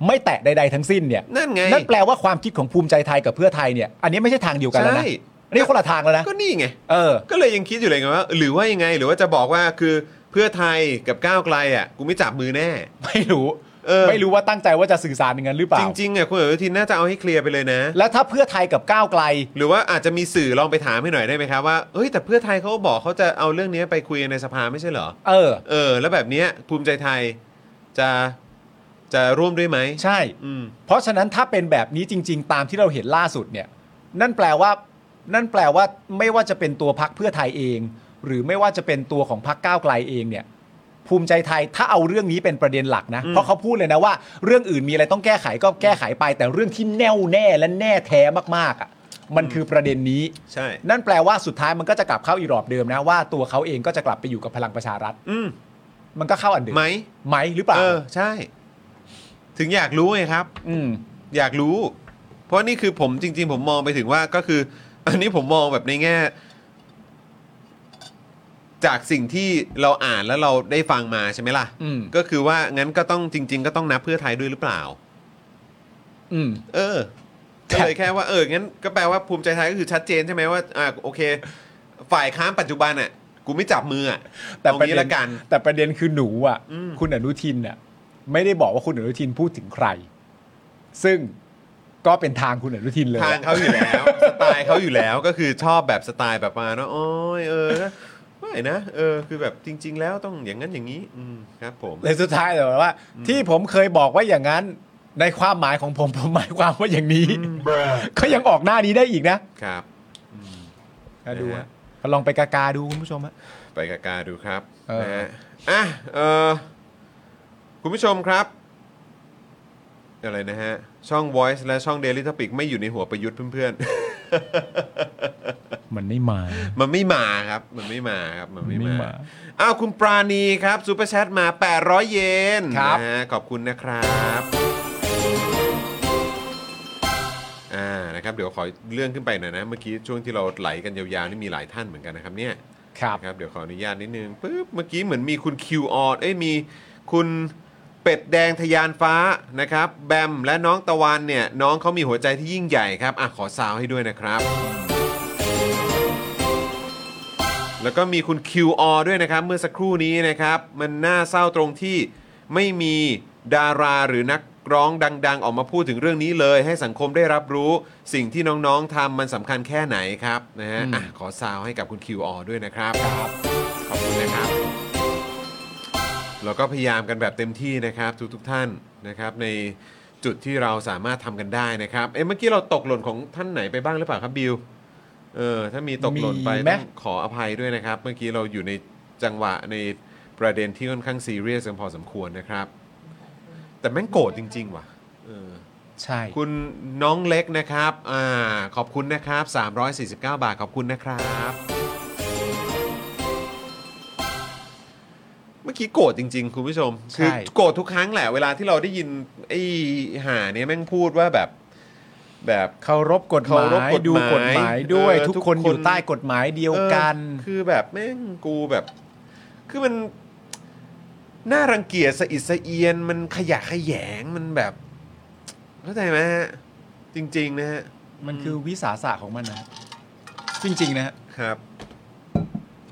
S2: ไม่แตะใด ๆ ทั้งสิ้นเนี่ย
S1: นั่นไง
S2: นั่นแปลว่าความคิดของภูมิใจไทยกับเพื่อไทยเนี่ย อันนี้ไม่ใช่ทางเดียวกันแล้วนะ
S1: ใช่
S2: อันนี้คนละทางแล้วนะ
S1: ก็นี่ไง
S2: เออ
S1: ก็เลยยังคิดอยู่เลยไงว่า หรือว่ายังไงหรือว่าจะบอกว่าคือเพื่อไทยกับก้าวไกลอ่ะกูไม่จับมือแน่
S2: ไม่รู้
S1: เออ
S2: ไม่รู้ว่าตั้งใจว่าจะสื่อสารอย่างนั้นหรือเปล่า
S1: จริงๆอ่ะคุณอนุทินน่าจะเอาให้เคลียร์ไปเลยนะ
S2: แล้วถ้าเพื่อไทยกับก้าวไกล
S1: หรือว่าอาจจะมีสื่อลองไปถามให้หน่อยได้ไหมครับว่าเฮ้ยแต่เพื่อไทยเขาก็บอกเขาจะเอาเรื่องนี้ไปคุยกันในสภาไม่ใช่เหรอ
S2: เออ
S1: เออ แล้วแบบเนี้ยภูมิใจไทยจะจะร่วมด้วยไหม
S2: ใช่
S1: อืม
S2: เพราะฉะนั้นถ้าเป็นแบบนี้จริง ๆ ตามที่เราเห็นล่าสุดเนี่ย นั่นแปลว่า นั่นแปลว่าไม่ว่าจะเป็นตัวพักเพื่อไทยเอง หรือไม่ว่าจะเป็นตัวของพักก้าวไกลเองเนี่ย ภูมิใจไทยถ้าเอาเรื่องนี้เป็นประเด็นหลักนะ
S1: อืม
S2: เพราะเขาพูดเลยนะว่า เรื่องอื่นมีอะไรต้องแก้ไขก็แก้ไขไป แต่เรื่องที่แน่วแน่และแน่แท้มากๆอ่ะ มันคือประเด็นนี้
S1: ใช่
S2: นั่นแปลว่าสุดท้ายมันก็จะกลับเข้าอีรอบเดิมนะว่าตัวเขาเองก็จะกลับไปอยู่กับพลังประชารัฐ
S1: อืม
S2: มันก็เข้าอันเดิม
S1: ไหม
S2: ไหมหรือเปล่า
S1: เออใช่ ถึงอยากรู้ไงครับ
S2: อืม
S1: อยากรู้ เพราะนี่คือผมจริง ๆ ผมมองไปถึงว่าก็คือ อันนี้ผมมองแบบในแง่ จากสิ่งที่เราอ่านแล้วเราได้ฟังมาใช่ไหมล่ะ
S2: อืม
S1: ก็คือว่างั้นก็ต้องจริง ๆ ก็ต้องนับเพื่อไทยด้วยหรือเปล่า
S2: อืม
S1: เออก็เลยแค่ว่าเอองั้นก็แปลว่าภูมิใจไทยก็คือชัดเจนใช่ไหมว่าอ่าโอเค ฝ่ายค้านปัจจุบันอ่ะกูไม่จับมืออ่ะ
S2: แต่
S1: เอา
S2: ประ
S1: งี้
S2: เด็น
S1: ละกัน
S2: แต่ประเด็นคือหนูอ่ะ
S1: อืม
S2: คุณอนุทินน่ะไม่ได้บอกว่าคุณอนุทินพูดถึงใคร ซึ่งก็เป็นทางคุณอนุทินเลย
S1: ทางเขาอยู่แล้ว สไตล์เขาอยู่แล้วก็คือชอบแบบสไตล์แบบมาเนาะโอ้ยเออนะไม่นะเออคือแบบจริง ๆ แล้วต้องอย่างนั้นอย่างนี้ อืมครับ ผม
S2: เลยสุดท้ายเลยว่า ที่ผมเคยบอกว่าอย่างนั้น ในความหมายของผมผมหมายความว่าอย่างนี้ ก็ยังออกหน้านี้ได้อีกนะครับ ก็ดู
S1: นะฮะ
S2: ฮะก็ลองไปกากาดูคุณผู้ชมฮะ
S1: ไปกากาดูครับ
S2: เออ
S1: นะฮะอ่ะเออคุณผู้ชมครับอะไรนะฮะ ช่อง Voice และช่อง Daily Topic ไม่อยู่ในหัวประยุทธ์เพื่อนๆ
S2: มันไม่มา
S1: มันไม่มาครับ มันไม่มาครับ มันไม่
S2: มันไม่
S1: มา
S2: มา
S1: อ้าวคุณปราณีครับซูเปอร์แชทมา 800 เยน
S2: ครับ
S1: นะฮะขอบคุณนะครับอ่านะครับ เดี๋ยวขอเลื่อนขึ้นไปหน่อยนะ เมื่อกี้ช่วงที่เราไหลกันยาวๆ นี่มีหลายท่านเหมือนกันนะครับเนี่ย
S2: ครับ
S1: นะครับ เดี๋ยวขออนุญาตนิดนึงปึ๊บเมื่อกี้เหมือนมีคุณ QR เอ้ยมีคุณเป็ดแดงทะยานฟ้านะครับ แบมและน้องตะวันเนี่ย น้องเขามีหัวใจที่ยิ่งใหญ่ครับอ่ะขอซาวให้ด้วยนะครับ แล้วก็มีคุณ QR ด้วยนะครับ เมื่อสักครู่นี้นะครับ มันน่าเศร้าตรงที่ไม่มีดาราหรือนักร้องดัง ๆ ออกมาพูดถึงเรื่องนี้เลย ให้สังคมได้รับรู้สิ่งที่น้องๆทำมันสำคัญแค่ไหนครับนะฮะ
S2: อืม
S1: อ่ะขอซาวให้กับคุณ QR ด้วยนะครับครับขอบคุณนะครับ เราก็พยายามกันแบบเต็มที่นะครับ ทุกทุกๆท่านนะครับ ในจุดที่เราสามารถทำกันได้นะครับเอ๊ะเมื่อกี้เราตกหล่นของท่านไหนไปบ้างหรือเปล่าครับบิว เออถ้ามีตกหล่นไป
S2: มีไหม
S1: ต้องขออภัยด้วยนะครับ เมื่อกี้เราอยู่ในจังหวะในประเด็นที่ค่อนข้างซีเรียสกันพอสมควรนะครับ แต่แม่งโกรธจริง ๆ ว่ะเออ
S2: ใช่
S1: คุณน้องเล็กนะครับ อ่า ขอบคุณนะครับ 349 บาท ขอบคุณนะครับ เมื่อกี้โกรธจริง ๆ คุณผู้ชม คือโกรธทุกครั้งแหละ เวลาที่เราได้ยินไอ้ห่าเนี้ยแม่งพูดว่าแบบ แบบ
S2: เคารพกฎห
S1: เคารพ
S2: มาย
S1: กฎหมาย
S2: ดูกฎหมายด้วย
S1: เออ
S2: ทุก
S1: ทุก
S2: คน
S1: คน
S2: อยู่ใต้กฎหมายเดียวกัน
S1: เออคือแบบแม่งกูแบบ คือมัน น่ารังเกียจสะอิดสะเอียน มันขยะแขยง มันแบบ เข้าใจไหมฮะ จริง ๆ นะฮะ
S2: มันคือวิสาสะของมันนะจริงๆนะฮะ
S1: ครับ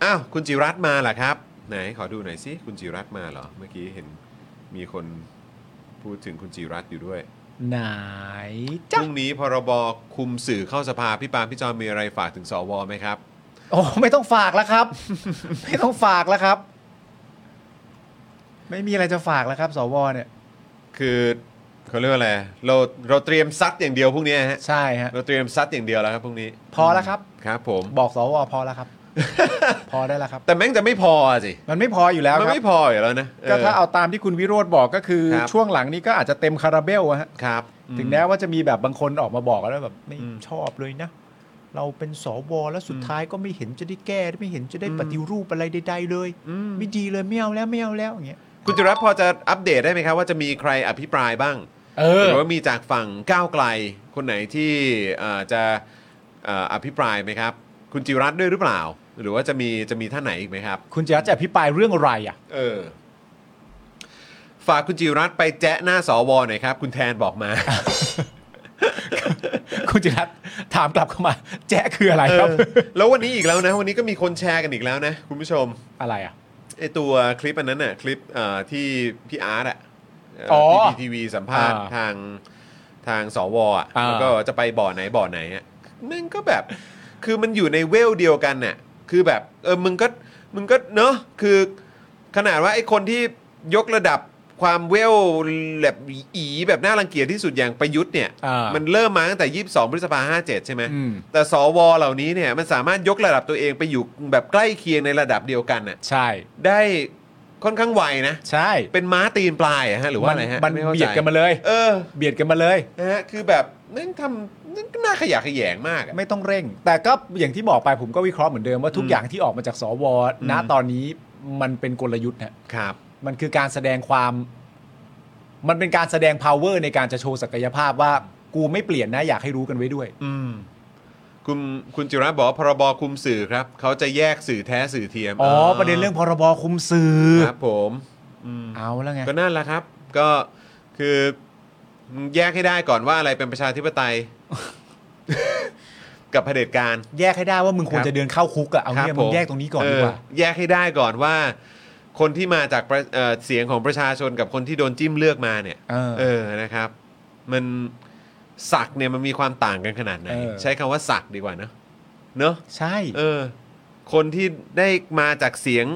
S1: อ้าว คุณจิรัตน์มาเหรอครับ ไหน ขอดูหน่อยสิ คุณจิรัตน์มาเหรอ เมื่อกี้เห็นมีคนพูดถึงคุณจิรัตน์อยู่ด้วย
S2: ไหน
S1: พ
S2: จ้ะ
S1: รุ่งนี้พรบคุมสื่อเข้าสภา พี่ปาล์มพี่จอมมีอะไรฝากถึงสวไหมครับ
S2: โอ้ไม่ต้องฝากแล้วครับ ไม่ต้องฝากแล้วครับ ไม่มีอะไรจะฝากแล้วครับ สวเนี่ย
S1: คือเขาเรียกว่าอะไร เราเราเตรียมซัดอย่างเดียวพรุ่งนี้ฮะ
S2: ใช่ฮะ
S1: เราเตรียมซัดอย่างเดียวแล้วครับพรุ่งนี้
S2: พอแล้วครับ
S1: ครับผม
S2: บอกสวพอแล้ว ครับ พอได้แล้วครับ
S1: แต่แม่งจะไม่พอสิ
S2: มันไม่พออยู่แล้ว
S1: มัน
S2: ครับ
S1: ไม่พออยู่แล้วนะ
S2: ก็ถ้าเอา
S1: อ
S2: ตามที่คุณวิโรธบอกก็คือ
S1: ครับ
S2: ช่วงหลังนี้ก็อาจจะเต็มคาราเบลอะฮะ
S1: ครับอืม
S2: ถึงแม้ว่าจะมีแบบบางคนออกมาบอกแล้วแบบไม่
S1: อืม
S2: ชอบเลยนะ เราเป็นสวแล้วสุดท้ายก็ไม่เห็นจะได้แก้ ไม่เห็นจะได้
S1: อืม
S2: ปฏิรูปอะไรใดๆเลย
S1: อืม
S2: ไม่ดีเลยไม่เอาแล้วไม่เอาแล้วอย่างเงี้ย
S1: คุณจิรัตน์พอจะอัปเดตได้ไหมครับ ว่าจะมีใครอภิปรายบ้าง
S2: เอ
S1: หรือว่ามีจากฝั่งก้าวไกล คนไหนที่เอ่อจะเอ่ออภิปรายไหมครับ คุณจิรัตน์ด้วยหรือเปล่า หรือว่าจะมีจะมีท่านไหนอีกไหมครับ
S2: คุณจะจะอภิปรายเรื่องอะไรอ่ะ
S1: เออ ฝากคุณจิรัตน์ไปแจ๊ะหน้าสวหน่อยครับ คุณแทนบอกมา
S2: คุณจิรัตน์ถามกลับเข้ามา แจ๊ะคืออะไร
S1: เอ
S2: ครับ
S1: อ แล้ววันนี้อีกแล้วนะ วันนี้ก็มีคนแชร์กันอีกแล้วนะ คุณผู้ชม
S2: อะไรอ่ะ
S1: ไอตัวคลิปอันนั้นน่ะ คลิปเอ่อที่พี่อาร์ตอ่ะ
S2: อ๋อ
S1: ทีพีทีวีสัมภาษณ์
S2: อ่า
S1: ทางทางสวอ่ะ
S2: อ่า
S1: แล้วก็จะไปบ่อไหนบ่อไหนอ่ะมันก็แบบ คือมันอยู่ในเวลเดียวกันน่ะคือแบบ เออมึงก็มึงก็เนอะคือขนาดว่าไอคนที่ยกระดับความเวลแบบอีแบบน่ารังเกียจที่สุดอย่างประยุทธ์เนี่ย
S2: อ่ามั
S1: มันเริ่มมาตั้งแต่ 22 พฤษภา57 ใช่ไหม
S2: อืม
S1: แต่สวเหล่านี้เนี่ยมันสามารถยกระดับตัวเองไปอยู่แบบใกล้เคียงในระดับเดียวกันน่ะ
S2: ใช่
S1: ได้ค่อนข้างไวนะ
S2: ใช่
S1: เป็นม้าตีนปลายอะฮะหรือว่าอะไรฮะ
S2: มัน
S1: ไข้ใจ
S2: เบียดกันมาเลย
S1: เออ
S2: เบียดกันมาเลย
S1: นะฮะคือแบบนั่นทำนั่นก็น่าขยะแขยงมากอะ
S2: ไม่ต้องเร่ง แต่ก็อย่างที่บอกไปผมก็วิเคราะห์เหมือนเดิมว่าทุกอย่างที่ออกมาจากสว
S1: อืม
S2: ณตอนนี้มันเป็นกลยุทธ์ฮะ
S1: ครับ
S2: มันคือการแสดงความ มันเป็นการแสดง power ในการจะโชว์ศักยภาพว่ากูไม่เปลี่ยนนะอยากให้รู้กันไว้ด้วย
S1: อืม คุณคุณจิรัตน์บอกว่าพรบคุมสื่อครับ เขาจะแยกสื่อแท้สื่อเทียม
S2: อ๋อ ประเด็นเรื่องพรบคุมสื่อ
S1: ครับผมอืม
S2: เอาแล้วไง
S1: ก็นั่นแหละครับ ก็คือแยกให้ได้ก่อนว่าอะไรเป็นประชาธิปไตย กับเผด็จการ
S2: แยกให้ได้ว่ามึงควร
S1: ครับ
S2: จะเดินเข้าคุกอะเอา
S1: ครับ
S2: เนี่ย
S1: ผ
S2: มึงแยกตรงนี้ก่อนดีกว่า
S1: เแยกให้ได้ก่อนว่า คนที่มาจากประเอ่อเสียงของประชาชนกับคนที่โดนจิ้มเลือกมาเนี่ย
S2: เออ
S1: นะครับ มันสักเนี่ยมันมีความต่างกันขนาดไหน
S2: เออ
S1: ใช้คำว่าสักดีกว่าเนอะเนอะ
S2: ใช่
S1: เออ คนที่ได้มาจากเสียง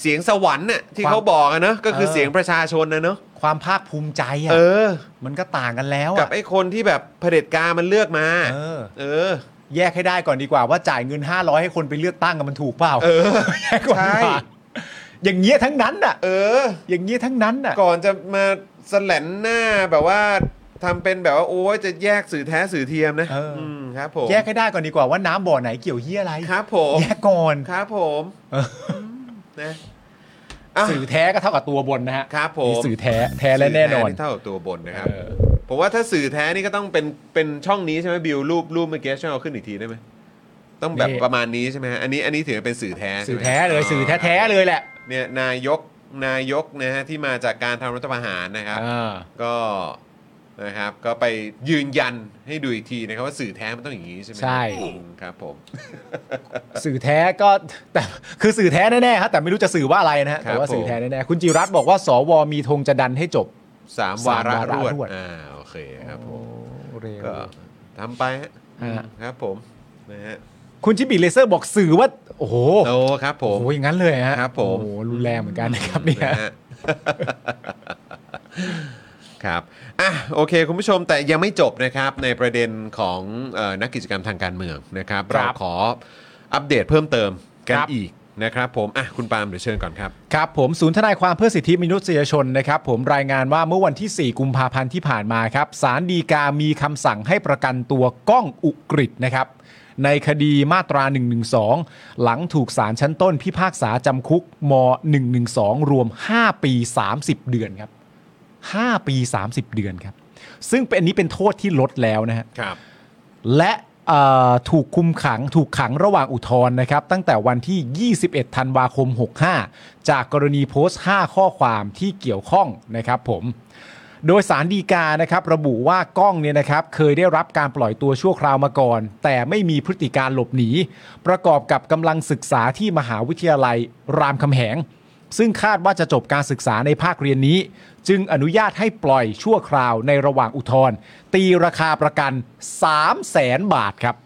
S1: เสียงสวรรค์น่ะที่
S2: ความ
S1: เขาบอกอะเนอะก็คือ
S2: เออ
S1: เสียงประชาชนนะเนอะ
S2: ความภาคภูมิใจอะ
S1: เออ
S2: มันก็ต่างกันแล้ว
S1: กับ
S2: อะ
S1: ไอ้คนที่แบบเผด็จการมันเลือกมา
S2: เออ
S1: เออ
S2: แยกให้ได้ก่อนดีกว่าว่าจ่ายเงิน 500 ให้คนไปเลือกตั้งอะมันถูกเปล่า
S1: เออ
S2: แยกก่อนดีกว่า
S1: ใช่
S2: อย่างเงี้ยทั้งนั้นอะ
S1: เออ
S2: อย่างเงี้ยทั้งนั้นอะ
S1: ก่อนจะมาสแลนหน้าแบบว่าทำเป็นแบบว่า โอ้ยจะแยกสื่อแท้สื่อเทียมนะมครับผม
S2: แยกให้ได้ก่อนดีกว่าว่าน้ำบ่อไหนเกี่ยวเหี้ยอะไร
S1: ครับผม
S2: แยกก่อน
S1: ครับผมนะอ่ะ
S2: สื่อแท้ก็เท่ากับตัวบนนะฮะ
S1: ครับผม
S2: มีสื่อแท้แท้และแน่นอน
S1: สื่ท้เท่ากับตัวบนนะครับ
S2: เออ
S1: ผมว่าถ้าสื่อแท้นี่ก็ต้องเป็นเป็นช่องนี้ใช่ไหมบิวรูปรูปเมื่อกี้ช่วยเอาขึ้นอีกทีได้ไหมต้องแบบประมาณนี้ใช่ไหมฮะอันนี้อันนี้ถือเป็นสื่อแท้ใช่
S2: สื่อ
S1: ไหม
S2: แท้เลยสื่อแท้ๆเลยแหละ
S1: เนี่ยนายกนายกนะฮะที่มาจากการทำรัฐประหารนะครับ
S2: อ่า
S1: ก็นะครับก็ไปยืนยันให้ดูอีกทีนะครับว่าสื่อแท้มันต้องอย่างนี้ใช่ไหม
S2: ใช่
S1: อืมครับผม
S2: สื่อแท้ก็ แต่คือสื่อแท้แน่ๆครับแต่ไม่รู้จะสื่อว่าอะไรนะฮะ
S1: ครับ
S2: แต่ว่าสื่อแท้แน่ๆคุณจิรัตน์บอกว่าสวมีธงจะดันให้จบ
S1: สา
S2: สาว
S1: มาม ระ
S2: วาระ
S1: รวด
S2: รวด
S1: อ่าโอเคครับผม
S2: เร็ว
S1: ก็ทำไปฮะ
S2: ฮะ
S1: ครับผมนะฮะ
S2: คุณชิบิเลเซอร์บอกสื่อว่า โอ้โห
S1: โอ้ครับผ
S2: โอ้
S1: ม
S2: โหอย่างนั้นเลยฮะ
S1: ครับผม
S2: โอ้โหรุนแรงเหมือนกันนะครับเนี่ย
S1: นะฮะ ครับอ่ะโอเค คุณผู้ชมแต่ยังไม่จบนะครับในประเด็นของเออนักกิจกรรมทางการเมืองนะครับ
S2: ครั
S1: เรา
S2: บ
S1: ขออัปเดตเพิ่มเติมกัน
S2: ครับ
S1: อีกนะครับผมอ่ะคุณปาล์มเดี๋ยวเชิญก่อนครับ
S2: ครับผมศูนย์ทนายความเพื่อสิทธิมนุษยชนนะครับผมรายงานว่าเมื่อวันที่ 4 กุมภาพันธ์ที่ผ่านมาครับสารดีกามีคำสั่งให้ประกันตัวก้องอุกฤษนะครับ ในคดีมาตรา 112 หลังถูกสารชั้นต้นพิพากษาจำคุกม 112 รวม 5 ปี 30 เดือนครับ 5 ปี 30 เดือนครับ ซึ่งเป็นอันนี้เป็นโทษที่ลดแล้วนะฮะ
S1: ครับ
S2: และเอ่อถูกคุมขังถูกขังระหว่างอุทธรณ์นะครับ ตั้งแต่วันที่ 21 ธันวาคม 65 จากกรณีโพสต์ 5 ข้อความที่เกี่ยวข้องนะครับผม โดยสารดีกานะครับระบุว่าก้องเนี่ยนะครับเคยได้รับการปล่อยตัวชั่วคราวมาก่อน แต่ไม่มีพฤติการหลบหนี ประกอบกับกำลังศึกษาที่มหาวิทยาลัยรามคำแหง ซึ่งคาดว่าจะจบการศึกษาในภาคเรียนนี้ จึงอนุญาตให้ปล่อยชั่วคราวในระหว่างอุทธรณ์ตีราคาประกัน 3 0 0แสนบาทครับ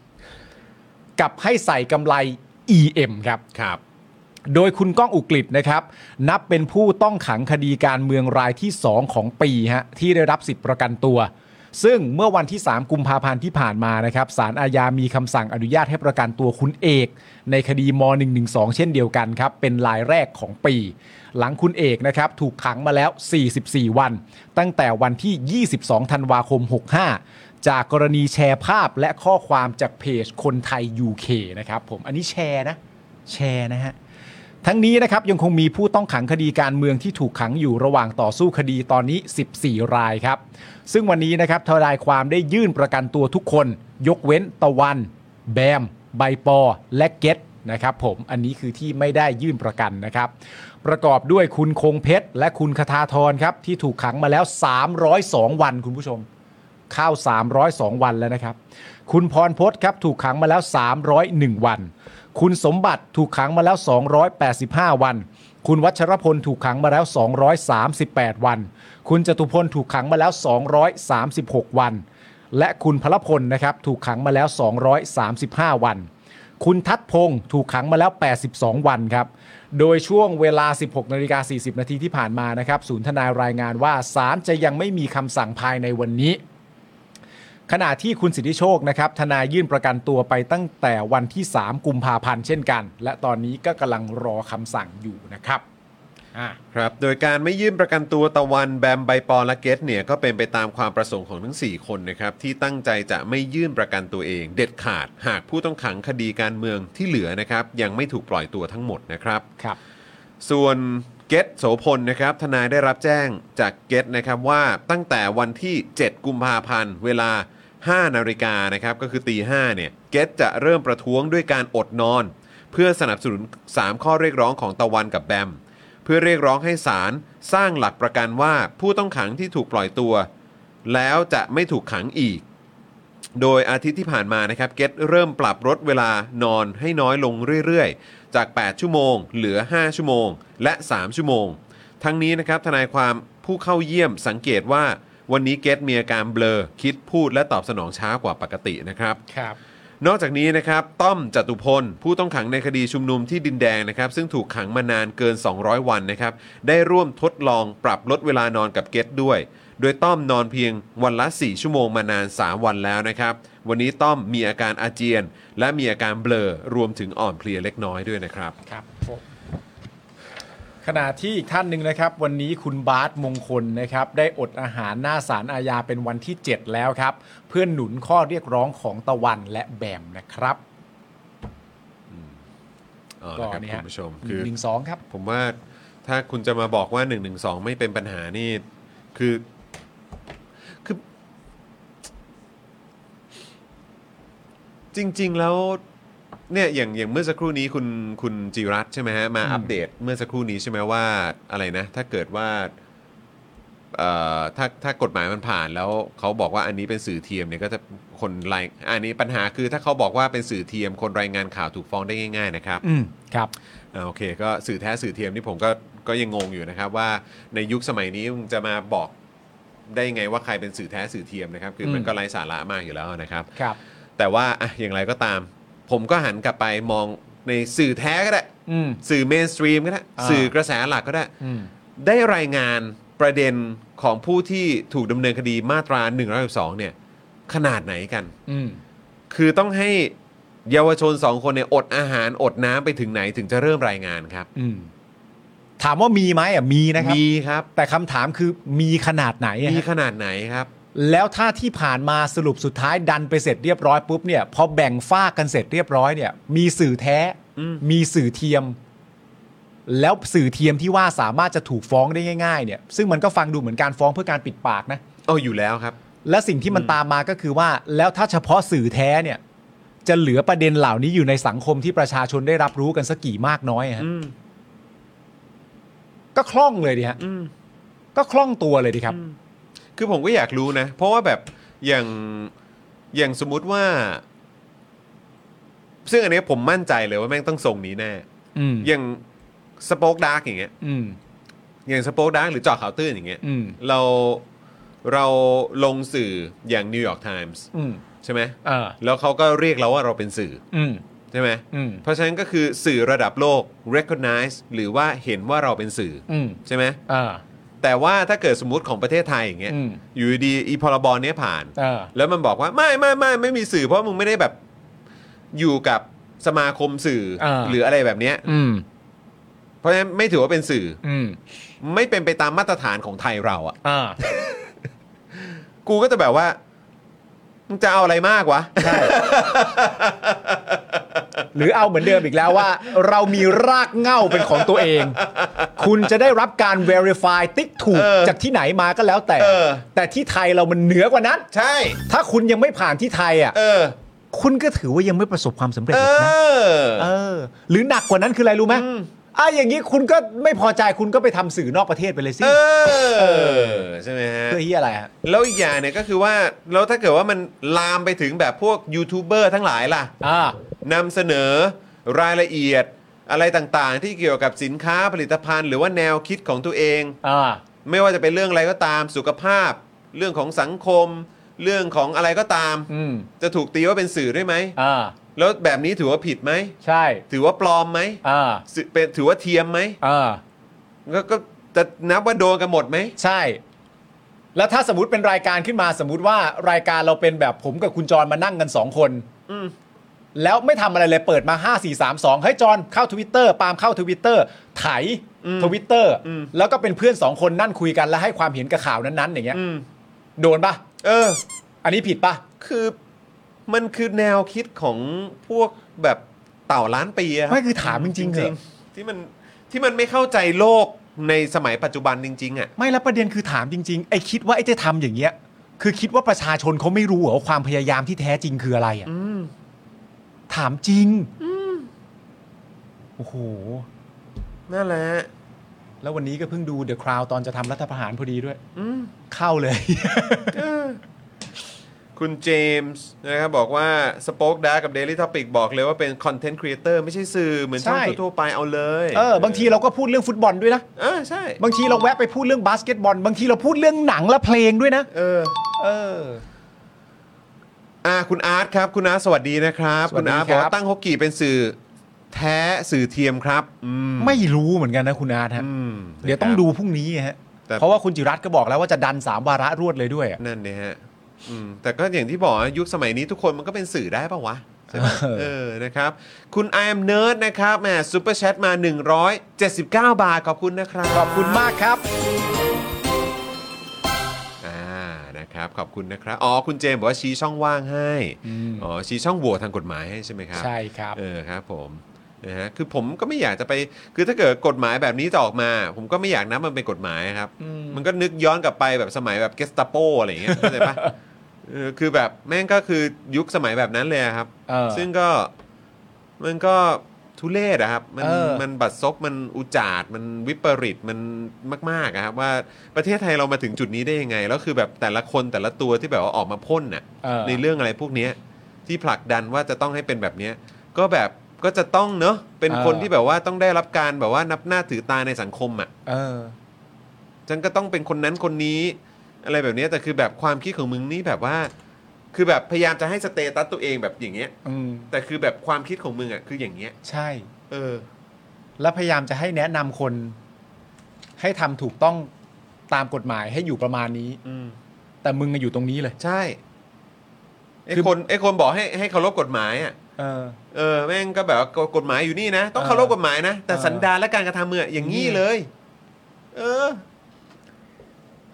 S2: กับให้ใส่กำไร EM ครับ
S1: ครับ
S2: โดยคุณก้องอุกฤษนะครับ นับเป็นผู้ต้องขังคดีการเมืองรายที่ 2 ของปีฮะที่ได้รับสิทธิประกันตัว ซึ่งเมื่อวันที่ 3 กุมภาพันธ์ที่ผ่านมานะครับสารอาญามีคำสั่งอนุญาตให้ประกันตัวคุณเอก ในคดีม 112 เช่นเดียวกันครับ เป็นรายแรกของปี หลังคุณเอกนะครับถูกขังมาแล้ว 44 วัน ตั้งแต่วันที่ 22 ธันวาคม 65 จากกรณีแชร์ภาพและข้อความจากเพจคนไทย UK นะครับผมอันนี้แชร์นะแชร์นะฮะ ทั้งนี้นะครับยังคงมีผู้ต้องขังคดีการเมืองที่ถูกขังอยู่ระหว่างต่อสู้คดีตอนนี้ 14 รายครับ ซึ่งวันนี้นะครับทนายความได้ยื่นประกันตัวทุกคน ยกเว้นตะวัน แบม ใบปอ และเกตนะครับผมอันนี้คือที่ไม่ได้ยื่นประกันนะครับ ประกอบด้วยคุณคงเพชร และคุณคทาธรครับ ที่ถูกขังมาแล้ว 302 วันคุณผู้ชม เข้า 302 วันแล้วนะครับ คุณพรพศครับถูกขังมาแล้ว 301 วัน คุณสมบัติถูกขังมาแล้ว 285 วัน คุณวัชรพลถูกขังมาแล้ว 238 วัน คุณจตุพลถูกขังมาแล้ว 236 วัน และคุณพลพลนะครับถูกขังมาแล้ว 235 วัน คุณทัดพงศ์ถูกขังมาแล้ว 82 วันครับ โดยช่วงเวลา 16นาฬิกา40 นาทีที่ผ่านมานะครับ ศูนย์ทนายรายงานว่าศาลจะยังไม่มีคำสั่งภายในวันนี้ ขณะที่คุณสิทธิโชคนะครับทนายยื่นประกันตัวไปตั้งแต่วันที่ 3 กุมภาพันธ์เช่นกัน และตอนนี้ก็กำลังรอคำสั่งอยู่นะครับอ่า
S1: ครับ โดยการไม่ยื่นประกันตัวตะวันแบมใบปอและเกตเนี่ยก็เป็นไปตามความประสงค์ของทั้ง 4 คนนะครับที่ตั้งใจจะไม่ยื่นประกันตัวเอง เด็ดขาดหากผู้ต้องขังคดีการเมืองที่เหลือนะครับยังไม่ถูกปล่อยตัวทั้งหมดนะครับ
S2: ครับ
S1: ส่วนเกตโสพลนะครับทนายได้รับแจ้งจากเกตนะครับว่าตั้งแต่วันที่ 7 กุมภาพันธ์เวลา 5 นาฬิกานะครับก็คือตี5เนี่ยเกตจะเริ่มประท้วงด้วยการอดนอน เพื่อสนับสนุน 3 ข้อเรียกร้องของตะวันกับแบม เพื่อเรียกร้องให้ศาลสร้างหลักประกันว่าผู้ต้องขังที่ถูกปล่อยตัว แล้วจะไม่ถูกขังอีก โดยอาทิตย์ที่ผ่านมานะครับเกตเริ่มปรับลดเวลานอนให้น้อยลงเรื่อยๆ จาก 8 ชั่วโมง เหลือ 5 ชั่วโมง และ 3 ชั่วโมง ทั้งนี้นะครับทนายความผู้เข้าเยี่ยมสังเกตว่าวันนี้เกตมีอาการเบลอ คิดพูดและตอบสนองช้ากว่าปกตินะครับ
S2: ครับ
S1: นอกจากนี้นะครับต้อมจตุพล ผู้ต้องขังในคดีชุมนุมที่ดินแดงนะครับ ซึ่งถูกขังมานานเกิน 200 วันนะครับ ได้ร่วมทดลองปรับลดเวลานอนกับเกตด้วย โดยต้อมนอนเพียงวันละ 4 ชั่วโมงมานาน 3 วันแล้วนะครับ วันนี้ต้อมมีอาการอาเจียน และมีอาการเบลอรวมถึงอ่อนเพลียเล็กน้อยด้วยนะครับ
S2: ครับผมขณะที่อีกท่านหนึ่งนะครับ วันนี้คุณบาสมงคลนะครับ ได้อดอาหารหน้าสารอาญาเป็นวันที่ 7 แล้วครับ เพื่อหนุนข้อเรียกร้องของตะวันและแบมนะครับ
S1: เอา
S2: ก็
S1: ละครับ
S2: นี่
S1: คุ
S2: ฮะ
S1: ณผู้ชมคือ
S2: หนึ่งสองครับ
S1: ผมว่าถ้าคุณจะมาบอกว่า 1 1 2 ไม่เป็นปัญหานี่ คือคือ จริง ๆ แล้วเนี่ยอย่างอย่างเมื่อสักครู่นี้คุณคุณจิรัตน์ใช่ไหมฮะมา
S2: อืม
S1: อัปเดตเมื่อสักครู่นี้ใช่ไหมว่าอะไรนะ ถ้าเกิดว่าเอ่อถ้าถ้ากฎหมายมันผ่านแล้วเขาบอกว่าอันนี้เป็นสื่อเทียมเนี่ยก็จะคนรายอันนี้ปัญหาคือถ้าเขาบอกว่าเป็นสื่อเทียม คนรายงานข่าวถูกฟ้องได้ง่ายๆนะครับ
S2: อืมครับ
S1: อ่าโอเคก็สื่อแท้สื่อเทียมนี่ผมก็ก็ยังงงอยู่นะครับว่าในยุคสมัยนี้มึงจะมาบอกได้ยังไงว่าใครเป็นสื่อแท้สื่อเทียมนะครับ คือมัน
S2: อืม
S1: ก็ไร้สาระมากอยู่แล้วนะครับ
S2: ครับ
S1: แต่ว่าอ่ะอย่างไรก็ตาม ผมก็หันกลับไปมองในสื่อแท้ก็ได้
S2: อืม
S1: สื่อเมนสตรีมก็ได้
S2: อ่า
S1: สื่อกระแสหลักก็ได้
S2: อืม
S1: ได้รายงานประเด็น ของผู้ที่ถูกดำเนินคดีมาตรา1นึเนี่ยขนาดไหนกัน
S2: อืม
S1: คือต้องให้เยาวชนสองคนเนี่ยอดอาหารอดน้ำไปถึงไหนถึงจะเริ่มรายงานครับ
S2: อืม ถามว่ามีไหมอ่ะมีนะครับ
S1: มีครับ
S2: แต่คำถามคือมีขนาดไหนอะ
S1: มี
S2: ฮะ
S1: ขนาดไหนครับ
S2: แล้วถ้าที่ผ่านมาสรุปสุดท้ายดันไปเสร็จเรียบร้อยปุ๊บเนี่ยพอแบ่งฝ้ากกันเสร็จเรียบร้อยเนี่ย มีสื่อแท้
S1: อืม
S2: มีสื่อเทียม แล้วสื่อเทียมที่ว่าสามารถจะถูกฟ้องได้ง่าย ๆ เนี่ย ซึ่งมันก็ฟังดูเหมือนการฟ้องเพื่อการปิดปากนะ
S1: เอาอยู่แล้วครับ
S2: และสิ่งที่มันตามมาก็คือว่า แล้วถ้าเฉพาะสื่อแท้เนี่ย จะเหลือประเด็นเหล่านี้อยู่ในสังคมที่ประชาชนได้รับรู้กันสักกี่มากน้อยอะฮะ
S1: อืม
S2: ก็คล่องเลยดิฮะ
S1: อืม
S2: ก็คล่องตัวเลยดิครับ
S1: คือผมก็อยากรู้นะ เพราะว่าแบบอย่างอย่างสมมุติว่า ซึ่งอันเนี้ยผมมั่นใจเลยว่าแม่งต้องส่งนี้แน่
S2: อืม
S1: อย่างสป็อกดาร์กอย่างเงี้ย
S2: อืม
S1: อย่างสป็อกดาร์กหรือเจอข่าวตื้นอย่างเงี้ย
S2: อืม
S1: เราเราลงสื่ออย่างนิวยอร์กไทมส์
S2: อืม
S1: ใช่ไหม
S2: เออ
S1: แล้วเขาก็เรียกเราว่าเราเป็นสื่อ
S2: อืม
S1: ใช่ไหม
S2: อืม
S1: เพราะฉะนั้นก็คือสื่อระดับโลก recognize หรือว่าเห็นว่าเราเป็นสื่อ
S2: อืม
S1: ใช่ไหม
S2: เออ
S1: แต่ว่าถ้าเกิดสมมติของประเทศไทยอย่างเงี้ย
S2: อืม
S1: อยู่ดีๆอีพรบเนี้ยผ่าน
S2: เออ
S1: แล้วมันบอกว่าไม่ไม่ไม่ไม่มีสื่อเพราะมึงไม่ได้แบบอยู่กับสมาคมสื่อ
S2: อ่า
S1: หรืออะไรแบบเนี้ย
S2: อืม
S1: เพราะฉะนั้นไม่ถือว่าเป็นสื่อ
S2: อืม
S1: ไม่เป็นไปตามมาตรฐานของไทยเราอะ่ะ
S2: อ่า
S1: กูก็จะแบบว่ามึงจะเอาอะไรมากวะ
S2: ใช่ หรือเอาเหมือนเดิมอีกแล้วว่า เรามีรากเหง้าเป็นของตัวเอง คุณจะได้รับการ verify ติ๊กถูก
S1: เออ
S2: จากที่ไหนมาก็แล้วแต่
S1: เออ
S2: แต่ที่ไทยเรามันเหนือกว่านั้น
S1: ใช่
S2: ถ้าคุณยังไม่ผ่านที่ไทยอ่ะ
S1: เออ
S2: คุณก็ถือว่ายังไม่ประสบความสำเร็จ
S1: เอ
S2: หรอกนะ
S1: อ
S2: เออ หรือหนักกว่านั้นคืออะไรรู้ไหมอ่ะอย่างนี้คุณก็ไม่พอใจคุณก็ไปทำสื่อนอกประเทศไปเลยสิ
S1: เออ ใช่ไหมฮะ
S2: เพื่อที่อะไรฮะ
S1: แล้วอีกอย่างเนี่ยก็คือว่าแล้วถ้าเกิดว่ามันลามไปถึงแบบพวกยูทูบเบอร์ทั้งหลายล่ะ
S2: อ่า
S1: นำเสนอรายละเอียดอะไรต่างๆ ที่เกี่ยวกับสินค้าผลิตภัณฑ์ หรือว่าแนวคิดของตัวเอง
S2: อ่า
S1: ไม่ว่าจะเป็นเรื่องอะไรก็ตามสุขภาพ เรื่องของสังคม เรื่องของอะไรก็ตาม
S2: อืม
S1: จะถูกตีว่าเป็นสื่อด้วยไหม
S2: อ่า
S1: แล้วแบบนี้ถือว่าผิดไหม
S2: ใช่
S1: ถือว่าปลอมไหม
S2: อ่า
S1: สื่อเป็นถือว่าเทียมไหม
S2: อ่า
S1: ก็ก็จะนับว่าโดนกันหมดไหม
S2: ใช่ แล้วถ้าสมมติเป็นรายการขึ้นมาสมมติว่ารายการเราเป็นแบบผมกับคุณจรมานั่งกันสองคน
S1: อืม
S2: แล้วไม่ทำอะไรเลยเปิดมา 5 4 3 2เฮ้ยจอนเข้าทวิตเตอร์ปาล์มเข้าทวิตเตอร์ไถทวิตเตอร์แล้วก็เป็นเพื่อนสองคนนั่นคุยกันแล้วให้ความเห็นกับข่าวนั้นๆ อย่างเงี้ย
S1: อืม
S2: โดนปะ
S1: เออ
S2: อันนี้ผิดปะ
S1: คือมันคือแนวคิดของพวกแบบเต่าล้านปีอะครับ
S2: ไม่คือถามจริงๆเหรอ
S1: ๆที่มันที่มันไม่เข้าใจโลกในสมัยปัจจุบันจริง ๆ อ่ะ
S2: ไม่แล้วประเด็นคือถามจริงๆไอ้คิดว่าไอ้จะทำอย่างเงี้ย คือคิดว่าประชาชนเขาไม่รู้เหรอว่าความพยายามที่แท้จริงคืออะไรอ่ะ
S1: อืม
S2: ถามจริงโอ้โห
S1: นั่นแหละฮะ
S2: แล้ววันนี้ก็เพิ่งดูเดอะค o าวตอนจะทำรัฐประหารพอดีด้วย
S1: อืม
S2: เข้าเลย
S1: เออคุณเจมส์นะครับบอกว่า Spoke Dark กับ Daily Topic บอกเลยว่าเป็นคอนเทนต์ครีเอเตอร์ไม่ใช่สื่อเหมือนช่อง
S2: ใช่
S1: ทั่วๆไปเอาเลย
S2: เออบางทีเราก็พูดเรื่องฟุตบอลด้วยนะ
S1: เออ ใช่
S2: บางทีเราแวะไปพูดเรื่องบาสเกตบอล บางทีเราพูดเรื่องหนังและเพลงด้วยนะ
S1: เออ
S2: เออ
S1: อ่าคุณอาร์ตครับ คุณอาร์ตสวัสดีนะครับ
S2: ส
S1: คุ
S2: วัสดี
S1: ณอาร์ตบอก
S2: ครั
S1: ว่า
S2: บ
S1: ตั้งฮกกี้เป็นสื่อแท้สื่อเทียมครับ อืม
S2: ไม่รู้เหมือนกันนะคุณอาร์ตฮะ
S1: อืม
S2: เดี๋ยวต้องดูพรุ่งนี้ฮะ
S1: แต่
S2: เพราะว่าคุณจิรัตน์ก็บอกแล้วว่าจะดันสามวาระรวดเลยด้วยอะ
S1: นั่นเนี่ยฮะอืมแต่ก็อย่างที่บอกอะยุคสมัยนี้ทุกคนมันก็เป็นสื่อได้ปะวะ ใช่ไหม
S2: เออ
S1: เออ นะครับ คุณ I am nerd นะครับแหมซูเปอร์แชทมา 179 บาท ขอบคุณนะครับ
S2: ขอบคุณมากครับ
S1: อ่า นะครับ ขอบคุณนะครับ อ๋อ คุณเจมส์บอกว่าชี้ช่องว่างให้
S2: อืม
S1: อ๋อ ชี้ช่องโหว่ทางกฎหมายให้ใช่ไหมครับ
S2: ใช่ครับ
S1: เออครับผมนะฮะคือผมก็ไม่อยากจะไปคือถ้าเกิดกฎหมายแบบนี้จะออกมา ผมก็ไม่อยากนับมันเป็นกฎหมายครับ
S2: อืม
S1: มันก็นึกย้อนกลับไปแบบสมัยแบบเกสตาโปอะไรอย่างเงี้ยเข้าใจปะ เออคือแบบแม่งก็คือยุคสมัยแบบนั้นเลยอะครับ
S2: เออ
S1: ซึ่งก็มันก็ทุเลศอะครับ มัน
S2: เออ
S1: มันบัดซบมันอุจาดมันวิปริตมันมากๆอะครับ ว่าประเทศไทยเรามาถึงจุดนี้ได้ยังไง แล้วคือแบบแต่ละคนแต่ละตัวที่แบบว่าออกมาพ่นน่ะ
S2: เออ
S1: ในเรื่องอะไรพวกเนี้ยที่ผลักดันว่าจะต้องให้เป็นแบบเนี้ยก็แบบก็จะต้องเนอะเป็นคนที่แบบว่าต้องได้รับการแบบว่านับหน้าถือตาในสังคมอ่ะ
S2: เออ
S1: ฉันก็ต้องเป็นคนนั้นคนนี้ อะไรแบบเนี้ยแต่คือแบบความคิดของมึงนี่แบบว่า คือแบบพยายามจะให้สเตตัสตัวเองแบบอย่างเงี้ย
S2: อืม
S1: แต่คือแบบความคิดของมึงอ่ะคืออย่างเงี้ย
S2: ใช่
S1: เออ
S2: และพยายามจะให้แนะนำคน ให้ทำถูกต้อง ตามกฎหมายให้อยู่ประมาณนี้
S1: อืม
S2: แต่มึงอะอยู่ตรงนี้เลย
S1: ใช่ไอ้
S2: คือ
S1: คนไอ้คนบอกให้ให้เคารพกฎหมายอ่ะ
S2: เออ
S1: เออแม่งก็แบบว่ากฎหมายอยู่นี่นะ ต้อง
S2: เออ
S1: เคารพกฎหมายนะ แต่
S2: เออ
S1: สันดานและการกระทำเมื่อะอย่างนี้เลย เออ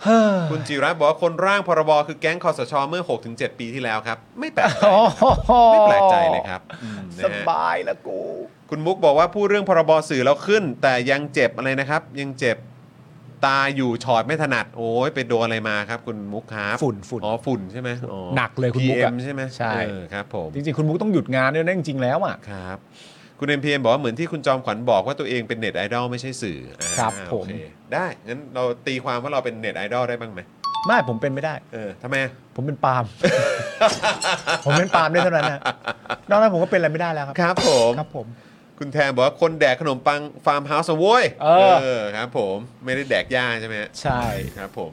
S2: เฮ้อ
S1: คุณจิระบอกว่าคนร่างพรบคือแก๊งคอสชเมื่อ 6-7 ปีที่แล้วครับ ไม่แปลกใจ
S2: โอ้โห
S1: ไม่แปลกใจเลยครับอืมนะ
S2: ส
S1: ฮะ
S2: บายละกู
S1: คุณมุกบอกว่าพูดเรื่องพรบสื่อแล้วขึ้น แต่ยังเจ็บอะไรนะครับ ยังเจ็บตาอยู่ชอดไม่ถนัด โอ้ยไปโดนอะไรมาครับ คุณมุกครับ
S2: ฝุ่นฝุ่น
S1: อ๋อฝุ่นใช่ไหมอ๋อ
S2: หนักเลยคุณมุกอะ
S1: PM ใช่ไหม
S2: ใช่
S1: เออครับผม
S2: จริงๆ คุณมุกต้องหยุดงานด้วยนะจริงๆแล้วอ่ะ
S1: ครับ คุณเอ็มพีเอ็มบอกว่าเหมือนที่คุณจอมขวัญบอกว่าตัวเองเป็นเน็ตไอดอลไม่ใช่สื่ออ่า
S2: ครับ
S1: โอ
S2: ผม
S1: เคได้งั้นเราตีความว่าเราเป็นเน็ตไอดอลได้บ้างไหม
S2: ไม่ผมเป็นไม่ได้
S1: เออทำไมอะ
S2: ผมเป็นปาล์ม ผมเป็นปาล์มได้เท่านั้นนะนอกนั้นผมก็เป็นอะไรไม่ได้แล้วครับ
S1: ครับผม
S2: ครับผม
S1: คุณแทนบอกว่าคนแดกขนมปังฟาร์มเฮาส์อะโว้ย
S2: เออ
S1: เออครับ ผมไม่ได้แดกหญ้าใช่ไหมฮะ
S2: ใช่
S1: ครับ ผม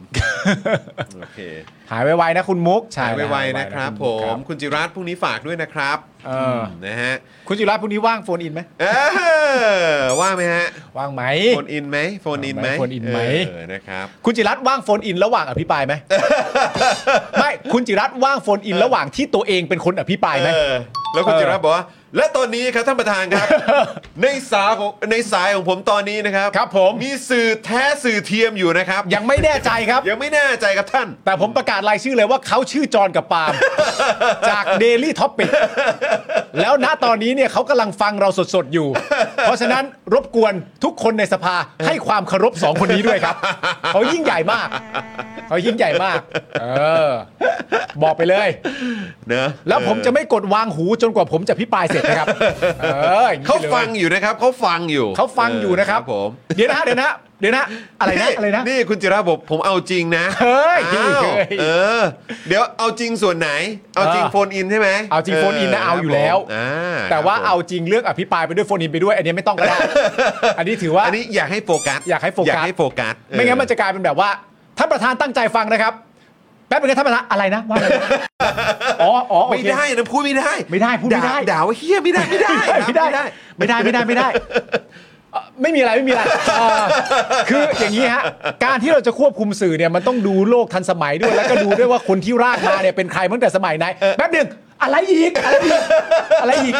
S1: โอเค
S2: หายไวๆนะคุณมุกใช่
S1: หาย
S2: นะ
S1: ไวๆนะครับ
S2: ณ
S1: ผ
S2: กค
S1: ม
S2: รับ
S1: คุณจิรัตน์พรุ่งนี้ฝากด้วยนะครับ
S2: เอออื
S1: มนะฮะ
S2: คุณจุฬาพรุ่งนี้ว่างโฟนอินไหม
S1: เออว่าไหมฮะ
S2: ว่างไหม
S1: โฟนอินไหมโฟนอินไหม
S2: โฟนอินไหม
S1: เออนะครับ
S2: คุณจิรัตน์ว่างโฟนอินระหว่างอภิป รายไหม ไม่คุณจิรัตน์ว่างโฟนอินระหว่างที่ตัวเองเป็นคนอภิปรายไหม
S1: เออแล้วคุณ
S2: เออ
S1: จิรัตน์บอกว่า และตอนนี้ครับท่านประธานครับ ในสายของในสายของผมตอนนี้นะครับ
S2: ครับผม
S1: มีสื่อแท้สื่อเทียมอยู่นะครับ
S2: ยังไม่แน่ใจ ครับ
S1: ยังไม่แน่ใจครับท่าน
S2: แต่ผมประกาศรายชื่อเลยว่าเขาชื่อจอห์นกับปา ล์ม จาก Daily Topic แล้วณตอนนี้เนี่ยเขากำลังฟังเราสดๆอยู่ เพราะฉะนั้นรบกวนทุกคนในสภาให้ความเคารพสองคนนี้ด้วย ครับ เขายิ่งใหญ่มาก เขายิ่งใหญ่มาก เออ บอกไปเลย
S1: เนอะ
S2: แล้วผมจะไม่กดวางหูจนกว่าผมจะพิปรายเสร็จนะครับ เอออย่นี้
S1: เขา
S2: ไปลย
S1: ฟังอยู่นะครับเขาฟังอยู่
S2: เขาฟังอยู่นะครับ
S1: เผม
S2: เดี๋ยวนะฮะเดี๋ยวนะฮะเดี๋ยวนะฮะอะไร นะอะไรนะ
S1: นี่คุณจิระบอกผมเอาจริงนะ
S2: เฮ้ย
S1: อ้าวเออ เดี๋ยวเอาจริงส่วนไหน เอาจริง
S2: เออ
S1: โฟนอินใช่ไหม
S2: เอาจริงโฟนอินนะเอาอยู่แล้ว
S1: อ่า
S2: แต่ว่า
S1: ครับผม
S2: เอาจริงเรื่องอภิปรายไปด้วยโฟนอินไปด้วย อันนี้ไม่ต้องก็ได้ อันนี้ถือว่า
S1: อันนี้อยากให้โฟกัส
S2: อยากให้โฟกัส
S1: อยากให้โฟกัส
S2: ไม่งั้นมันจะกลายเป็นแบบว่า ท่านประธานตั้งใจฟังนะครับ แป๊บนึงนะท่านประธานอะไรนะว่าอะไร นะอ๋ออ๋อโอ
S1: ไม่
S2: เค
S1: ได้นะพูดไม่ได้
S2: ไม่ได้พูดไม่ได้
S1: าด่าว่าเฮียไม่ได้ไม่ได้
S2: ไม่ได้
S1: ครับ
S2: ไม่ได้ไม่ได้ไม่ได้เอ่อไม่มีอะไรไม่มีอะไรเอ่อคืออย่างนี้ฮะการที่เราจะควบคุมสื่อเนี่ยมันต้องดูโลกทันสมัยด้วยแล้วก็ดูด้วยว่าคนที่ร่างมาเนี่ยเป็นใครมาตั้งแต่สมัยไหนแป๊บหนึ่งอะไรอีกอะไรอีกอะไรอีก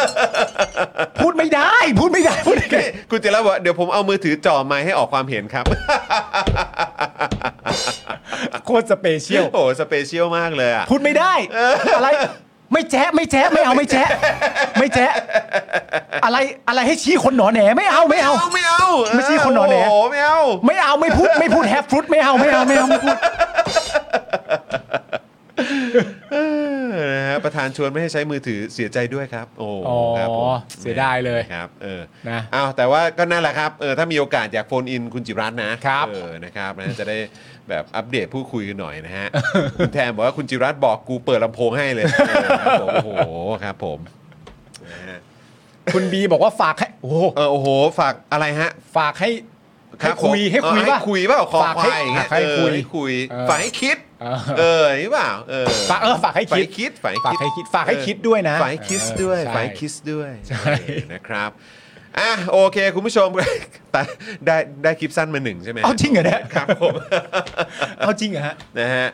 S2: พูดไม่ได้ พูดไม่ได้พูดไม่ได้
S1: คุณจิระบอกว่าเดี๋ยวผมเอามือถือจ่อไม้ให้ออกความเห็นครับ
S2: โคตรสเปเชียล
S1: โอ้สเปเชียลมากเลยอ่ะ
S2: พูดไม่ได้ อะไร ไม่แจ๊ะไม่แจ๊ะไม่เอาไม่แจ๊ะไม่แจ๊ะอะไรอะไรให้ชี้คนหนอแหนไม่เอาไม่เอา
S1: ไม่เอา
S2: ไม่ใช่คนหนอแหน
S1: โอ้โไม่เอา
S2: ไม่เอาไม่พูดไม่พูดแฮปฟรุตไม่เอาไม่เอาไม่เอาไม่พูด
S1: เออนะฮะประธานชวนไม่ให้ใช้มือถือเสียใจด้วยครับ โอ้
S2: อ๋อ
S1: ครับผม
S2: เสียดายเลย
S1: ครับ เออ
S2: นะ
S1: อ้าวแต่ว่าก็นั่นแหละครับเออถ้ามีโอกาสอยากโฟนอินคุณจิรัตน์นะครับ เออนะครับนะจะได้แบบอัปเดตพูดคุยกันหน่อยนะฮะ คุณแทนบอกว่าคุณจิรัตน์บอกกูเปิดลำโพงให้เลยเออครับผมโอ้โหครับผมนะฮะ
S2: คุณบีบอกว่าฝากให้โอ้โห
S1: เออโอ้โหฝากอะไรฮะ
S2: ฝากให้ให้
S1: รับ
S2: คุย
S1: ผมเออ
S2: ให้คุยว่า
S1: คุยเปล่าคอ
S2: ฝาก
S1: ควา
S2: ให้
S1: ยอย่างเงี้ย
S2: ฝากให้
S1: เออ
S2: คุย
S1: คุย
S2: เออ
S1: ฝากให้คิด
S2: เออ
S1: เออหรือเปล่าเออ
S2: ฝากเออฝากให้
S1: ฝ่าย
S2: คิด
S1: คิดฝ่าย
S2: ฝากให้คิดฝากให้คิดด้วยนะ
S1: ฝ่ายคิสด้วย
S2: เออใช่
S1: ฝ่ายคิสด้วย
S2: ใช่
S1: เออนะครับอ่ะโอเค คุณผู้ชม แต่ได้ได้คลิปสั้นมาหนึ่งใช่ไหม
S2: เอาจริงเหรอเนี่ย
S1: ครับผม
S2: เอาจริงเหรอฮะ
S1: นะฮะ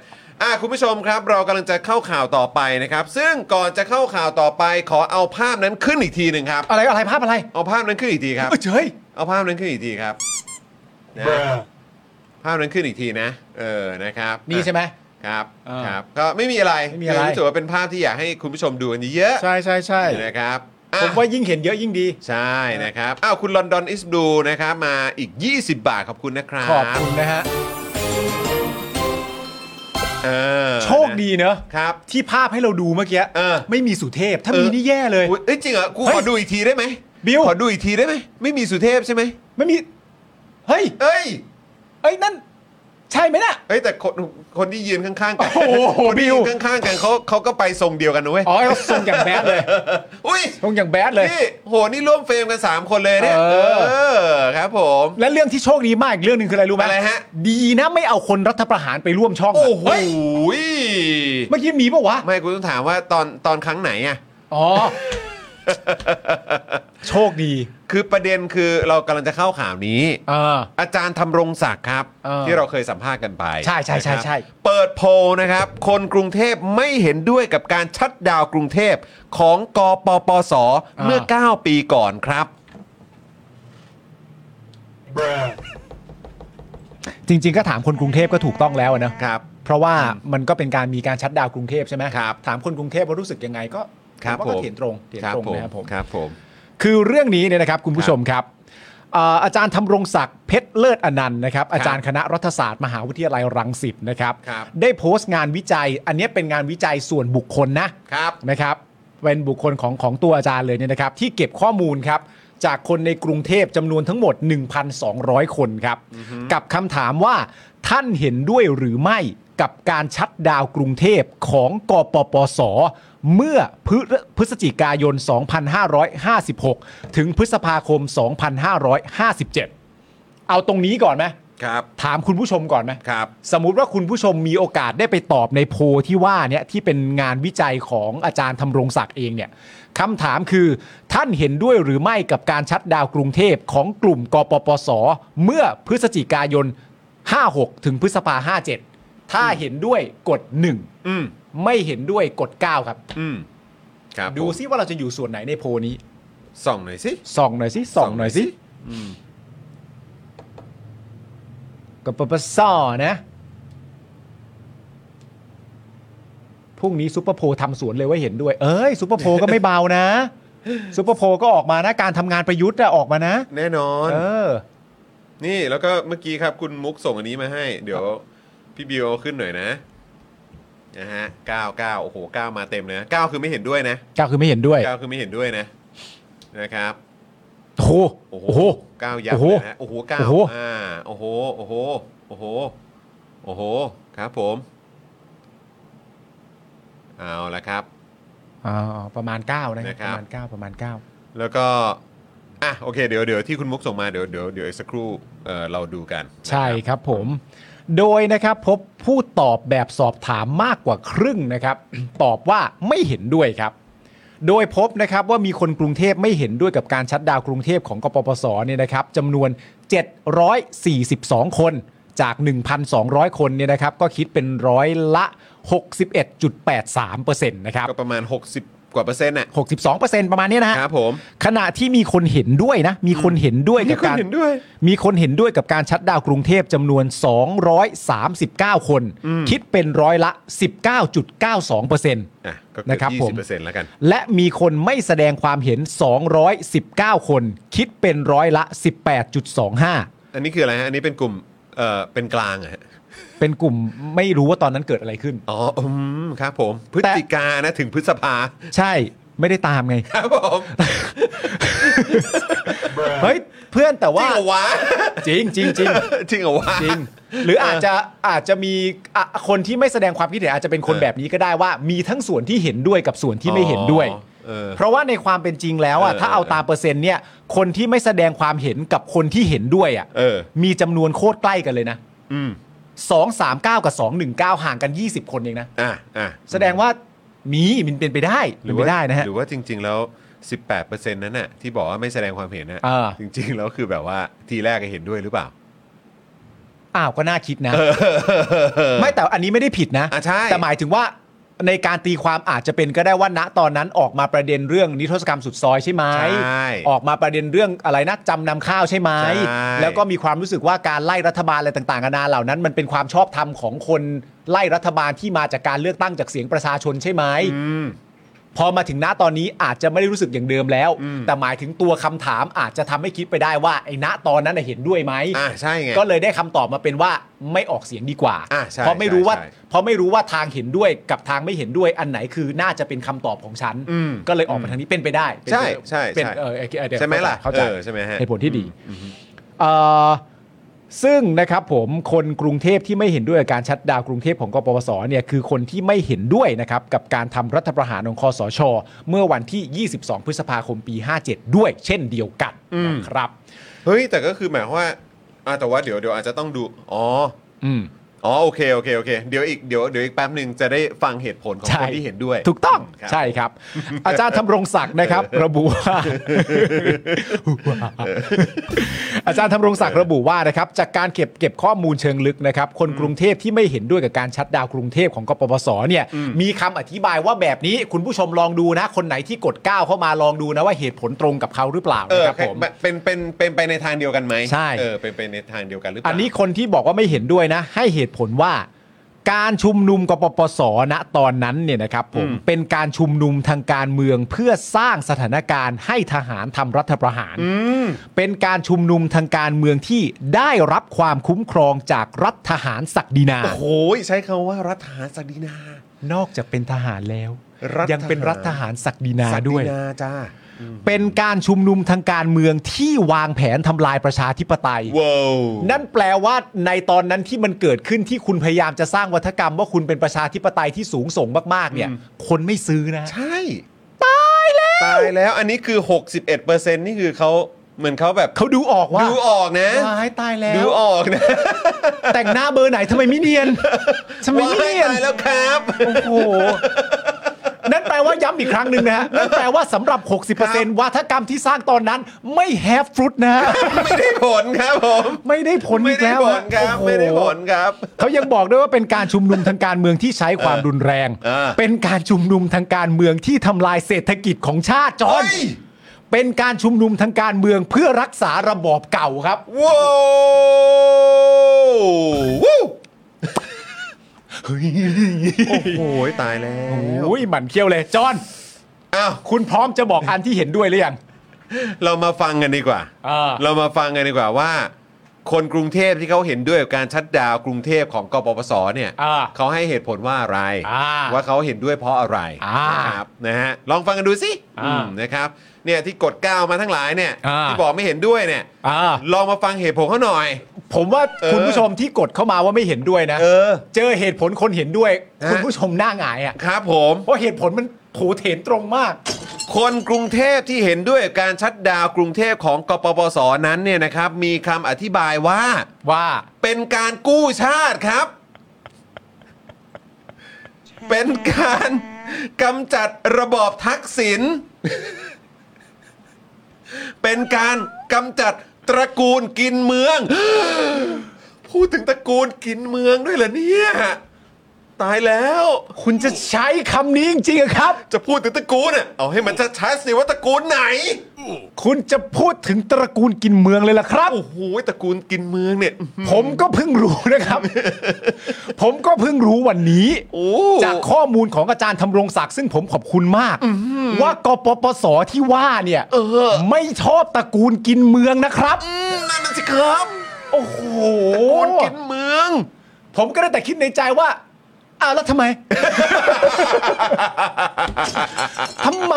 S1: อ่ะคุณผู้ชมครับ เรากำลังจะเข้าข่าวต่อไปนะครับ ซึ่งก่อนจะเข้าข่าวต่อไป ขอเอาภาพนั้นขึ้นอีกทีหนึ่งครับ
S2: อะไรอะไรภาพอะไร
S1: เอาภาพนั้นขึ้นอีกทีครับ
S2: เอ้ยเฮ้ย
S1: เอาภาพนั้นขึ้นอีกทีครับนะภาพนั้นขึ้นอีกทีนะ เออนะครับ
S2: นี่ใช่ไหม
S1: ครับ
S2: อ่า
S1: ครับ ก็ไม่มีอะไร
S2: ไม่มีอะไร
S1: คือรู้สึกว่าเป็นภาพที่อยากให้คุณผู้ชมดูกันเยอะๆ
S2: ใช่ใช่ใช่
S1: นะครับ
S2: ผ
S1: อ่ะ
S2: มว่ายิ่งเห็นเยอะยิ่งดี
S1: ใช่นะครับ อ้าว คุณลอนดอนอิสบูนะครับ มาอีก 20 บาท ขอบคุณนะครับ
S2: ขอบคุณนะฮะ
S1: เออ
S2: โชคดีเนอะ
S1: ครับ
S2: ที่ภาพให้เราดูเมื่อกี้
S1: เออ
S2: ไม่มีสุเทพ ถ้า
S1: เออ
S2: มีนี่แย่เลย
S1: อุ๊ยเอ้ย จริงเหรอ กู
S2: เฮ้ย
S1: ขอดูอีกทีได้ไหม
S2: บิว
S1: ขอดูอีกทีได้ไหม ไม่มีสุเทพใช่ไหม
S2: ไม่มี เฮ้ย
S1: เอ้ย
S2: เอ้ยนั่น ใช่ไหมน่ะ
S1: เอ้ย แต่คนคนที่ยืนข้างๆกัน
S2: โอ้โห
S1: คนที่
S2: บิ
S1: ยื
S2: ว
S1: นข้างๆกันเขาเขาก็ไปทรงเดียวกันนะเว้ย
S2: อ๋อเราทรงอย่างแบดเลย
S1: อุ้ย
S2: ทรงอย่างแบดเลย
S1: นี่โห นี่ร่วมเฟรมกัน 3 คนเลยเนี่ย
S2: เออ
S1: เออ ครับผม
S2: และเรื่องที่โชคดีมากอีกเรื่องหนึ่งคืออะไรรู้ไหม
S1: อะไรฮะ
S2: ดีนะไม่เอาคนรัฐประหารไปร่วมช่องะ
S1: โอ้โห
S2: เฮ้ยเมื่อกี้มีปะวะ
S1: ไม่กูต้องถามว่าตอนตอนครั้งไหนอะ
S2: อ๋อ โชคดี
S1: คือประเด็นคือเรากำลังจะเข้าข่าวนี้
S2: เออ
S1: อาจารย์ธำรงศักดิ์ครับ
S2: เออ
S1: ที่เราเคยสัมภาษณ์กันไป
S2: ใช่ใช่ใช่
S1: นะครับ
S2: ใช่
S1: เปิดโพลนะครับ คนกรุงเทพไม่เห็นด้วยกับการชัดดาวน์กรุงเทพของกปปสเมื่อ 9 ปีก่อนครับ
S2: จริง ๆ ก็ถามคนกรุงเทพก็ถูกต้องแล้วอะนะครับ เพราะว่ามันก็เป็นการมีการชัดดาวน์กรุงเทพใช่ไหม
S1: ครับ
S2: ถามคนกรุงเทพว่ารู้สึกยังไงก็
S1: ครับ
S2: ผม
S1: ผ
S2: ว่า
S1: ม
S2: ก็เถียงตรงเถียงตรงนะครับผม
S1: ครับผม
S2: คือเรื่องนี้เนี่ยนะครับคุณผู้ชมครับเอ่ออาจารย์ทำรงศักดิ์เพชรเลิศอนันต์นะครับอาจารย์คณะรัฐศาสตร์มหาวิทยาลัยรังสิตนะครับ
S1: ครับ
S2: ได้โพสต์งานวิจัย อันเนี้ยเป็นงานวิจัยส่วนบุคคลนะ
S1: ครับ
S2: นะครับเป็นบุคคลของของตัวอาจารย์เลยเนี่ยนะครับ ที่เก็บข้อมูลครับ จากคนในกรุงเทพจำนวนทั้งหมด 1,200 คนครับ กับคำถามว่าท่านเห็นด้วยหรือไม่กับการชัดดาวน์กรุงเทพของกปปส เมื่อพฤพฤศจิกายน 2556 ถึงพฤษภาคม 2557 เอาตรงนี้ก่อนไหม
S1: ครับ
S2: ถามคุณผู้ชมก่อนไหม
S1: ครับ
S2: สมมุติว่าคุณผู้ชมมีโอกาสได้ไปตอบในโพลที่ว่าเนี่ยที่เป็นงานวิจัยของอาจารย์ธำรงศักดิ์เองเนี่ยคำถามคือท่านเห็นด้วยหรือไม่กับการชัดดาวน์กรุงเทพของกลุ่มกปปส เมื่อพฤศจิกายน 56 ถึงพฤษภา 57 ถ้าเห็นด้วยกด
S1: อืม
S2: 1 ไม่เห็นด้วยกด 9 ครับ
S1: อืมครับ
S2: ดู
S1: ผม
S2: ซิว่าเราจะอยู่ส่วนไหนในโพลนี้
S1: ส่องหน่อยสิ
S2: ส่องหน่อยสิส่องหน่อยสิ
S1: อืม
S2: กปปสนะพรุ่งนี้ซุปเปอร์โพลทำสวนเลยว่าเห็นด้วย เอ้ยซุปเปอร์โพลก็ไม่เบา นะซุปเปอร์โพลก็ออกมานะ การทำงานประยุทธ์อะออกมานะ
S1: แน่นอน
S2: เออ
S1: นี่แล้วก็เมื่อกี้ครับคุณมุกส่งอันนี้มาให้ เดี๋ยวพี่บิวเอาขึ้นหน่อยนะนะฮะ9 9โอ้โห9มาเต็มเลยนะ9คือไม่เห็นด้วยนะ
S2: ก้าวคือไม่เห็นด้วย
S1: 9คือไม่เห็นด้วยนะนะครับ
S2: โอ้โห
S1: โอ้โห
S2: โอ้โห
S1: เก้ายับ
S2: โอ้โห
S1: เลยนะฮะโอ้โหเก้า
S2: โอ้โห
S1: อ่าโอ้โหโอ้โหโอ้โหโอ้โหครับผมเอาละครับ
S2: อ่าประมาณ 9 นะครั
S1: นะครับ
S2: บประมาณ 9 ประมาณ 9
S1: แล้วก็อ่ะโอเคเดี๋ยวเดี๋ยวที่คุณมุกส่งมาเดี๋ยวเดี๋ยวเดี๋ยวอีกสักครู่เออเราดูกันนะ
S2: ใช่ครับผม โดยนะครับพบผู้ตอบแบบสอบถามมากกว่าครึ่งนะครับ ตอบว่าไม่เห็นด้วยครับ โดยพบนะครับว่ามีคนกรุงเทพไม่เห็นด้วยกับการชัดดาวน์กรุงเทพของกปปสเนี่ยนะครับจำนวน 742 คนจาก 1,200 คนเนี่ยนะครับ ก็คิดเป็นร้อยละ 61.83%นะครับ
S1: ก็ประมาณ 60 กว่าเปอร์เซ็นต์น่ะ
S2: 62%ประมาณเนี้ยนะฮะ
S1: ครับผม
S2: ขณะที่มีคนเห็นด้วยนะ มีคนเห็นด้วย
S1: มี
S2: กับ
S1: คน
S2: การ
S1: เห็นด้วย
S2: มีคนเห็นด้วยกับการชัดดาวน์กรุงเทพจำนวน 239 คน
S1: อืม
S2: คิดเป็นร้อยละ 19.92%
S1: อ่ะก็เกื
S2: นะ
S1: อ
S2: ครับ
S1: บยี่
S2: ผ
S1: สิ
S2: ม
S1: บเปอร์เซ็นต์แล้วกัน
S2: และมีคนไม่แสดงความเห็น 219 คน คิดเป็นร้อยละ 18.25
S1: อันนี้คืออะไรฮะ อันนี้เป็นกลุ่มเอ่อเป็นกลางอะฮะ
S2: เป็นกลุ่มไม่รู้ว่าตอนนั้นเกิดอะไรขึ้น
S1: อ๋ออืมครับผม พฤศจิกานะถึงพฤษภา
S2: ใช่ไม่ได้ตามไง
S1: ครับผม
S2: เฮ้ย เพื่อนแต่
S1: จริ
S2: ว่า
S1: งเหรอวะ
S2: จริงจริงจริง
S1: จริงเหรอวะ
S2: จริง หรืออาจจะอาจจะมีอ่ะคนที่ไม่แสดงความคิดเห็นอาจจะเป็นคน
S1: เออ
S2: แบบนี้ก็ได้ว่ามีทั้งส่วนที่เห็นด้วยกับส่วนที่ไม่เห็นด้วย
S1: อ๋อเออ
S2: เพราะว่าในความเป็นจริงแล้วอ่ะ
S1: เออ
S2: ถ้าเอาตามเปอร์เซ็นต์เนี่ยคนที่ไม่แสดงความเห็นกับคนที่เห็นด้วยอ่ะ
S1: เออ
S2: มีจำนวนโคตรใกล้กันเลยนะ
S1: อืม
S2: 2 3 9 กับ 2 1 9 ห่างกัน 20 คนเองนะ
S1: อ่ะอ่ะ
S2: แสดงว่ามีมันเป็นไปได้หรือไม่ได้นะฮะ
S1: หรือว่าจริง ๆ แล้ว 18%นั้นน่ะที่บอกว่าไม่แสดงความเห็นน่ะ
S2: เออ
S1: จริง ๆ แล้วคือแบบว่าทีแรกก็เห็นด้วยหรือเปล่า
S2: อ้าวก็น่าคิดนะ ไม่แต่อันนี้ไม่ได้ผิดนะ
S1: อ่ะใช่
S2: แต่หมายถึงว่าในการตีความอาจจะเป็นก็ได้ว่าณตอนนั้นออกมาประเด็นเรื่องนิทรรศกรรมสุดซอยใช่ไหม
S1: ใช่
S2: ออกมาประเด็นเรื่องอะไรนะจำนำข้าวใช่ไหม
S1: ใช่
S2: แล้วก็มีความรู้สึกว่าการไล่รัฐบาลอะไรต่างๆนานาเหล่านั้น มันเป็นความชอบธรรมของคนไล่รัฐบาลที่มาจากการเลือกตั้งจากเสียงประชาชนใช่ไหม
S1: อืม
S2: พอมาถึงณตอนนี้อาจจะไม่ได้รู้สึกอย่างเดิมแล้ว
S1: อืม
S2: แต่หมายถึงตัวคำถามอาจจะทำให้คิดไปได้ว่าไอ้ณตอนนั้นนะเห็นด้วยไหม
S1: อ่ะใช่ไง
S2: ก็เลยได้คำตอบมาเป็นว่าไม่ออกเสียงดีกว่า
S1: อ่ะใช่
S2: เพราะไม่รู้ว่า
S1: ใช่ใช่
S2: เพราะไม่รู้ว่าทางเห็นด้วยกับทางไม่เห็นด้วยอันไหนคือน่าจะเป็นคำตอบของฉัน
S1: อืม
S2: ก็เลยออกมาทางนี้เป็นไปได้เป็นไปได้
S1: ใช่ใช่
S2: เป็น
S1: ใช่
S2: เออเออเออเดี๋ยว
S1: ใช่ไหมล่ะ
S2: เข้าใจ
S1: เออใช่ไหมฮะ
S2: เหตุผลที่ดีเอ่อซึ่งนะครับผมคนกรุงเทพที่ไม่เห็นด้วยกับการชัดดาวน์กรุงเทพของกปปสเนี่ยคือคนที่ไม่เห็นด้วยนะครับกับการทำรัฐประหารของคอสช เมื่อวันที่ 22 พฤษภาคมปี 57 ด้วย เช่นเดียวกันนะครับ
S1: เฮ้ยแต่ก็คือหมายความว่าอ่ะแต่ว่าเดี๋ยวเดี๋ยวอาจจะต้องดูอ๋อ
S2: อืม
S1: อ๋อโอเคโอเคโอเคเดี๋ยวอีกเดี๋ยวเดี๋ยวอีกแป๊บหนึ่งจะได้ฟังเหตุผลของคนที่เห็นด้วย
S2: ถูกต้อง
S1: ครับ
S2: ใช่ครับ อาจารย์ธำรงศักดิ์นะครับ ระบุว่า อาจารย์ธำรงศักดิ์ระบุว่านะครับจากการเก็บเก็บข้อมูลเชิงลึกนะครับ คนกรุงเทพที่ไม่เห็นด้วยกับการชัดดาวน์กรุงเทพของกปปสเนี่ยมีคำอธิบายว่าแบบนี้คุณผู้ชมลองดูนะ คนไหนที่กดก้าวเข้ามาลองดูนะว่าเหตุผลตรงกับเขาหรือเปล่า
S1: เออ
S2: นะครับผม
S1: เป็นเป็นเป็นไปในทางเดียวกันไหม
S2: ใช่
S1: เออเป็นไปในทางเดียวกันหรือเปล่า
S2: อันนี้คนที่บอกว่าไม่เห็นด้วยนะ ให้เหตุผลว่า การชุมนุมกปปสณตอนนั้นเนี่ยนะครับผมเป็นการชุมนุมทางการเมืองเพื่อสร้างสถานการณ์ให้ทหารทำรัฐประหาร
S1: อืม
S2: เป็นการชุมนุมทางการเมืองที่ได้รับความคุ้มครองจากรัฐทหารศักดินา
S1: โอ้โหใช้คำว่ารัฐทหารศักดินา
S2: นอกจากเป็นทหารแล้ว
S1: รัฐทหาร
S2: ยังเป็นรัฐทหารศักดินา
S1: ศัก
S2: ด้วย
S1: นาจ้า
S2: เป็นการชุมนุมทางการเมืองที่วางแผนทำลายประชาธิปไตย
S1: ว้าว
S2: นั่นแปลว่าในตอนนั้นที่มันเกิดขึ้นที่คุณพยายามจะสร้างวัฒกรรมว่าคุณเป็นประชาธิปไตยที่สูงส่งมากๆเนี่ย คนไม่ซื้อนะ
S1: ใช่ ตายแล้ว ตายแล้วอันนี้คือ 61%นี่คือเขาเหมือนเขาแบบ
S2: เขาดูออกว่า
S1: ดูออกนะ
S2: ว้ายตายแล้
S1: ดู
S2: ว
S1: ออกนะ
S2: แต่งหน้าเบอร์ไหนทำไมไม่เนีย นทำไมไม่
S1: ว้าย
S2: เนียน
S1: ตายแล้วครับ
S2: โอ้โห นั่นแปลว่าย้ำอีกครั้งหนึ่งนะฮะนั่นแปลว่าสำหรับ 60%วัฒกรรมที่สร้างตอนนั้นไม่แฮฟฟรุตนะฮะ
S1: ไม่ได้ผลครับผม
S2: ไม่ได้ผล
S1: ไม่
S2: อีก
S1: ได้
S2: แล้ว
S1: ผ
S2: ฮะ
S1: ลครับ
S2: โอ้โห
S1: ไม่ได้ผลครับ
S2: เขายังบอกด้วยว่าเป็นการชุมนุมทางการเมืองที่ใช้ความรุนแรง
S1: เออ
S2: เป็นการชุมนุมทางการเมืองที่ทำลายเศรษฐกิจของชาติจอ
S1: เฮ้
S2: น
S1: ย
S2: เป็นการชุมนุมทางการเมืองเพื่อรักษาระบอบเก่าครับ
S1: ว้าววู้โอ้โหตายแล้ว
S2: อุ้ยหมันเคี้ยวเลยจอน
S1: อ้าว
S2: คุณพร้อมจะบอกอันที่เห็นด้วยหรือยัง
S1: เรามาฟังกันดีกว่า
S2: อ่า
S1: เรามาฟังกันดีกว่าว่า คนกรุงเทพที่เขาเห็นด้วยกับการชัดดาวน์กรุงเทพของกปปสเนี่ย
S2: อ่า
S1: เขาให้เหตุผลว่าอะไร
S2: อ่า
S1: ว่าเขาเห็นด้วยเพราะอะไร
S2: อ่า
S1: นะครับนะฮะลองฟังกันดูสิ
S2: อ่า
S1: อืมนะครับเนี่ยที่กดก้าวมาทั้งหลายเนี่ย
S2: อ่า
S1: ที่บอกไม่เห็นด้วยเนี่ย
S2: อ่า
S1: ลองมาฟังเหตุผลเขาหน่อย
S2: ผมว่า
S1: เออ
S2: คุณผู้ชมที่กดเข้ามาว่าไม่เห็นด้วยนะ
S1: เออ
S2: เจอเหตุผลคนเห็นด้วย
S1: ฮะ
S2: คุณผู้ชมหน้าหงายอ่ะ
S1: ครับผม
S2: เพราะเหตุผลมันโผเถนตรงมาก
S1: คนกรุงเทพที่เห็นด้วยการชัดดาวน์กรุงเทพของกปปสนั้นเนี่ยนะครับมีคำอธิบายว่า
S2: ว่า
S1: เป็นการกู้ชาติครับ เป็นการกำจัดระบอบทักษิณ เป็นการกำจัดตระกูลกินเมือง พูดถึงตระกูลกินเมืองด้วยเหรอเนี่ย ตายแล้ว
S2: คุณจะใช้คำนี้จริงๆอะครับ
S1: จะพูดถึงตระกูลน่ะเอาให้มันชัดๆสิว่าตระกูลไหน
S2: คุณจะพูดถึงตระกูลกินเมืองเลยล่ะครับ
S1: โอ้โหตระกูลกินเมืองเนี่ย
S2: ผมก็เพิ่งรู้ นะครับ ผมก็เพิ่งรู้วันนี้
S1: โอ้
S2: จากข้อมูลของอาจารย์ธำรงศักดิ์ซึ่งผมขอบคุณมาก ว่ากปปสที่ว่าเนี่ยไม่ชอบตระกูลกินเมืองนะครับ
S1: อืมนั่นน่ะสิครับ
S2: โอ้โห
S1: ตระกูลกินเมือง
S2: ผมก็ได้แต่คิดในใจว่าอ้าวแล้วทำไม ทำไม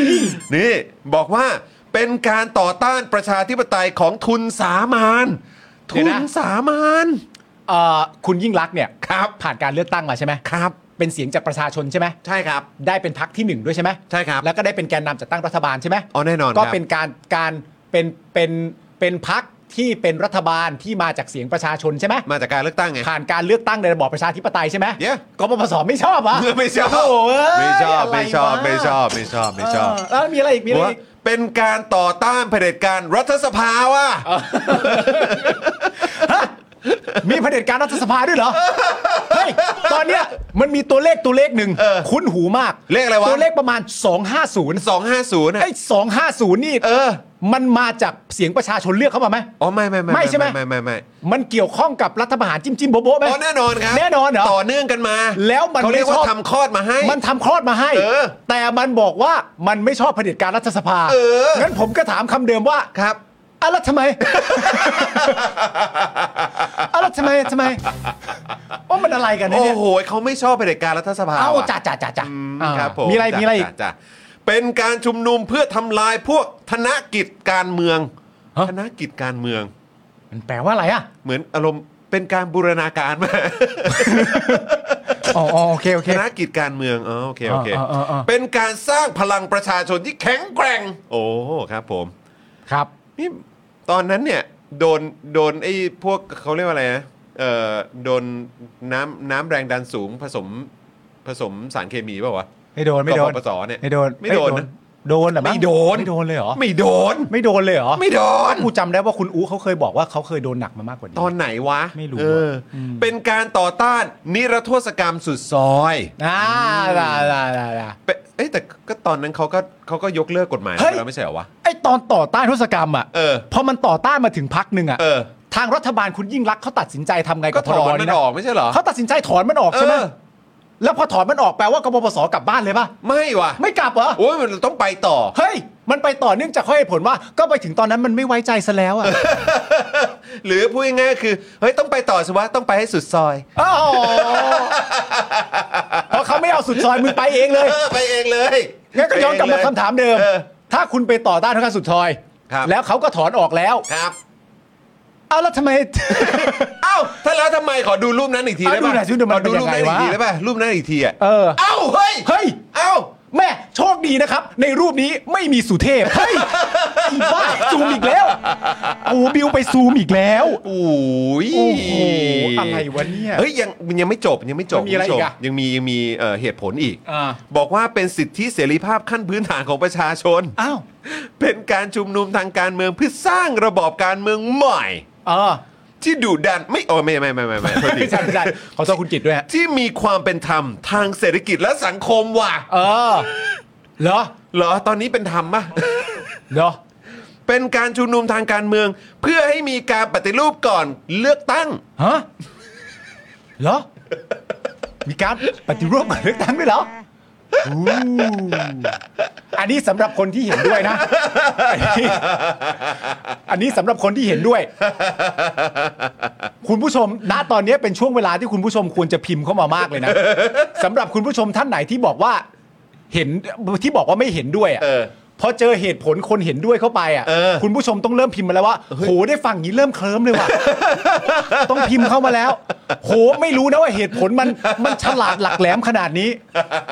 S1: นี่บอกว่าเป็นการต่อต้านประชาธิปไตยของทุนสามานทุ
S2: เดี๋ยวน นะ
S1: สามาน
S2: เอ่อคุณยิ่งรักษณ์เนี่ย
S1: ครับ
S2: ผ่านการเลือกตั้งมาใช่ไหม
S1: ครับ
S2: เป็นเสียงจากประชาชนใช่ไหม
S1: ใช่ครับ
S2: ได้เป็นพักที่หนึ่งด้วยใช่ไหม
S1: ใช่ครับ
S2: แล้วก็ได้เป็นแกนนำจัดตั้งรัฐบาลใช่ไหม
S1: อ๋อแน่นอนครับ
S2: ก็เป็นการการเป็นเป็นเป็นพักที่เป็นรัฐบาลที่มาจากเสียงประชาชนใช่ไหม
S1: มาจากการเลือกตั้งไง
S2: ผ่านการเลือกตั้งในระบอบประชาธิปไตยใช่ไหม
S1: Yeah
S2: กปปสไม่ชอบอ่ะ
S1: ไม่ชอบ
S2: โอ้โหเย
S1: ไม่ชอบ
S2: ะร
S1: ไม่ชอบ
S2: วะ
S1: ไม่ชอบไม่ชอบไม่ชอบ
S2: เแล้วมีอะไรอีกมีอะไร
S1: ว่า
S2: อีก
S1: เป็นการต่อต้านเผด็จการรัฐสภาว่ะ
S2: มีเผด็จการรัฐสภาด้วยเหรอเฮ้ยตอนเนี้ยมันมีตัวเลขตัวเลขหนึ่งคุ้นหูมาก
S1: เลขอะไรวะ
S2: ตัวเลขประมาณ 250
S1: 250นะ
S2: ไอ้250 นี่
S1: เออ
S2: มันมาจากเสียงประชาชนเลือกเข้ามาไหม
S1: อ๋อไม่ไม่ไม่
S2: ไม่ใช่ไหม
S1: ไม่ไม่ไม่
S2: มันเกี่ยวข้องกับรัฐประหารจิ้มจิ้มโบ๊ะโบ๊ะไหม
S1: อ๋อแน่นอนครับ
S2: แน่นอนเหรอ
S1: ต่อเนื่องกันมา
S2: แล้วมัน
S1: เขาเรียก
S2: ไม่ช
S1: ว่า
S2: อบ
S1: ทำคลอดมาให้
S2: มันทำคลอดมาให้
S1: เออ
S2: แต่มันบอกว่ามันไม่ชอบเผด็จการรัฐสภา
S1: เออ
S2: งั้นผมก็ถามคำเดิมว่า
S1: ครับ
S2: อ่ะแล้ว ทำไม อ่ะแล้วทำไมทำไมว่ามันอะไรกันนะ
S1: โอ้
S2: เนี่ย
S1: โหเขาไม่ชอบเผด็จการรัฐสภา
S2: เอา
S1: ว่ะ
S2: จ่าจ่าจ่าจ่า
S1: อืมครับผม
S2: มีอะไรมีอะไรอีก
S1: จ้จ้เป็นการชุมนุมเพื่อทำลายพวกธนกิจการเมือง
S2: ฮะ
S1: ธนกิจการเมือง
S2: มันแปลว่าอะไรอ่ะ
S1: เหมือนอารมณ์เป็นการบูรณาการมา
S2: อ๋ออ๋อโอเคโอเค
S1: ธนกิจการเมืองอ๋อโอเคโอเค
S2: อ่าอ่าอ่า
S1: เป็นการสร้างพลังประชาชนที่แข็งแกร่ง โอ้ครับผม
S2: ครับ
S1: นี่ตอนนั้นเนี่ยโดนโดนไอ้พวกเขาเรียกว่าอะไรนะ เอ่อโดนน้ำน้ำแรงดันสูงผสมผสมสารเคมีเปล่าวะ
S2: ไม่โดนไม่โดน
S1: กปปสเนี่ย
S2: ไม่โดน
S1: ไม่โดนนะ
S2: โดนเหรอมั้ง
S1: ไม่โดน
S2: ไม่โดนเลยเหรอ
S1: ไม่โดน
S2: ไม่โดนเลยเหรอ
S1: ไม่โดน
S2: กูจำได้ว่าคุณอู๋เขาเคยบอกว่าเขาเคยโดนหนักมามากกว่านี้
S1: ตอนไหนวะ
S2: ไม่รู้
S1: เอออ
S2: ม
S1: เป็นการต่อต้านนิรโทษกรรมสุดซอย
S2: อ่าลาลาลาลา
S1: เป็นเอ้ยแต่ก็ตอนนั้นเขาก็เขาก็ยกเลิกกฎหมาย
S2: เฮ้ย
S1: แล้วไม่ใช่เหรอวะ
S2: ไอตอนต่อต้านทศกรรมอ่ะ
S1: เออ
S2: พอมันต่อต้านมาถึงพักหนึ่งอ่ะ
S1: เออ
S2: ทางรัฐบาลคุณยิ่งรักษณ์เขาตัดสินใจทำไง
S1: ก็
S2: กับพ
S1: ถ
S2: ร
S1: อน
S2: บ
S1: มัน
S2: นี้นะ
S1: ออกไม่ใช่เหรอ
S2: เขาตัดสินใจถอนมันออกใช่ไหม
S1: เออ
S2: แล้วพอถอนมันออกแปลว่ากบพศกลับบ้านเลยป่ะ
S1: ไม่ว่ะ
S2: ไม่กลับเหรอ
S1: โอ้ยมันต้องไปต่อ
S2: เฮ้ย มันไปต่อเนื่องจากข้อเหตุผลว่า ก็ไปถึงตอนนั้นมันไม่ไว้ใจซะแล้วอ่ะ
S1: หรือพูดง่ายๆคือเฮ้ยต้องไปต่อสิวะต้องไปให้สุดซอย
S2: โอ้โห พอเขาไม่เอาสุดซอยมึงไปเองเลย
S1: เออไปเองเลย
S2: งั้นก็ย้อนกลับมา
S1: ไปเงเล
S2: คำถามเดิม
S1: เออ
S2: ถ้าคุณไปต่อต้านทางการสุดทอย
S1: ครับ
S2: แล้วเขาก็ถอนออกแล้ว
S1: ครับ
S2: เอาแล้วทำไม
S1: เอ้าถ้าแล้วทำไมขอดูรูปนั้นอีกที
S2: เอา
S1: ได้
S2: ดู
S1: ป่ะ
S2: หน่อยสิดูมัน
S1: ขอดูรูปนั้นอีกที
S2: เป็นยังไงวะ
S1: ได้ป่ะรูปนั้นอีกทีอ่ะ
S2: เออ
S1: เอ้าเฮ้ย
S2: เฮ้ย
S1: เอ้า
S2: แม่โชคดีนะครับ ในรูปนี้ไม่มีสุเทพ เฮ้ยอีบ้าซูมอีกแล้วโอ้บิวไปซูมอีกแล้ว
S1: โอ้ย
S2: โอ้โหอะไรวะเนี่ย
S1: เฮ้ยยังยังไม่จบยังไม่จบ
S2: มันมีอะไร
S1: คุณผู้ช
S2: อีกอะ
S1: ยังมียังมีเอ่อเหตุผลอีก
S2: อ่า
S1: บอกว่าเป็นสิทธิเสรีภาพขั้นพื้นฐานของประชาชน
S2: อ้าว
S1: เป็นการชุมนุมทางการเมืองเพื่อสร้างระบอบการเมืองใหม่
S2: เออ
S1: ที่ดุดันไม่โอ้ยไม่ไม่ไม่ไม่ไม่โทษที
S2: ไม่ใช่ไม่ใช่ขอโทษคุณกิตด้วยฮะ
S1: ที่มีความเป็นธรรมทางเศรษฐกิจและสังคมว่ะ
S2: เออเหรอ
S1: เหรอตอนนี้เป็นธรรมปะ
S2: เหรอ
S1: เป็นการชุมนุมทางการเมือง เพื่อให้มีการปฏิรูปก่อนเลือกตั้ง
S2: ฮะเหรอมีการปฏิรูปการเลือกตั้งด้วยเหรออู้อันนี้สำหรับคนที่เห็นด้วยนะ อันนี้อันนี้สำหรับคนที่เห็นด้วย คุณผู้ชมณตอนนี้เป็นช่วงเวลาที่คุณผู้ชมควรจะพิมพ์เข้ามามากเลยนะ สำหรับคุณผู้ชมท่านไหนที่บอกว่า เห็นที่บอกว่าไม่เห็นด้วยอ่ะ
S1: เออ
S2: พอเจอเหตุผลคนเห็นด้วยเข้าไปอ่ะ
S1: เออ
S2: คุณผู้ชมต้องเริ่มพิมพ์มาแล้วว่าโหได้ฟังอย่างนี้เริ่มเคลิ้มเลยว่ะ ต้องพิมพ์เข้ามาแล้ว โหไม่รู้นะว่าเหตุผลมันมันฉลาดหลักแหลมขนาดนี้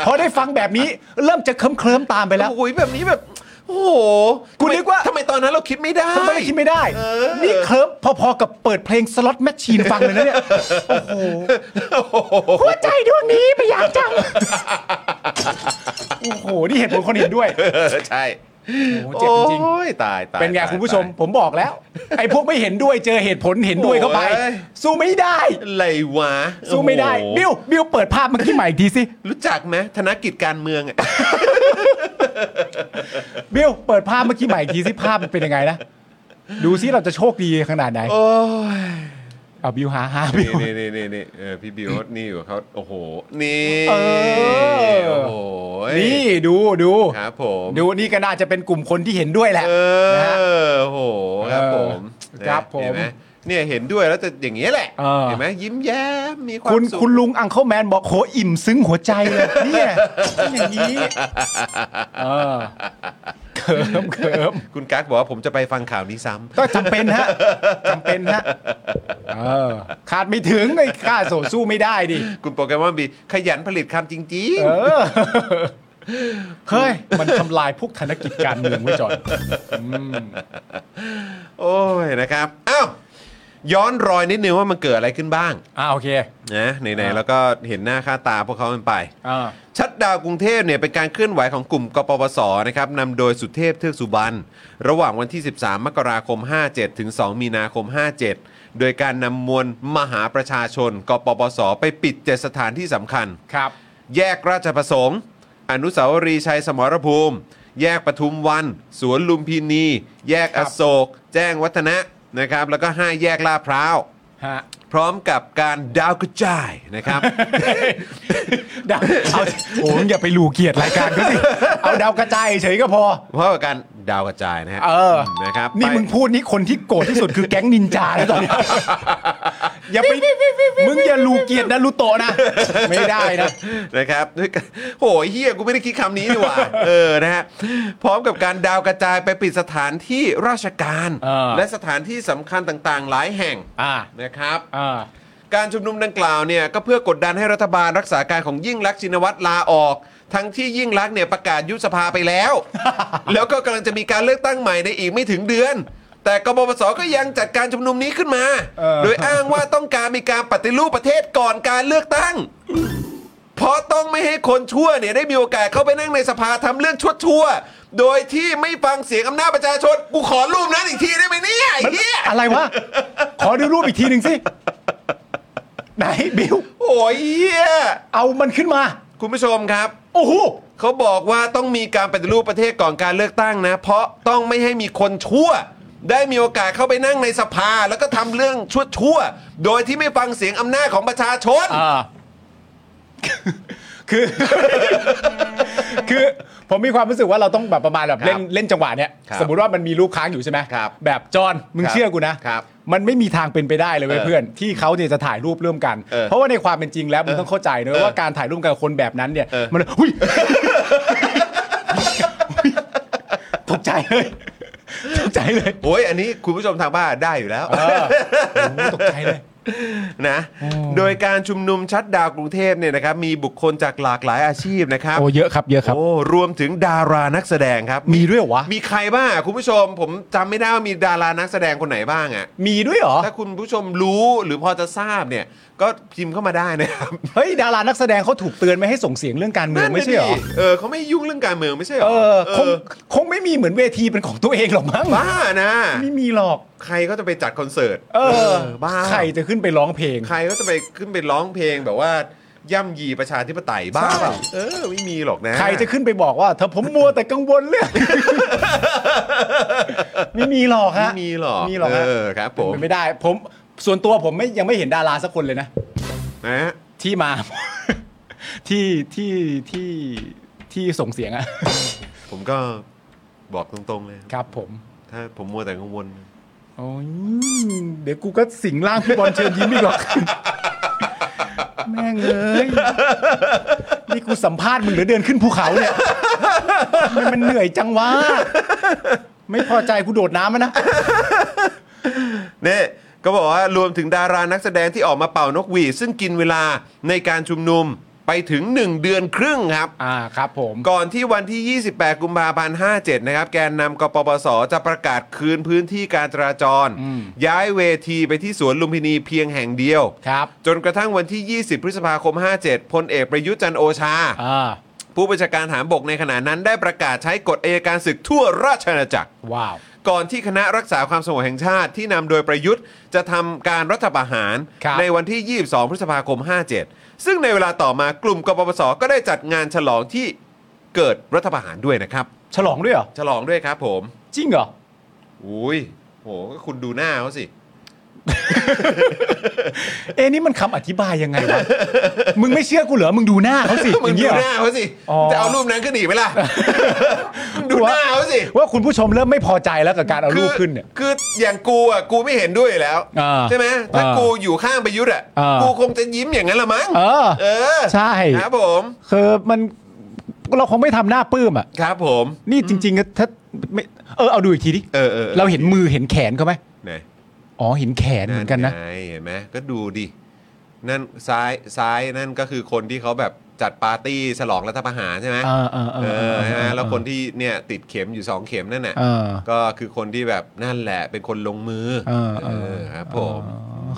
S2: พอได้ฟังแบบนี้เริ่มจะเคลิ้มเคลิ้มๆตามไปแล้ว
S1: โอ้ยแบบนี้แบบ โอ้โห
S2: กูนึกว่า
S1: ทำไมตอนนั้นเราคิดไม่ได้
S2: ทำไมคิดไม่ได้
S1: เออ
S2: นี่เคลิ้มพอๆกับเปิดเพลงสล็อตแมชชีนฟังเลยนะเนี่ย โอ้โห หัวใจดวงนี้พยายามจัง โอ้โห นี่เห็นผลคนเห็นด้วย
S1: เออใช่
S2: โอ้เจ็บจริง
S1: โอ้ยตายตาย
S2: เป็นไง
S1: ตาย
S2: คุณผู้ชม
S1: ตาย
S2: ผมบอกแล้ว ไอ้พวกไม่เห็นด้วยเจอเหตุผลเห็นด้วยเข้าไป
S1: โอ้ย
S2: สู้ไม่ได้
S1: อะไรวะ
S2: สู้ไม่ได้
S1: โอ้โห
S2: บิวบิวเปิดภาพเมื่อกี้ใหม่อีกทีสิ
S1: รู้จักไหมธนกิจการเมืองอะ
S2: บิวเปิดภาพเมื่อกี้ใหม่อีกทีสิภาพมันเป็นยังไงนะ ดูซิเราจะโชคดีขนาดไหน
S1: โอ้ย
S2: เอาบิวหาหาบิว
S1: นี่นี่นี่นี่เออพี่บิวนี่อยู่เขาโอ้โห นี่
S2: เออ
S1: โอ้โห
S2: นี่ดูดู
S1: ครับผม
S2: ดูนี่ก็น่าจะเป็นกลุ่มคนที่เห็นด้วยแหละ
S1: เอ
S2: นะฮะ
S1: อโอ้โหครับผม
S2: เออ
S1: นะครับ
S2: ผม
S1: เห็นไหเนี่ยเห็นด้วยแล้วจะอย่างนี้ยแหละ
S2: เออ
S1: เห็นไหมยิ้มแย้มมีความ
S2: คุณ
S1: สุข
S2: คุณลุงอังเคิลแมนบอกโหอิ่มซึ้งหัวใจเลยเนี่ยต้องอย่างนี้เออเขิมเขิม
S1: คุณกั๊กบอกว่าผมจะไปฟังข่าวนี้ซ้ำ
S2: ก็จำเป็นฮะจำเป็นฮะเออขาดไม่ถึงไอ้ข้าโสสู้ไม่ได้ดิ
S1: คุณโปเกมอนบีขยันผลิตคำจริง
S2: เออเฮ้ยมันทำลายพวกธนกิจการเมืองไว้จอนอืม
S1: ๆ โอ้ยนะครับอ้าวย้อนรอยนิดนึงว่ามันเกิดอะไรขึ้นบ้าง
S2: อ่าโอเค
S1: นะไหนๆแล้วก็เห็นหน้าค่าตาพวกเขาเป็นไป
S2: อ่า
S1: ชัดดาวน์กรุงเทพเนี่ยเป็นการเคลื่อนไหวของกลุ่มกปปสนะครับนำโดยสุเทพเทือกสุบรรณระหว่างวันที่ 13 มกราคม 57 ถึง 2 มีนาคม 57 โดยการนำมวลมหาประชาชน กปปส ไปปิดเจ็ดสถานที่สำคัญ
S2: ครับ
S1: แยกราชประสงค์ อนุสาวรีย์ชัยสมรภูมิ แยกปทุมวัน สวนลุมพินี แยก
S2: ค
S1: อ
S2: รับ
S1: โศก แจ้งวัฒนะนะครับ แล้วก็ห้าแยกลาดพร้าว
S2: ฮะ
S1: พร้อมกับการดาวกระจาย นะครับ
S2: ดาวเอาโอ้ยอย่าไปหลูเกียรติรายการก็สิ เอาดาวกระจายเฉยก็พอ
S1: เพราะกับการดาวกระจายนะฮะ
S2: เออ
S1: มนะครับ
S2: นี่
S1: ไป
S2: มึงพูดนี่คนที่โกรธที่สุดคือแก๊งนินจาแล้วตอนเนี้ยอย่าไป มึงอย่าหลูเกียรตินะลูโตะนะ ไม่ได้นะ
S1: นะครับด้วยกันโหยเฮียกูไม่ได้คิดคำนี้นี่หว่า เออนะฮะพร้อมกับการดาวกระจายไปปิดสถานที่ราชการ
S2: เออ
S1: และสถานที่สำคัญต่างๆ หลายแห่ง
S2: อ่า
S1: นะครับ
S2: อ่า
S1: การชุมนุมดังกล่าวเนี่ยก็เพื่อกดดันให้รัฐบาลรักษาการของยิ่งลักษณ์ชินวัตรลาออก ทั้งที่ยิ่งลั กษณ์เนี่ยประกาศยุบสภาไปแล้ว แล้วก็กำลังจะมีการเลือกตั้งใหม่ในอีกไม่ถึงเดือน แต่กบพศก็ยังจัดการชุมนุมนี้ขึ้นมา
S2: เออ
S1: โดยอ้างว่าต้องการมีการปฏิรูปประเทศก่อนการเลือกตั้ง เพราะต้องไม่ให้คนชั่วเนี่ยได้มีโอกาสเข้าไปนั่งในสภาทำเรื่องชั่วๆ โดยที่ไม่ฟังเสียงอำนาจประชาชน กูขอรูปนั้นอีกทีได้ไหมเนี่ยไอ้เหี้ย
S2: อะไรวะ ขอดูรูปอีกทีหนึ่งสิ ไหนบิว
S1: โอ้ยเหี้ย
S2: เอามันขึ้นมา
S1: คุณผู้ชมครับ
S2: โอ้โห
S1: เขาบอกว่าต้องมีการปฏิรูปประเทศก่อนการเลือกตั้งนะ เพราะต้องไม่ให้มีคนชั่ว ได้มีโอกาสเข้าไปนั่งในสภา แล้วก็ทำเรื่องชั่วๆ โดยที่ไม่ฟังเสียงอำนาจของประชาชน
S2: อ่า คือ คือผมมีความรู้สึกว่าเราต้องแบบประมาณแบบเล่นเล่นจังหวะเนี้ย
S1: ครับ
S2: สมมติว่ามันมีรูปค้างอยู่ใช่ไหม
S1: ครับ
S2: แบบจอนมึง
S1: ครับ
S2: เชื่อกูนะครับมันไม่มีทางเป็นไปได้เลยเว้ย
S1: เออ
S2: เพื่อน ที่เขาเนี่ยจะถ่ายรูปร่วมกัน
S1: เออ
S2: เพราะว่าในความเป็นจริงแล้วมึงต้องเข้าใจนะ
S1: เออ
S2: ว่าการถ่ายรูปกับคนแบบนั้นเนี่ย
S1: เออ
S2: มัน หุ้ย ตกใจเลย ตกใจเลย
S1: โอ้ยอันนี้คุณผู้ชมทางบ้านได้อยู่แล้ว
S2: เออโอ้โหตกใจเลย
S1: นะโดยการชุมนุมชัดดาวน์กรุงเทพเนี่ยนะครับมีบุคคลจากหลากหลายอาชีพนะครับ
S2: โอ้เยอะครับเยอะครับ
S1: โอ้รวมถึงดารานักแสดงครับ
S2: มีด้วยเหรอวะ
S1: มีใครบ้างอ่ะคุณผู้ชม ผมจำไม่ได้ว่ามีดารานักแสดงคนไหนบ้างอ่ะ
S2: มีด้วยเหรอ
S1: ถ้าคุณผู้ชมรู้หรือพอจะทราบเนี่ย ก็พิมพ์เข้ามาได้นะครับ
S2: เฮ้ยดารานักแสดงเขาถูกเตือนไม่ให้ส่งเสียงเรื่อง การเมืองไม่ใช่เหรอ
S1: นั่นน่ะดิเออเขาไม่ยุ่งเรื่องการเมืองไม่ใช่เหร
S2: เอ
S1: อ
S2: อ
S1: เอ
S2: คง
S1: อ
S2: คงไม่มีเหมือนเวทีเป็นของตัวเองหรอกมั้ง
S1: บ้านะ
S2: ไม่มีหรอก
S1: ใครก็จะไปจัดคอนเสิร์ต
S2: เออ
S1: บ้า
S2: ใครจะขึ้นไปร้องเพลง
S1: ใครก็จะไปขึ้นไปร้องเพลงแบบว่าย่ำยีประชาธิปไตยบ้า
S2: ใช่
S1: เปล่าเออไม่มีหรอกนะ
S2: ใครจะขึ้นไปบอกว่า ถ้าผมมัวแต่กังวลเรื่อง ไม่มีหรอกฮะ
S1: ไม่มีหรอก
S2: ไม่มีหรอกฮะ
S1: เออครับผม
S2: เป็นไปไม่ได้ ผมส่วนตัวผมไม่ยังไม่เห็นดาราสักคนเลยนะ
S1: นะฮะ
S2: ที่มา ที่ที่ที่ที่ส่งเสียงอะ
S1: ผมก็บอกตรงๆเลยครับ
S2: ครับ ผม
S1: ถ้าผมมัวแต่กังวล
S2: โอ้ยเดี๋ยวกูก็สิงร่างพี่บอลเชิญยิ้มอีกหร อก แม่งเอ้ย นี่กูสัมภาษณ์มึงหรือเดินขึ้นภูเขาเนี่ยทำไมมันเหนื่อยจังวะ ไม่พอใจกูโดดน้ำอะนะ
S1: เนี่ยก็บอกว่ารวมถึงดารานักแสดงที่ออกมาเป่านกหวีดซึ่งกินเวลาในการชุมนุมไปถึง 1 เดือนครึ่งครับ
S2: อ่าครับผม
S1: ก่อนที่วันที่ 28 กุมภาพันธ์ 57 นะครับ แกนนำกปปส จะประกาศคืนพื้นที่การจราจร
S2: อืม
S1: ย้ายเวทีไปที่สวนลุมพินีเพียงแห่งเดียว
S2: ครับ
S1: จนกระทั่งวันที่ 20 พฤษภาคม 57 พลเอกประยุทธ์จันทร์โอชา
S2: อ่า
S1: ผู้บัญชาการฐานบกในขณะนั้นได้ประกาศใช้กฎเอยการศึกทั่วราชอาณาจักร
S2: ว้าว
S1: ก่อนที่คณะรักษาความสงบแห่งชาติที่นำโดยประยุทธ์จะทำการรัฐประหาร
S2: ครับ
S1: ในวันที่ 22 พฤษภาคม 57 ซึ่งในเวลาต่อมากลุ่มกปปส ก็ได้จัดงานฉลองที่เกิดรัฐประหารด้วยนะครับ
S2: ฉลองด้วยเหรอ
S1: ฉลองด้วยครับผม
S2: จริงเหรอ
S1: อุ้ยโหก็คุณดูหน้าเขาสิ
S2: เอ้นี่มันคำอธิบายยังไงวะ มึงไม่เชื่อกูเหรอ มึงดูหน้าเขาสิ
S1: มึ
S2: องย่า
S1: ดู
S2: ง
S1: ห
S2: เงี้ยเหร
S1: น้า
S2: อ
S1: เขาสิ
S2: อ๋อ
S1: จะเอารูปนั้นขึ้นอีกไหม ล่ะ มึงดูหน้าเขาสิ
S2: ว่าคุณผู้ชมเริ่มไม่พอใจแล้วกับการเอารูปขึ้นเนี่ย
S1: คือคืออย่างกูอ่ะกูไม่เห็นด้วยอยู่แล้ว
S2: อ่า
S1: ใช่ไหมถ้า
S2: อ่า
S1: กูอยู่ข้างประยุทธ์อ่ะ
S2: อ่ากู
S1: กูคงจะยิ้มอย่างนั้นละมั้ง
S2: เออ
S1: เออ
S2: ใช่
S1: ครับผม
S2: คือมันเราคงไม่ทำหน้าปลื้มอ่ะ
S1: ครับผม
S2: นี่จริงๆก็ถ้าไม่เออเอาดูอีกทีดิ
S1: เออเออออ
S2: เราเห็นมือเห็นแขนเขาไหม
S1: ไหน
S2: อ๋อเห็นแขนเหมือนกันนะ
S1: ไงเห็นไหมก็ดูดินั่นซ้ายซ้ายนั่นก็คือคนที่เขาแบบจัดปาร์ตี้ฉลองรัฐประหารใช่ไหม
S2: เออเออเออเออ
S1: ใช่ไหมแล้วคนที่เนี่ยติดเข็มอยู่สองเข็มนั่นน่ะ
S2: เออ
S1: ก็คือคนที่แบบนั่นแหละเป็นคนลงมือ
S2: เออเออ
S1: เออครับผม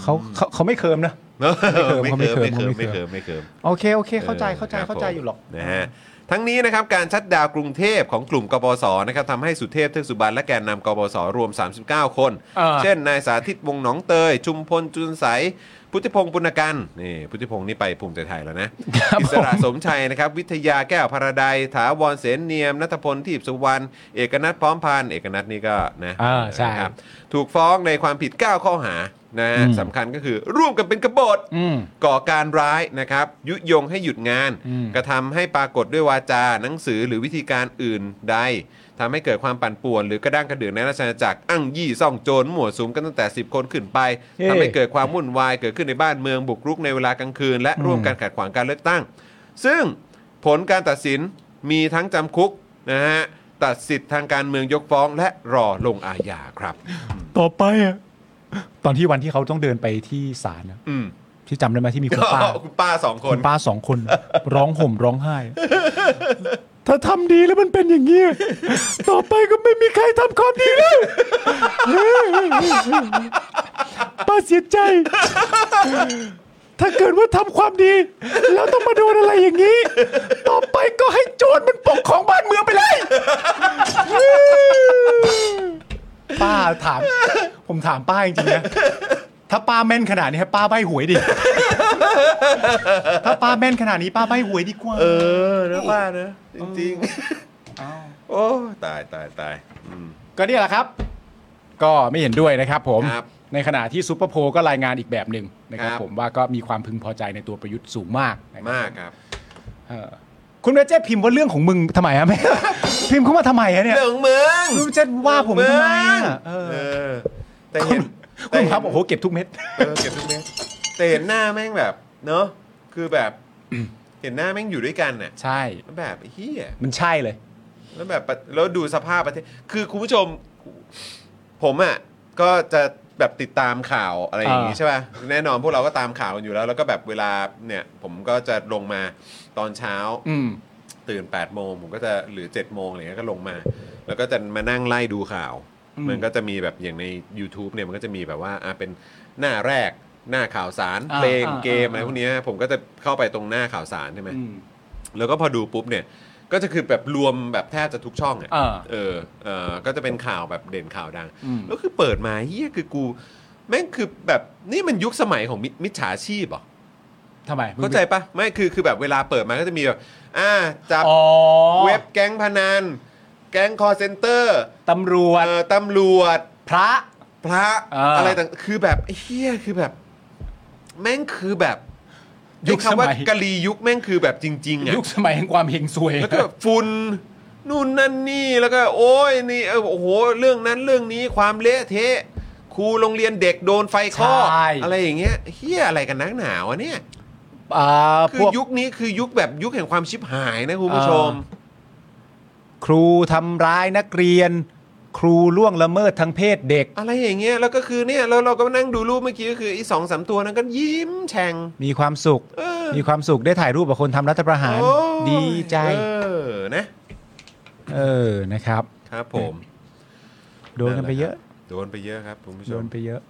S2: เขาเขาเขาไม่เคิมนะ
S1: ไม่
S2: เขาไม่
S1: เคิม
S2: เคิ
S1: ไม่
S2: ม
S1: เคิม
S2: เขาไม่
S1: ไม่
S2: เคิ
S1: เคิม
S2: ม
S1: ไม่เคิม
S2: โอเคโอเค เข้าใจเข้าใจ
S1: คบ
S2: เข้าใจอยู่หรอก
S1: ผมนะฮะทั้งนี้นะครับการชัดดาวน์กรุงเทพของกลุ่มกปสนะครับทำให้สุเทพเทือกสุบรรณและแกนนำกปสรวม 39 คน
S2: เออ
S1: เช่นนายสาธิตวงศ์หนองเตย ชุมพลจุนใส พุทธิพงศ์ปุณกันนี่พุทธิพงศ์นี่ไปภูมิใจไทยแล้วนะ อิสระสมชัยนะครับวิทยาแก้วพาราไดซ์ถาวรเสนเนียมนัทพลทีพสุวรรณเอกนัทพร้อมพันธ์เอกนัทนี่ก็นะ
S2: อ่าใช่
S1: นะครับถูกฟ้องในความผิด 9 ข้อหานะฮะ
S2: อืม
S1: สำคัญก็คือร่วมกันเป็นกบฏ
S2: อืม
S1: ก่อการร้ายนะครับ ยุยงให้หยุดงาน
S2: อืม
S1: กระทำให้ปรากฏด้วยวาจา หนังสือหรือวิธีการอื่นใดทำให้เกิดความปั่นป่วน หรือกระด้างกระเดืองในราชอาณาจักรอ้างยี่ซ่องโจรหมั่วสุมกันตั้งแต่ 10 คนขึ้นไปทำให้เกิดความวุ่นวาย เกิดขึ้นในบ้านเมืองบุกรุกในเวลากลางคืน และร่วมกันขัดขวางการเลือกตั้ง ซึ่งผลการตัดสินมีทั้งจำคุกนะฮะตัดสิทธิ์ทางการเมืองยกฟ้อง และรอลงอาญาครับ
S2: ต่อไปอ่ะตอนที่วันที่เขาต้องเดินไปที่ศาลนะ
S1: อืม
S2: ที่จำได้ไหมที่มีคุณป้า
S1: คุณป้าสองค
S2: คุ
S1: น
S2: ณป้าสองคน ร้องห่มร้องไห้ ถ้าทำดีแล้วมันเป็นอย่างนี้ ต่อไปก็ไม่มีใครทำความดีแล้ว ป้าเสียใจ ถ้าเกิดว่าทำความดี แล้วต้องมาโดนอะไรอย่างนี้ ต่อไปก็ให้โจรมันปกของบ้านเมืองไปเลย ป้าถาม ผมถามป้าจริงๆนะ ถ้าป้าแม่นขนาดนี้ให้ป้าใบหวยดิ ถ้าป้าแม่นขนาดนี้ป้าใบหวยดีกว่า
S1: เออนะป้านะจริงๆโอ้ตายตายตาย
S2: ก็เนี่ยแหละครับ ก็ไม่เห็นด้วยนะครับผม
S1: ครับ
S2: ในขณะที่ซูเปอร์โพลก็รายงานอีกแบบหนึ่งนะค
S1: ค
S2: รับ
S1: รับ
S2: ผมว่าก็มีความพึงพอใจในตัวประยุทธ์สูงมากนะครับ
S1: มากครับ
S2: เออคุณเวเจ้พิมพ์ว่าเรื่องของมึงทำไมฮะแม่ พิมพ์เข้ามาทำไมฮะเนี่ย
S1: เรื่องเมือง
S2: รู้จะว่าผมทำไมอะเออ
S1: เออแต่
S2: คุ
S1: เห็น
S2: ณคุณครับ
S1: แต่เห็น
S2: โอ้โหเก็บทุกเม็ด
S1: เออเก็บทุกเม็ดแต่เห็นหน้าแม่งแบบเนาะคือ แบบเห็นหน้าแม่งอยู่ด้วยกันน่ะ
S2: ใช่
S1: แล้วแบบไอ้เฮีย
S2: มันใช่เลย
S1: แล้วแบบปะแล้วดูสภาพประเทศ คือคุณผู้ชม ผมอ่ะก็จะแบบติดตามข่าวอะไรอย่างนี้
S2: อ่า
S1: ใช่ป่ะ แน่นอนพวกเราก็ตามข่าวกันอยู่แล้ว แล้วก็แบบเวลาเนี่ย ผมก็จะลงมาตอนเช้า
S2: อืม
S1: ตื่น8ปดโมงผมก็จะหรือ7จ็ดโมงอะไรเงี้ยก็ลงมา แล้วก็จะมานั่งไล่ดูข่าว
S2: อืม
S1: มันก็จะมีแบบอย่างใน YouTube เนี่ยมันก็จะมีแบบว่าอ่ะเป็นหน้าแรกหน้าข่าวสาร
S2: อ่า
S1: เพลง
S2: อ่า
S1: เกม
S2: อ่า
S1: อะไรพวกเนี้ยผมก็จะเข้าไปตรงหน้าข่าวสารใช่ไหม
S2: อืม
S1: แล้วก็พอดูปุ๊บเนี่ย ก็จะคือแบบรวมแบบแทบจะทุกช่องอ่ะ
S2: เออ
S1: เออเออก็จะเป็นข่าวแบบเด่นข่าวดัง
S2: อืม
S1: แล้วคือเปิดมาเฮียคือกู แม่งคือแบบนี่มันยุคสมัยของมิมิจฉาชีพเหรอ
S2: ทำไมมึง
S1: เข้าใจปะไม่คือคือแบบเวลาเปิดมาก็จะมีแบบอ่าจับ
S2: อ๋อ
S1: เว็บแก๊งพนัน แก๊งคอเซนเตอร์
S2: ตำรวจ
S1: ตำรวจ
S2: พระ
S1: พระ
S2: เอออ
S1: อะไรต่างคือแบบเฮียคือแบบ แม่งคือแบบ
S2: ยุคสมัย
S1: ไอ้ำว่ากะลียุคแม่งคือแบบจริงๆอ่ะ
S2: ยุคสมัยแห่งความเฮงซวย
S1: แล้วก็แบบฝุ่นนู่นนั่นนี่แล้วก็โอ้ยนี่เออโอ้โหเรื่องนั้นเรื่องนี้ความเละเทะครูโรงเรียนเด็กโดนไฟคอก
S2: ใช่
S1: อะไรอย่างเงี้ยเฮียอะไรกันนักหนาวะเนี่ย
S2: อ่า
S1: คื
S2: พ
S1: อ
S2: วก
S1: ยุคนี้คือยุคแบบยุคแห่งความชิบหายนะคุณผู้ชม
S2: ครูทำร้ายนักเรียน ครูล่วงละเมิดทางเพศเด็ก
S1: อะไรอย่างเงี้ยแล้วก็คือเนี่ยเราเราก็มานั่งดูรูปเมื่อกี้ก็คือไอีสองสามตัวนั้นก็ยิ้มแฉ่ง
S2: มีความสุข
S1: เออ
S2: มีความสุขได้ถ่ายรูปกับคนทำรัฐประหาร
S1: โอ้ย
S2: ดีใจ
S1: เออนะ
S2: เออนะครับ
S1: ครับผม
S2: โดนกันไปเยอะ
S1: โดนไปเยอะครับคุณผู้ช
S2: โด
S1: ม
S2: นไปเยอะ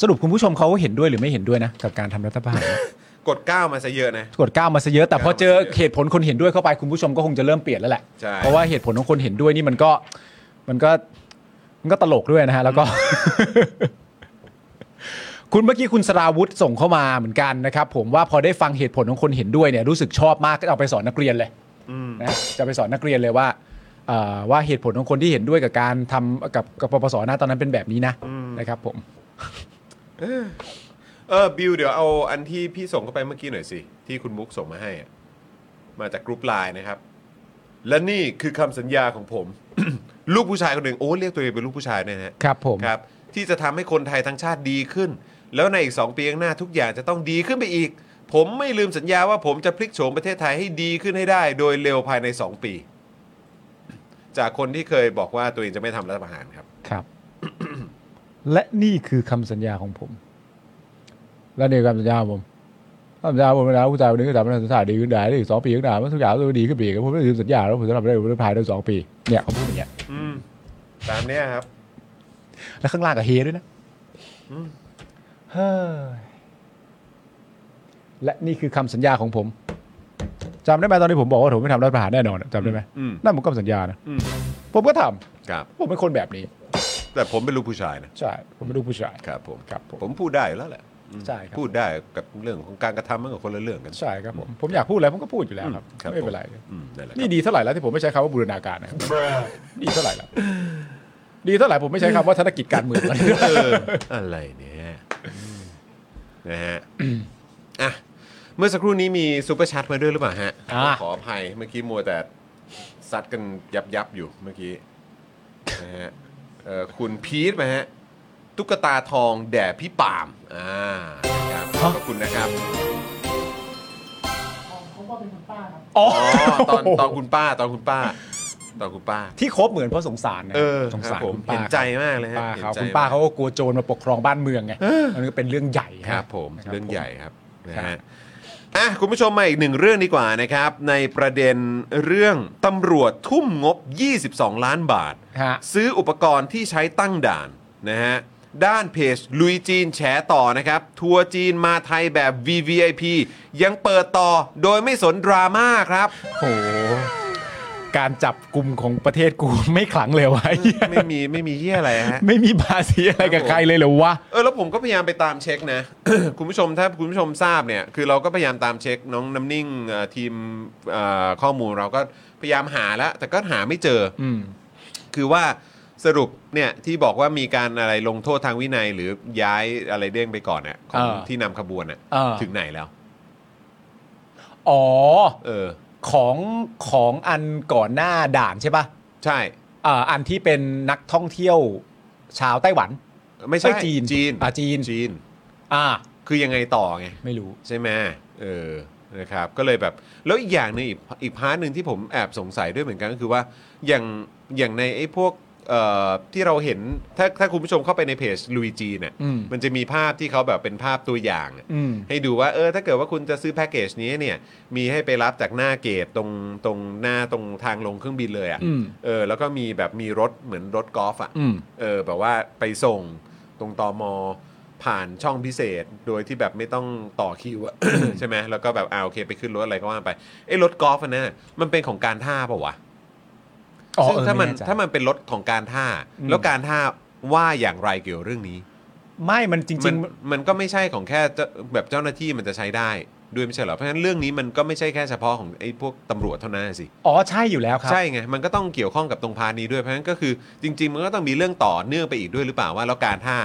S2: สรุปคุณผู้ชมเขาเห็นด้วยหรือไม่เห็นด้วยนะ กับการทำรัฐประหาร
S1: กดเก้ามาซะเยอะนะ
S2: กดก้าวมาซะเยอะแต่พอเจอ
S1: ก้าวมาซะเยอะ
S2: เหตุผลคนเห็นด้วยเข้าไปคุณผู้ชมก็คงจะเริ่มเปลี่ยนแล้วแหละ
S1: ใช่
S2: เพราะว่าเหตุผลของคนเห็นด้วยนี่มันก็มันก็มันก็ตลกด้วยนะฮะ แล้วก็ คุณเมื่อกี้คุณสราวุธส่งเข้ามาเหมือนกันนะครับ ผมว่าพอได้ฟังเหตุผลของคนเห็นด้วยเนี่ยรู้สึกชอบมากก็เอาไปสอนนักเรียนเลย
S1: อืม
S2: นะจะไปสอนนักเรียนเลยว่าเอ่อว่าเหตุผลของคนที่เห็นด้วยกับการทำกับกับปปสนะตอนนั้นเป็นแบบนี้นะนะครับ ผม
S1: เออบิวเดี๋ยวเอาอันที่พี่ส่งเข้าไปเมื่อกี้หน่อยสิ ที่คุณมุกส่งมาให้อะมาจากกรุ๊ปไลน์นะครับ และนี่คือคำสัญญาของผม ลูกผู้ชายคนหนึ่งโอ้เรียกตัวเองเป็นลูกผู้ชายเนี่ยนะฮะ
S2: ครับผม
S1: ครับ ที่จะทำให้คนไทยทั้งชาติดีขึ้น แล้วในอีก 2 ปีข้างหน้าทุกอย่างจะต้องดีขึ้นไปอีก ผมไม่ลืมสัญญาว่าผมจะพลิกโฉมประเทศไทยให้ดีขึ้นให้ได้ โดยเร็วภายใน 2 ปี จากคนที่เคยบอกว่าตัวเองจะไม่ทำรัฐประหารครับ
S2: ครับ และนี่คือคำสัญญาของผม และนี่คือคำสัญญาของผมคำสัญญาผมนะผู้ชายคนนี้ก็ทำให้สุดท้ายดีขึ้นได้อีกสองปีข้างหน้ามันทุกอย่างจะดีขึ้นไปอีกผมไม่ลืมสัญญาแล้วผมจะทำได้ผมจะภายในสองปีเนี่ยเขาพูดอย่างเงี้ย
S1: อืมตามเนี้ยครับ
S2: แล้วข้างล่างก็เฮด้วยนะเฮ้ยและนี่คือคำสัญญาของผมจำได้ไหมตอนที่ผมบอกว่าผมไม่ทำรัฐประหารแน่นอนอะจำได้ไหม
S1: อืม
S2: นั่นผมก็สัญญานะ
S1: อืม
S2: ผมก็ท
S1: ครับ
S2: ำผมเป็นคนแบบนี้
S1: แต่ผมเป็นลูกผู้ชายนะ
S2: ใช่ผมเป็นลูกผู้ชาย
S1: ครับผม
S2: ครับผม
S1: พูดได้อยู่แล้วแหละอืม
S2: ใช่ครับ
S1: พูดได้กับเรื่องของการกระทำมันกับคนละเรื่องกัน
S2: ใช่ครับผมผมอยากพูดอะไรผมก็พูดอยู่แล้วครับ
S1: อืมครับ
S2: ไม่เป็นไร
S1: ผม อืมนั่นแหละครับ
S2: นี่ดีเท่าไหร่แล้วที่ผมไม่ใช้คำว่าบูรณาการนะครับดีเท่าไหร่แล้วดีเท่าไหร่ผมไม่ใช้คำว่าธนกิจการเมือง
S1: เอออะไรเนี่ยอืมนะฮะอ่ะเมื่อสักครู่นี้มีซูเปอร์แชัดมาด้วยหรือเปล่าฮะ
S2: อ่า
S1: ขออภัยเมื่อกี้มัวแต่ซัดกันยับยับๆอยู่เมื่อกี้นะฮะเอ่อคุณพีทมาฮะตุ๊กตาทองแด่พี่ปาล์มอ่านะครับขอบพระคุณนะครับ
S2: อ๋อ
S1: อ๋อตอนตอนคุณป้าตอนคุณป้า ตอนคุณป้า
S2: ที่คบเหมือนเพราะสงสารนะ
S1: เออ
S2: สง
S1: ค
S2: สา
S1: รับ
S2: ร
S1: ผม
S2: คุณป้า
S1: เห็นใจมากเลยฮะ
S2: ป้าเขา
S1: ห็นใจ
S2: คุณป้าม
S1: ก
S2: เขาก็กลัวโจรมาปกครองบ้านเมืองไงอันนี้ก็เป็นเรื่องใหญ่ฮะ
S1: ครับผม
S2: นะคบ
S1: เรื่องใหญ่ครับนะ
S2: ครั
S1: ฮะ
S2: บ
S1: อ่ะคุณผู้ชมมาอีกหนึ่งเรื่องดีกว่านะครับ ในประเด็นเรื่องตำรวจทุ่มงบ 22 ล้านบาท
S2: ฮะ
S1: ซื้ออุปกรณ์ที่ใช้ตั้งด่านนะฮะ ด้านเพจลุยจีนแฉต่อนะครับ ทัวร์จีนมาไทยแบบ VVIP ยังเปิดต่อโดยไม่สนดราม่าครับ
S2: โห การจับกลุ่มของประเทศกูไม่ขลังเลยวะไอ้เหี้ย
S1: ไม่มีไม่มีเยี่ยอะไรฮะ
S2: ไม่มีภาษีอะไรกับใครเลยเหรอวะ
S1: เออแล้วผมก็พยายามไปตามเช็คนะ คุณผู้ชมถ้าคุณผู้ชมทราบเนี่ยคือเราก็พยายามตามเช็คน้องน้ำนิ่งเอ่อทีมเอ่อข้อมูลเราก็พยายามหาแล้ว แต่ก็หาไม่เจออ
S2: อืม
S1: คือว่าสรุปเนี่ยที่บอกว่ามีการอะไรลงโทษทางวินัย หรือย้ายอะไรเด้งไปก่อนเนี่ยของ
S2: เออ
S1: ที่นำขบวนเนี่ย
S2: เออ
S1: ถึงไหนแล้ว
S2: อ๋อ
S1: เออ
S2: ของของอันก่อนหน้าด่านใช่ปะ
S1: ใช่
S2: อ่ะอันที่เป็นนักท่องเที่ยวชาวไต้หวัน
S1: ไม่ใช่
S2: เอ้ยจีน
S1: จีน
S2: อ่ะจีน
S1: จีน
S2: อ่า
S1: คือยังไงต่อไง
S2: ไม่รู้
S1: ใช่ไหมเออ นะครับ ก็เลยแบบ แล้วอีกอย่างหนึงอีกอีกพาร์ทหนึ่งที่ผมแอบสงสัยด้วยเหมือนกันก็คือว่า อย่าง อย่างในไอ้พวก เอ่อ ที่เราเห็น ถ้า ถ้าคุณผู้ชมเข้าไปในเพจลุยจีเนี่ย
S2: อืม
S1: มันจะมีภาพที่เขาแบบเป็นภาพตัวอย่างอะ
S2: อืม
S1: ให้ดูว่าเออถ้าเกิดว่าคุณจะซื้อแพ็กเกจนี้เนี่ยมีให้ไปรับจากหน้าเกตตรงตรงหน้าตรงทางลงเครื่องบินเลย
S2: อืม
S1: อะ่ะเออแล้วก็มีแบบมีรถเหมือนรถกอล์ฟอะ
S2: อืม
S1: เออแบบว่าไปส่งตรงตอมอผ่านช่องพิเศษโดยที่แบบไม่ต้องต่อคิว อะ ใช่ไหมแล้วก็แบบอ่าโอเคไปขึ้นรถอะไรก็ว่าไปไอ้รถกอล์ฟอันนั้นอะมันเป็นของการท่าเปล่าวะ
S2: อ๋อ
S1: ซึ่ง
S2: เออ
S1: ถ้ามัน
S2: ไแใจ
S1: ถ้ามันเป็นรถของการท่า
S2: อืม
S1: แล้วการท่าว่าอย่างไรเกี่ยวเรื่องนี้
S2: ไม่มันจ
S1: มั
S2: ริ
S1: น
S2: ง
S1: มันก็ไม่ใช่ของแค่เจ้าแบบเจ้าหน้าที่มันจะใช้ได้ด้วยไม่ใช่เหรอเพราะฉะนั้นเรื่องนี้มันก็ไม่ใช่แค่เฉพาะของไอ้พวกตำรวจเท่านั้นสิ
S2: ๆ อ๋อใช่อยู่แล้วครับ
S1: ใช่ไงมันก็ต้องเกี่ยวข้องกับตรงพาร์ทนี้ด้วยเพราะฉะนั้นก็คือจริง ๆ มันก็ต้องมีเรื่องต่อเนื่องไปอีกด้วยหรือเปล่าว่าแล้วการท่า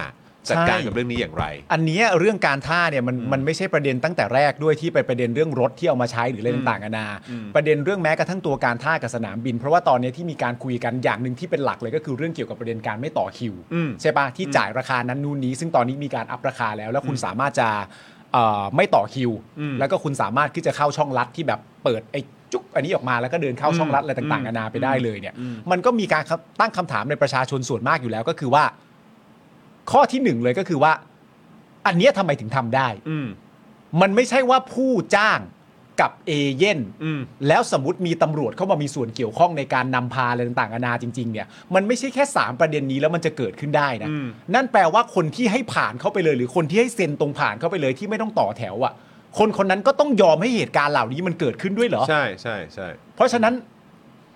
S1: จัดการ
S2: ใช่
S1: กับเรื่องนี้อย่างไร
S2: อันเนี้ยเรื่องการท่าเนี่ยมันมันไม่ใช่ประเด็นตั้งแต่แรกด้วยที่ไปประเด็นเรื่องรถที่เอามาใช้หรืออะไรต่างๆนานา
S1: อืม
S2: ประเด็นเรื่องแม้กระทั่งตัวการท่ากับสนามบิน เพราะว่าตอนเนี้ยที่มีการคุยกันอย่างหนึ่งที่เป็นหลักเลยก็คือเรื่องเกี่ยวกับประเด็นการไม่ต่อคิว
S1: อืม
S2: ใช่ปะที่จ่ายราคานั้นนู่นนี้ ซึ่งตอนนี้มีการอัพราคาแล้ว แล้วคุณสามารถจะเอ่อไม่ต่อคิว
S1: อืม
S2: แล้วก็คุณสามารถที่จะเข้าช่องลัดที่แบบเปิดไอ้จุกอันนี้ออกมาแล้วก็เดินเข้าช่องลัดอะไรต่างๆนานาไปได้เลยเนี่ย
S1: อืม
S2: มันก็มีการตั้งคำถามในประชาชนส่วนมากอยู่แล้วก็คือว่า ข้อที่หนึ่งเลยก็คือว่า อันเนี้ยทำไมถึงทำได้
S1: อืม
S2: มันไม่ใช่ว่าผู้จ้างกับเอเย่น
S1: อืม
S2: แล้วสมมติมีตำรวจเข้ามามีส่วนเกี่ยวข้องในการนำพาอะไรต่างๆนานาจริง ๆ เนี่ย มันไม่ใช่แค่ 3 ประเด็นนี้แล้วมันจะเกิดขึ้นได้นะ
S1: อืม
S2: นั่นแปลว่าคนที่ให้ผ่านเข้าไปเลย หรือคนที่ให้เซ็นตรงผ่านเข้าไปเลยที่ไม่ต้องต่อแถวอะ่ะ คนคนนั้นก็ต้องยอมให้เหตุการณ์เหล่านี้มันเกิดขึ้นด้วยเหรอ
S1: ใช่ใช่ใช่
S2: เพราะฉะนั้น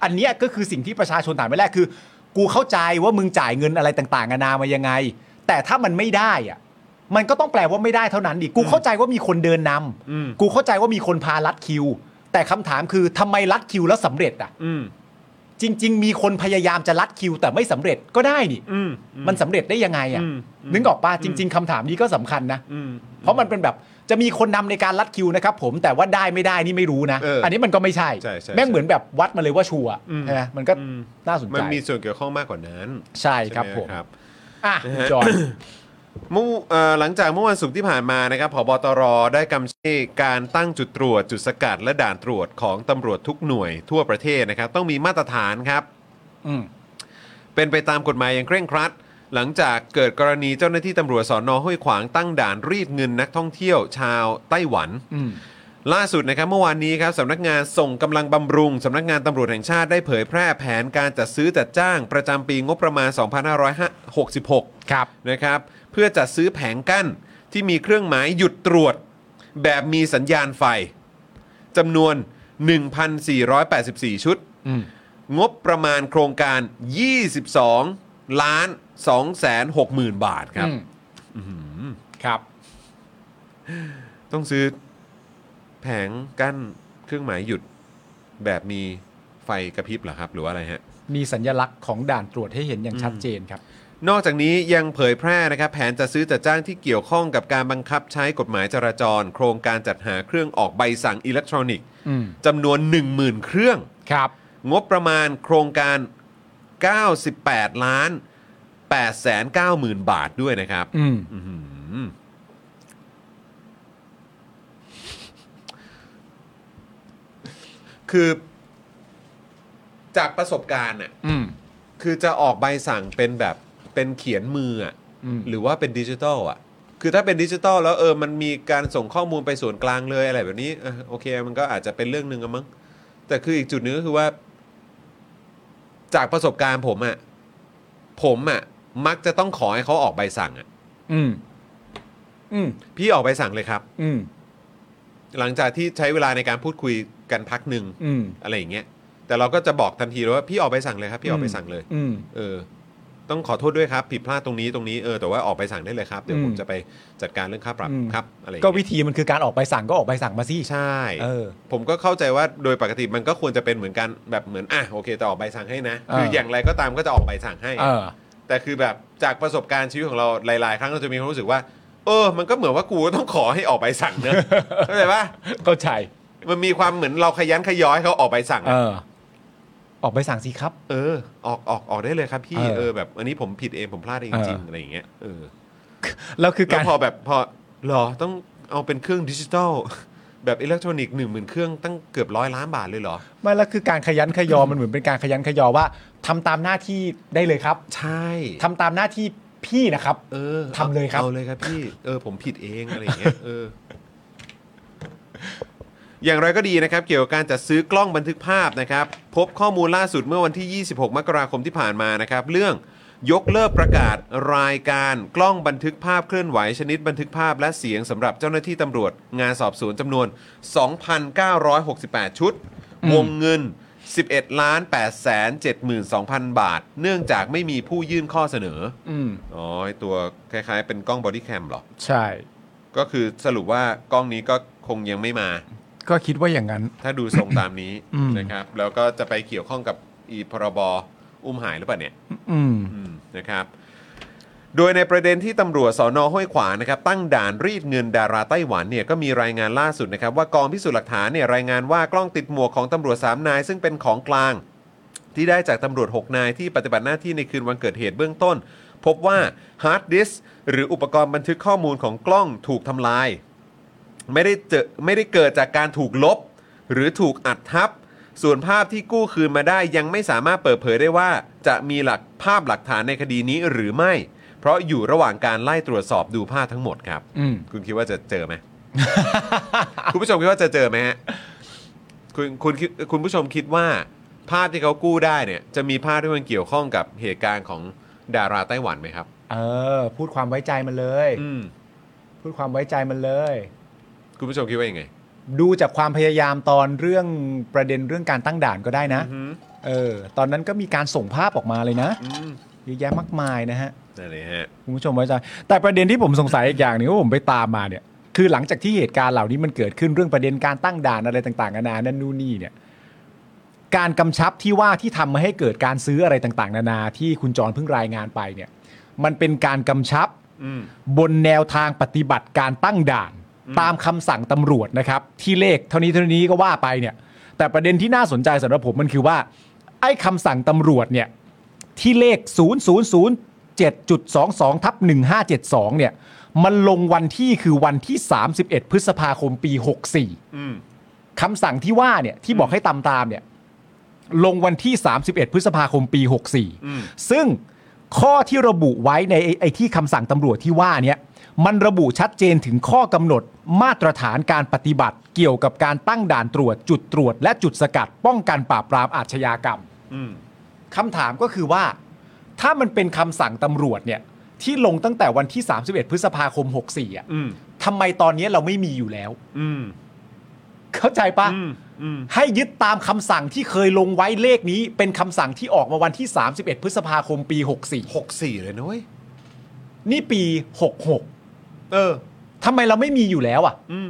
S2: อันเนี้ยก็คือสิ่งที่ประชาชนถามไปแรกคือ กูเข้าใจว่ามึงจ่ายเงินอะไรต่างๆนานามายังไง แต่ถ้ามันไม่ได้อ่ะมันก็ต้องแปลว่าไม่ได้เท่านั้นดิกูเข้าใจว่ามีคนเดินนำ
S1: อืม
S2: กูเข้าใจว่ามีคนพาลัดคิว แต่คำถามคือทำไมลัดคิวแล้วสำเร็จอ่ะ
S1: อืม
S2: จริง ๆ มีคนพยายามจะลัดคิว แต่ไม่สำเร็จก็ได้นี่
S1: อืมอื
S2: มันสำเร็จได้ยังไงอ่ะ
S1: อืมอืม
S2: นึกออกป่ะจริง ๆคำถามนี้ก็สำคัญนะ
S1: อืม
S2: เพราะมันเป็นแบบจะมีคนนำในการลัดคิวนะครับผมแต่ว่าได้ไม่ได้นี่ไม่รู้นะ
S1: เอออั
S2: อันนี้มันก็ไม่ใช่
S1: ใช่ใช่
S2: แม่งเหมือนแบบวัดมาเลยว่าชัวร์
S1: อืม
S2: ใช่ไหมมันก็
S1: อืม
S2: น่าสนใจ
S1: มันมีส่วนเกี่ยวข้องมากกว่านั้น
S2: ใช่
S1: ใช่
S2: ครับ
S1: ไหม
S2: ผม
S1: ครับ
S2: อ่ะคุณ จอย
S1: เมื่อเอ่อหลังจากเมื่อวันศุกร์ที่ผ่านมานะครับผบตรได้กำชับการตั้งจุดตรวจ จุดสกัดและด่านตรวจของตำรวจทุกหน่วยทั่วประเทศนะครับต้องมีมาตรฐานครับ
S2: อืม
S1: เป็นไปตามกฎหมายอย่างเคร่งครัด หลังจากเกิดกรณีเจ้าหน้าที่ตำรวจสอนอห้วยขวางตั้งด่านรีดเงินนักท่องเที่ยวชาวไต้หวัน
S2: อืม
S1: ล่าสุดนะครับเมื่อวานนี้ครับสำนักงานส่งกำลังบำรุงสำนักงานตำรวจแห่งชาติได้เผยแพร่แผนการจัดซื้อจัดจ้างประจำปีงบประมาณ 2566
S2: ครับ
S1: นะครับเพื่อจัดซื้อแผงกั้นที่มีเครื่องหมายหยุดตรวจ แบบมีสัญญาณไฟจำนวน 1,484 ชุด
S2: อืม
S1: งบประมาณโครงการ 22 ล้าน 260,000 บาทครับ
S2: อืมครับ
S1: ต้องซื้อแผงกั้นเครื่องหมายหยุดแบบมีไฟกระพริบเหรอครับ หรือว่าอะไรฮะ
S2: มีสัญลักษณ์ของด่านตรวจให้เห็นอย่างชัดเจนครับ
S1: นอกจากนี้ยังเผยแพร่นะครับแผนจัดซื้อจัดจ้างที่เกี่ยวข้องกับการบังคับใช้กฎหมายจราจร โครงการจัดหาเครื่องออกใบสั่งอิเล็กทรอนิกส์
S2: อืม
S1: จำนวน 10,000 เครื่อง
S2: ครับ
S1: งบประมาณโครงการ 98 ล้าน8แสน9หมื่นบาทด้วยนะครับ
S2: อืม
S1: อื้อหือคือจากประสบการณ์น่ะ
S2: อืม
S1: คือจะออกใบสั่งเป็นแบบเป็นเขียนมืออะ
S2: อืม
S1: หรือว่าเป็นดิจิทัลอ่ะ คือถ้าเป็นดิจิตอลแล้วเออมันมีการส่งข้อมูลไปส่วนกลางเลยอะไรแบบนี้อ่ะโอเค มันก็อาจจะเป็นเรื่องหนึ่งอะมั้งแต่คืออีกจุดหนึ่งก็คือว่า จากประสบการณ์ผมอะผมอะมักจะต้องขอให้เขาออกใบสั่งอะ
S2: อืม อืม
S1: พี่ออกใบสั่งเลยครับ
S2: อืม
S1: หลังจากที่ใช้เวลาในการพูดคุยกันพักหนึ่ง
S2: อืม
S1: อะไรอย่างเงี้ยแต่เราก็จะบอกทันทีเลยว่าพี่ออกใบสั่งเลยครับ พี่ออกใบสั่งเลย
S2: อืม
S1: เออ ต้องขอโทษด้วยครับ ผิดพลาดตรงนี้ตรงนี้เออแต่ว่าออกไปสั่งได้เลยครับ เดี๋ยว
S2: อืม
S1: ผมจะไปจัดการเรื่องค่าปรับ
S2: อืม
S1: ครับ อะไรอย่าง
S2: ก็
S1: เงี้ย
S2: วิธีมันคือการออกใบสั่งก็ออกใบสั่งมาสิ
S1: ใช่
S2: เออ
S1: ผมก็เข้าใจว่าโดยปกติมันก็ควรจะเป็นเหมือนกันแบบเหมือนอ่ะโอเคจะออกใบสั่งให้นะ คือ
S2: เออ
S1: อ
S2: อ
S1: ย่างไรก็ตามก็จะออกใบสั่งให้
S2: เออ
S1: แต่คือแบบจากประสบการณ์ชีวิตของเราหลาย ๆ ครั้งเราจะมีความรู้สึกว่า เออ มันก็เหมือนว่ากูก็ต้องขอให้ออกใบสั่ง เนอะ เข้าใจปะ
S2: เข้าใจ
S1: มันมีความเหมือนเราขยันขย้อยให้เขาออกใบสั่ง
S2: เอ
S1: อะ
S2: อ ออกใบสั่งสิครับ
S1: เออออกออกออกได้เลยครับพี่
S2: เออ
S1: เออแบบอันนี้ผมผิดเองผมพลาดเองจริง
S2: เอออ
S1: ๆอะไรอย่างเงี้ยเออ
S2: แล้วคือ
S1: แล้
S2: กาว ร
S1: พอแบบพอหรอต้องเอาเป็นเครื่องดิจิตอล แบบอิเล็กทรอนิกส์หนึ่งหมื่นเครื่องตั้งเกือบร้อยล้านบาทเลยเหรอ
S2: ไม่แล้วคือการขยันขยอ มันเหมือนเป็นการขยันขยอว่าทำตามหน้าที่ได้เลยครับ
S1: ใช่
S2: ทำตามหน้าที่พี่นะครับ
S1: เออ
S2: ทำเลยครับ
S1: เอาเลยครับพี่ เออผมผิดเองอะไรอย่างเงี้ยเออ อย่างไรก็ดีนะครับ เกี่ยวกับการจัดซื้อกล้องบันทึกภาพนะครับ พบข้อมูลล่าสุดเมื่อวันที่ 26 มกราคมที่ผ่านมานะครับ เรื่องยกเลิกประกาศรายการกล้องบันทึกภาพเคลื่อนไหวชนิดบันทึกภาพและเสียงสำหรับเจ้าหน้าที่ตำรวจ งานสอบสวนจำนวน 2,968 ชุด วงเงิน 11ล้าน8 7 2 0 0 0 บาท เนื่องจากไม่มีผู้ยื่นข้อเสนอ
S2: อืม
S1: อ๋อไอ้ตัวคล้ายๆ เป็นกล้องบอดี้แคมเหรอ
S2: ใช่
S1: ก็คือสรุปว่ากล้องนี้ก็คงยังไม่มา
S2: ก็คิดว่าอย่างนั้น
S1: ถ้าดูทรงตามนี้
S2: อืม
S1: นะครับ แล้วก็จะไปเกี่ยวข้องกับอีพรบอุ้มหายหรือเปล่าเนี่ย
S2: อืม
S1: อืมนะครับ โดยในประเด็นที่ตำรวจสอนอห้วยขวางนะครับ ตั้งด่านรีดเงินดาราไต้หวันเนี่ยก็มีรายงานล่าสุดนะครับ ว่ากองพิสูจน์หลักฐานเนี่ยรายงานว่ากล้องติดหมวกของตำรวจ 3 นาย ซึ่งเป็นของกลาง ที่ได้จากตำรวจ 6 นายที่ปฏิบัติหน้าที่ในคืนวันเกิดเหตุเบื้องต้น พบว่าฮาร์ดดิสหรืออุปกรณ์บันทึกข้อมูลของกล้องถูกทำลาย ไม่ได้เจอไม่ได้เกิดจากการถูกลบ หรือถูกอัดทับ ส่วนภาพที่กู้คืนมาได้ยังไม่สามารถเปิดเผยได้ว่า จะมีหลักภาพหลักฐานในคดีนี้หรือไม่ เพราะอยู่ระหว่างการไล่ตรวจสอบดูภาพทั้งหมดครับ
S2: อืม
S1: คุณคิดว่าจะเจอ ไหม คุณผู้ชมคิดว่าจะเจอไหมฮะคุณคุณคิดคุณผู้ชมคิดว่าภาพที่เขากู้ได้เนี่ย จะมีภาพที่มันเกี่ยวข้องกับเหตุการณ์ของดาราไต้หวันไหมครับ
S2: เออ พูดความไว้ใจมันเลย
S1: อืม
S2: พูดความไว้ใจมันเลย
S1: คุณผู้ชมคิดว่ายังไง
S2: ดูจากความพยายามตอนเรื่องประเด็นเรื่องการตั้งด่านก็ได้นะ
S1: อืม
S2: เออ ตอนนั้นก็มีการส่งภาพออกมาเลยนะ
S1: อืม
S2: เยอะแยะมากมายนะฮะ
S1: นั่นเลยฮะ
S2: คุณผู้ชมไว้ใจแต่ประเด็นที่ผมสงสัยอีกอย่างหนึ่งว่าผมไปตามมาเนี่ย คือหลังจากที่เหตุการณ์เหล่านี้มันเกิดขึ้นเรื่องประเด็นการตั้งด่านอะไรต่างๆนานานั่นนู่นนี่เนี่ย การกำชับที่ว่าที่ทำมาให้เกิดการซื้ออะไรต่างๆ นานาที่คุณจรเพิ่งรายงานไปเนี่ย มันเป็นการกำชับ
S1: อืม
S2: บนแนวทางปฏิบัติการตั้งด่าน ตามคำสั่งตำรวจนะครับ ที่เลขเท่านี้เท่านี้ก็ว่าไปเนี่ย แต่ประเด็นที่น่าสนใจสำหรับผมมันคือว่า ไอ้คำสั่งตำรวจเนี่ยที่เลข 0 0 0 7.22ทับ1572 เนี่ย มันลงวันที่คือวันที่ 31 พฤษภาคมปี 64
S1: อืม
S2: คำสั่งที่ว่าเนี่ยที่บอกให้ตามตามเนี่ย ลงวันที่ 31 พฤษภาคมปี
S1: อืม
S2: 64 ซึ่งข้อที่ระบุไว้ในไอ้ไอ้ที่คำสั่งตำรวจที่ว่าเนี่ยมันระบุชัดเจนถึงข้อกำหนดมาตรฐานการปฏิบัติ เกี่ยวกับการตั้งด่านตรวจ จุดตรวจ และจุดสกัด ป้องกันปราบปรามอาชญากรรม
S1: อืม
S2: คำถามก็คือว่า ถ้ามันเป็นคำสั่งตำรวจเนี่ย ที่ลงตั้งแต่วันที่ 31 พฤษภาคม 64อ่ะ
S1: อืม
S2: ทำไมตอนนี้เราไม่มีอยู่แล้ว
S1: อืม
S2: เข้าใจปะ
S1: อืม อืม
S2: ให้ยึดตามคำสั่งที่เคยลงไว้เลขนี้ เป็นคำสั่งที่ออกมาวันที่ 31 พฤษภาคมปี
S1: หกสี่เลยนะเว้ย
S2: 64 นี่ปี 66
S1: เออ
S2: ทำไมเราไม่มีอยู่แล้วอ่ะ
S1: อืม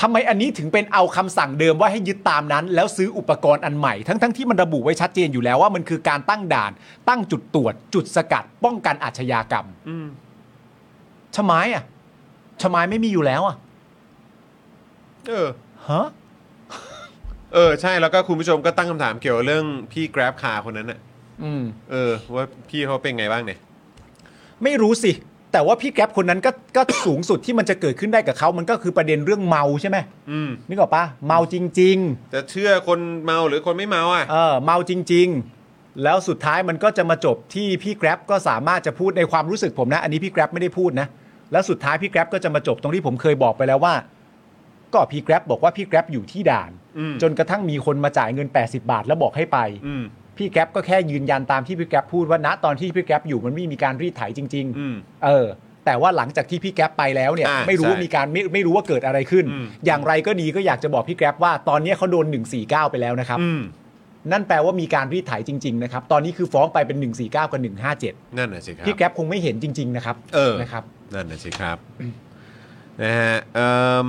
S2: ทำไมอันนี้ถึงเป็นเอาคำสั่งเดิมว่าให้ยึดตามนั้น แล้วซื้ออุปกรณ์อันใหม่ ทั้งๆทที่มันระบุไว้ชัดเจนอยู่แล้วว่ามันคือการตั้งด่าน ตั้งจุดตรวจ จุดสกัด ป้องกันอาชญากรรม
S1: อืม
S2: ชะไม้อ่ะชะไม้ไม่มีอยู่แล้วอ่ะ
S1: เออ
S2: ฮะ
S1: เออ ใช่ แล้วก็คุณผู้ชมก็ตั้งคำถามเกี่ยวกับเรื่องพี่แกร็บคาคนนั้นน่ะ
S2: อืม
S1: เออ ว่าพี่เขาเป็นไงบ้างเนี่ย
S2: ไม่รู้สิ แต่ว่าพี่แก๊ปคนนั้นก็ก็ สูงสุดที่มันจะเกิดขึ้นได้กับเขามันก็คือประเด็นเรื่องเมาใช่ไหม
S1: อืม
S2: นึกออกปะเมาจริง
S1: จะเชื่อคนเมาหรือคนไม่เมาอ่ะ
S2: ๆ เออ เมาจริง ๆ แล้วสุดท้ายมันก็จะมาจบที่พี่แกร็บก็สามารถจะพูดในความรู้สึกผมนะ อันนี้พี่แกร็บไม่ได้พูดนะ แล้วสุดท้ายพี่แกร็บก็จะมาจบตรงที่ผมเคยบอกไปแล้วว่า ก็พี่แกร็บบอกว่าพี่แกร็บอยู่ที่ด่าน
S1: อืม
S2: จนกระทั่งมีคนมาจ่ายเงิน 80 บาทแล้วบอกให้ไป
S1: อืม
S2: พี่แกร็บก็แค่ยืนยันตามที่พี่แกร็บพูดว่าณตอนที่พี่แกร็บอยู่มันไม่มีการรีดไถจริง
S1: อืม
S2: ๆ เออ แต่ว่าหลังจากที่พี่แกร็บไปแล้วเนี่ย
S1: อ่า
S2: ไม่
S1: ใช่
S2: รู้ว่ามีการไม่ไม่รู้ว่าเกิดอะไรขึ้น
S1: อืม
S2: อย่างไรก็ดีก็อยากจะบอกพี่แกร็บว่าตอนเนี้ยเขาโดน 149 ไปแล้วนะครับ
S1: อืม
S2: นั่นแปลว่ามีการรีดไถจริง ๆ นะครับ ตอนนี้คือฟ้องไปเป็น 149 กับ
S1: นั่นน่ะสิครั
S2: 157
S1: บ
S2: พี่แกร็บคงไม่เห็นจริง ๆ นะครับ
S1: เออ
S2: นะครับ
S1: นั่นน่ะสิครับนะฮะเอิ่ม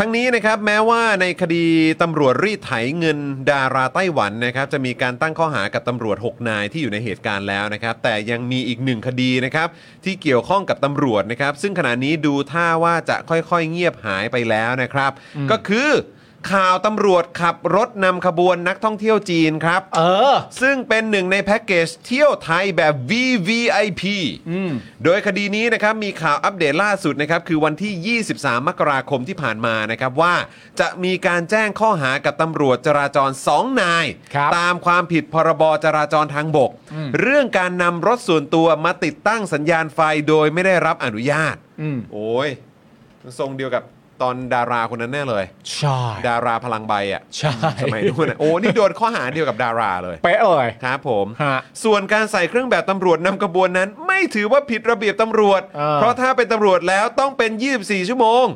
S1: ทั้งนี้นะครับแม้ว่าในคดีตำรวจรีดไถเงินดาราไต้หวันนะครับจะมีการตั้งข้อหากับตำรวจ 6 นายที่อยู่ในเหตุการณ์แล้วนะครับ แต่ยังมีอีกหนึ่งคดีนะครับที่เกี่ยวข้องกับตำรวจนะครับ ซึ่งขณะนี้ดูท่าว่าจะค่อยๆเงียบหายไปแล้วนะครับ ก็คือข่าวตำรวจขับรถนำขบวนนักท่องเที่ยวจีนครับ
S2: เออ
S1: ซึ่งเป็นหนึ่งในแพ็กเกจเที่ยวไทยแบบ VVIP โดยคดีนี้นะครับมีข่าวอัปเดตล่าสุดนะครับคือวันที่ 23 มกราคมที่ผ่านมานะครับว่าจะมีการแจ้งข้อหากับตำรวจจราจร 2 นาย
S2: ครับ
S1: ตามความผิดพรบจราจรทางบก
S2: อืม
S1: เรื่องการนำรถส่วนตัวมาติดตั้งสัญญาณไฟโดยไม่ได้รับอนุญาต
S2: อืม
S1: โอ้ยทรงเดียวกับตอนดาราคนนั้นแน่เลย
S2: ใช่
S1: ดาราพลังใบอ่ะ
S2: ใช่
S1: สมัยนู้นอะโอ้นี่โดนข้อหาเดียวกับดาราเลย
S2: เป๊ะเลย
S1: ครับผม
S2: ฮะ
S1: ส่วนการใส่เครื่องแบบตำรวจนำกระบวนนั้น ไม่ถือว่าผิดระเบียบตำรวจ
S2: อ่า
S1: เพราะถ้าเป็นตำรวจแล้วต้องเป็น 24 ชั่วโมง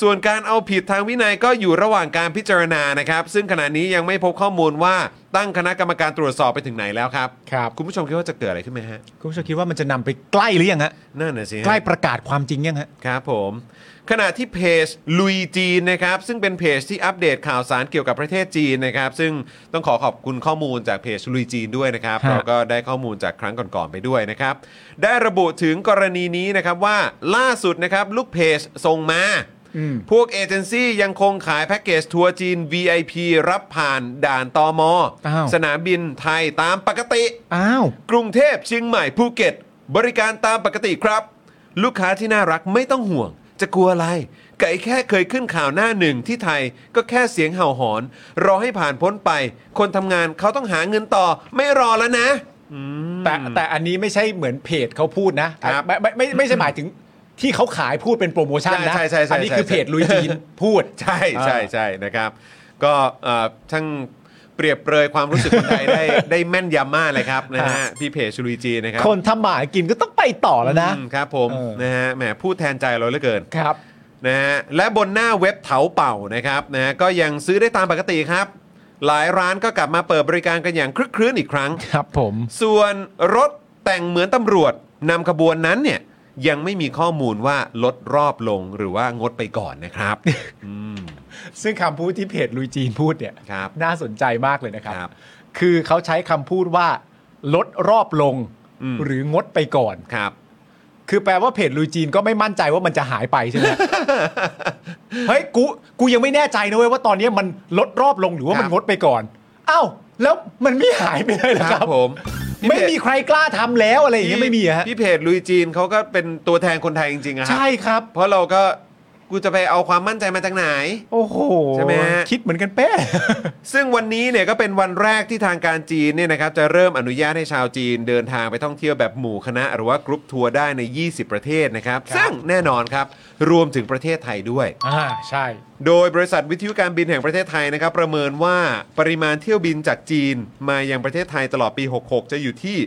S1: ส่วนการเอาผิดทางวินัยก็อยู่ระหว่างการพิจารณานะครับ ซึ่งขณะนี้ยังไม่พบข้อมูลว่าตั้งคณะกรรมการตรวจสอบไปถึงไหนแล้วครับ
S2: ครับ
S1: คุณผู้ชมคิดว่าจะเกิดอะไรขึ้นไหมฮะ
S2: คุณผู้ชมคิดว่ามันจะนำไปใกล้หรือยังฮะ
S1: นั่นน่ะสิฮะ
S2: ใกล้ประกาศความจริงยังฮะ
S1: ครับผม ขณะที่เพจลุยจีนนะครับ ซึ่งเป็นเพจที่อัปเดตข่าวสารเกี่ยวกับประเทศจีนนะครับ ซึ่งต้องขอขอบคุณข้อมูลจากเพจลุยจีนด้วยนะครับ
S2: ฮะ
S1: เราก็ได้ข้อมูลจากครั้งก่อนๆไปด้วยนะครับ ได้ระบุถึงกรณีนี้นะครับว่าล่าสุดนะครับลูกเพจส่งมา
S2: อืม
S1: พวกเอเจนซี่ยังคงขายแพ็กเกจทัวร์จีน VIP รับผ่านด่านตอม
S2: อ้าว
S1: สนามบินไทยตามปกติ
S2: อ้าว
S1: กรุงเทพเชียงใหม่ภูเก็ต บริการตามปกติครับ ลูกค้าที่น่ารักไม่ต้องห่วง จะกลัวอะไร ไก่แค่เคยขึ้นข่าวหน้าหนึ่งที่ไทยก็แค่เสียงเห่าหอน รอให้ผ่านพ้นไป คนทำงานเขาต้องหาเงินต่อ ไม่รอแล้วนะ
S2: แต่แต่อันนี้ไม่ใช่เหมือนเพจเขาพูดนะครับ ไม่ไม่ไม่ไม่ใช่หมายถึงที่เขาขายพูดเป็นโปรโมชั่นนะ
S1: ใช่ใช่ใช่ใช่
S2: อันี้คือเพจลุยจีนพูด
S1: ใช่ใช่ใช่นะครับ ก็เอ่อช่างเปรียบเปรยความรู้สึกคนไทยได้ ได้แม่นยำมากเลยครับนะฮะ
S2: ฮะ
S1: พี่เพจชุลุยจีนะครับ
S2: คนทำหมากินก็ต้องไปต่อแล้วนะ
S1: อืมครับผม
S2: เออ
S1: นะฮะแหมพูดแทนใจเราเหลือเกิน
S2: ครับ
S1: นะฮะและบนหน้าเว็บเถาเป่านะครับนะฮะก็ยังซื้อได้ตามปกติครับ หลายร้านก็กลับมาเปิดบริการกันอย่างคลึกครื้นอีกครั้ง
S2: ครับผม
S1: ส่วนรถแต่งเหมือนตำรวจนำขบวนนั้นเนี่ยยังไม่มีข้อมูลว่าลดรอบลงหรือว่างดไปก่อนนะครับ อืม
S2: ซึ่งคำพูดที่เพจลุยจีนพูดเนี่ย
S1: ครับ
S2: น่าสนใจมากเลยนะครับ
S1: ครับ
S2: คือเขาใช้คำพูดว่าลดรอบลง
S1: อืม
S2: หรืองดไปก่อน
S1: ครับ
S2: คือแปลว่าเพจลุยจีนก็ไม่มั่นใจว่ามันจะหายไปใช่ไห ม เฮ้ยกูกูยังไม่แน่ใจนะเว้ยว่าตอนนี้มันลดรอบลงหรือว่า
S1: ครับ
S2: มันงดไปก่อนอ้าวแล้วมันไม่หายไปเลยเหรอ
S1: ค
S2: ค
S1: รั
S2: รั
S1: บบ ผม
S2: ไม่มีใครกล้าทำแล้วอะไรอย่างเงี้ยไม่มีอะฮะ
S1: พี่เพจลุยจีนเขาก็เป็นตัวแทนคนไทยจริงๆอะฮะ
S2: ใช่ครับ
S1: เพราะเราก็กูจะไปเอาความมั่นใจมาจากไหน
S2: โอ้โห
S1: ใช่ไหมฮะ
S2: คิดเหมือนกันเป๊ะ
S1: ซึ่งวันนี้เนี่ยก็เป็นวันแรกที่ทางการจีนเนี่ยนะครับจะเริ่มอนุญาตให้ชาวจีนเดินทางไปท่องเที่ยวแบบหมู่คณะ หรือว่ากรุ๊ปทัวร์ได้ใน 20 ประเทศนะครับ
S2: ครับ
S1: ซึ่งแน่นอนครับ รวมถึงประเทศไทยด้วย
S2: อ่าใช่
S1: โดยบริษัทวิทยุการบินแห่งประเทศไทยนะครับ ประเมินว่าปริมาณเที่ยวบินจากจีนมายังประเทศไทยตลอดปี 66 จะอยู่ที่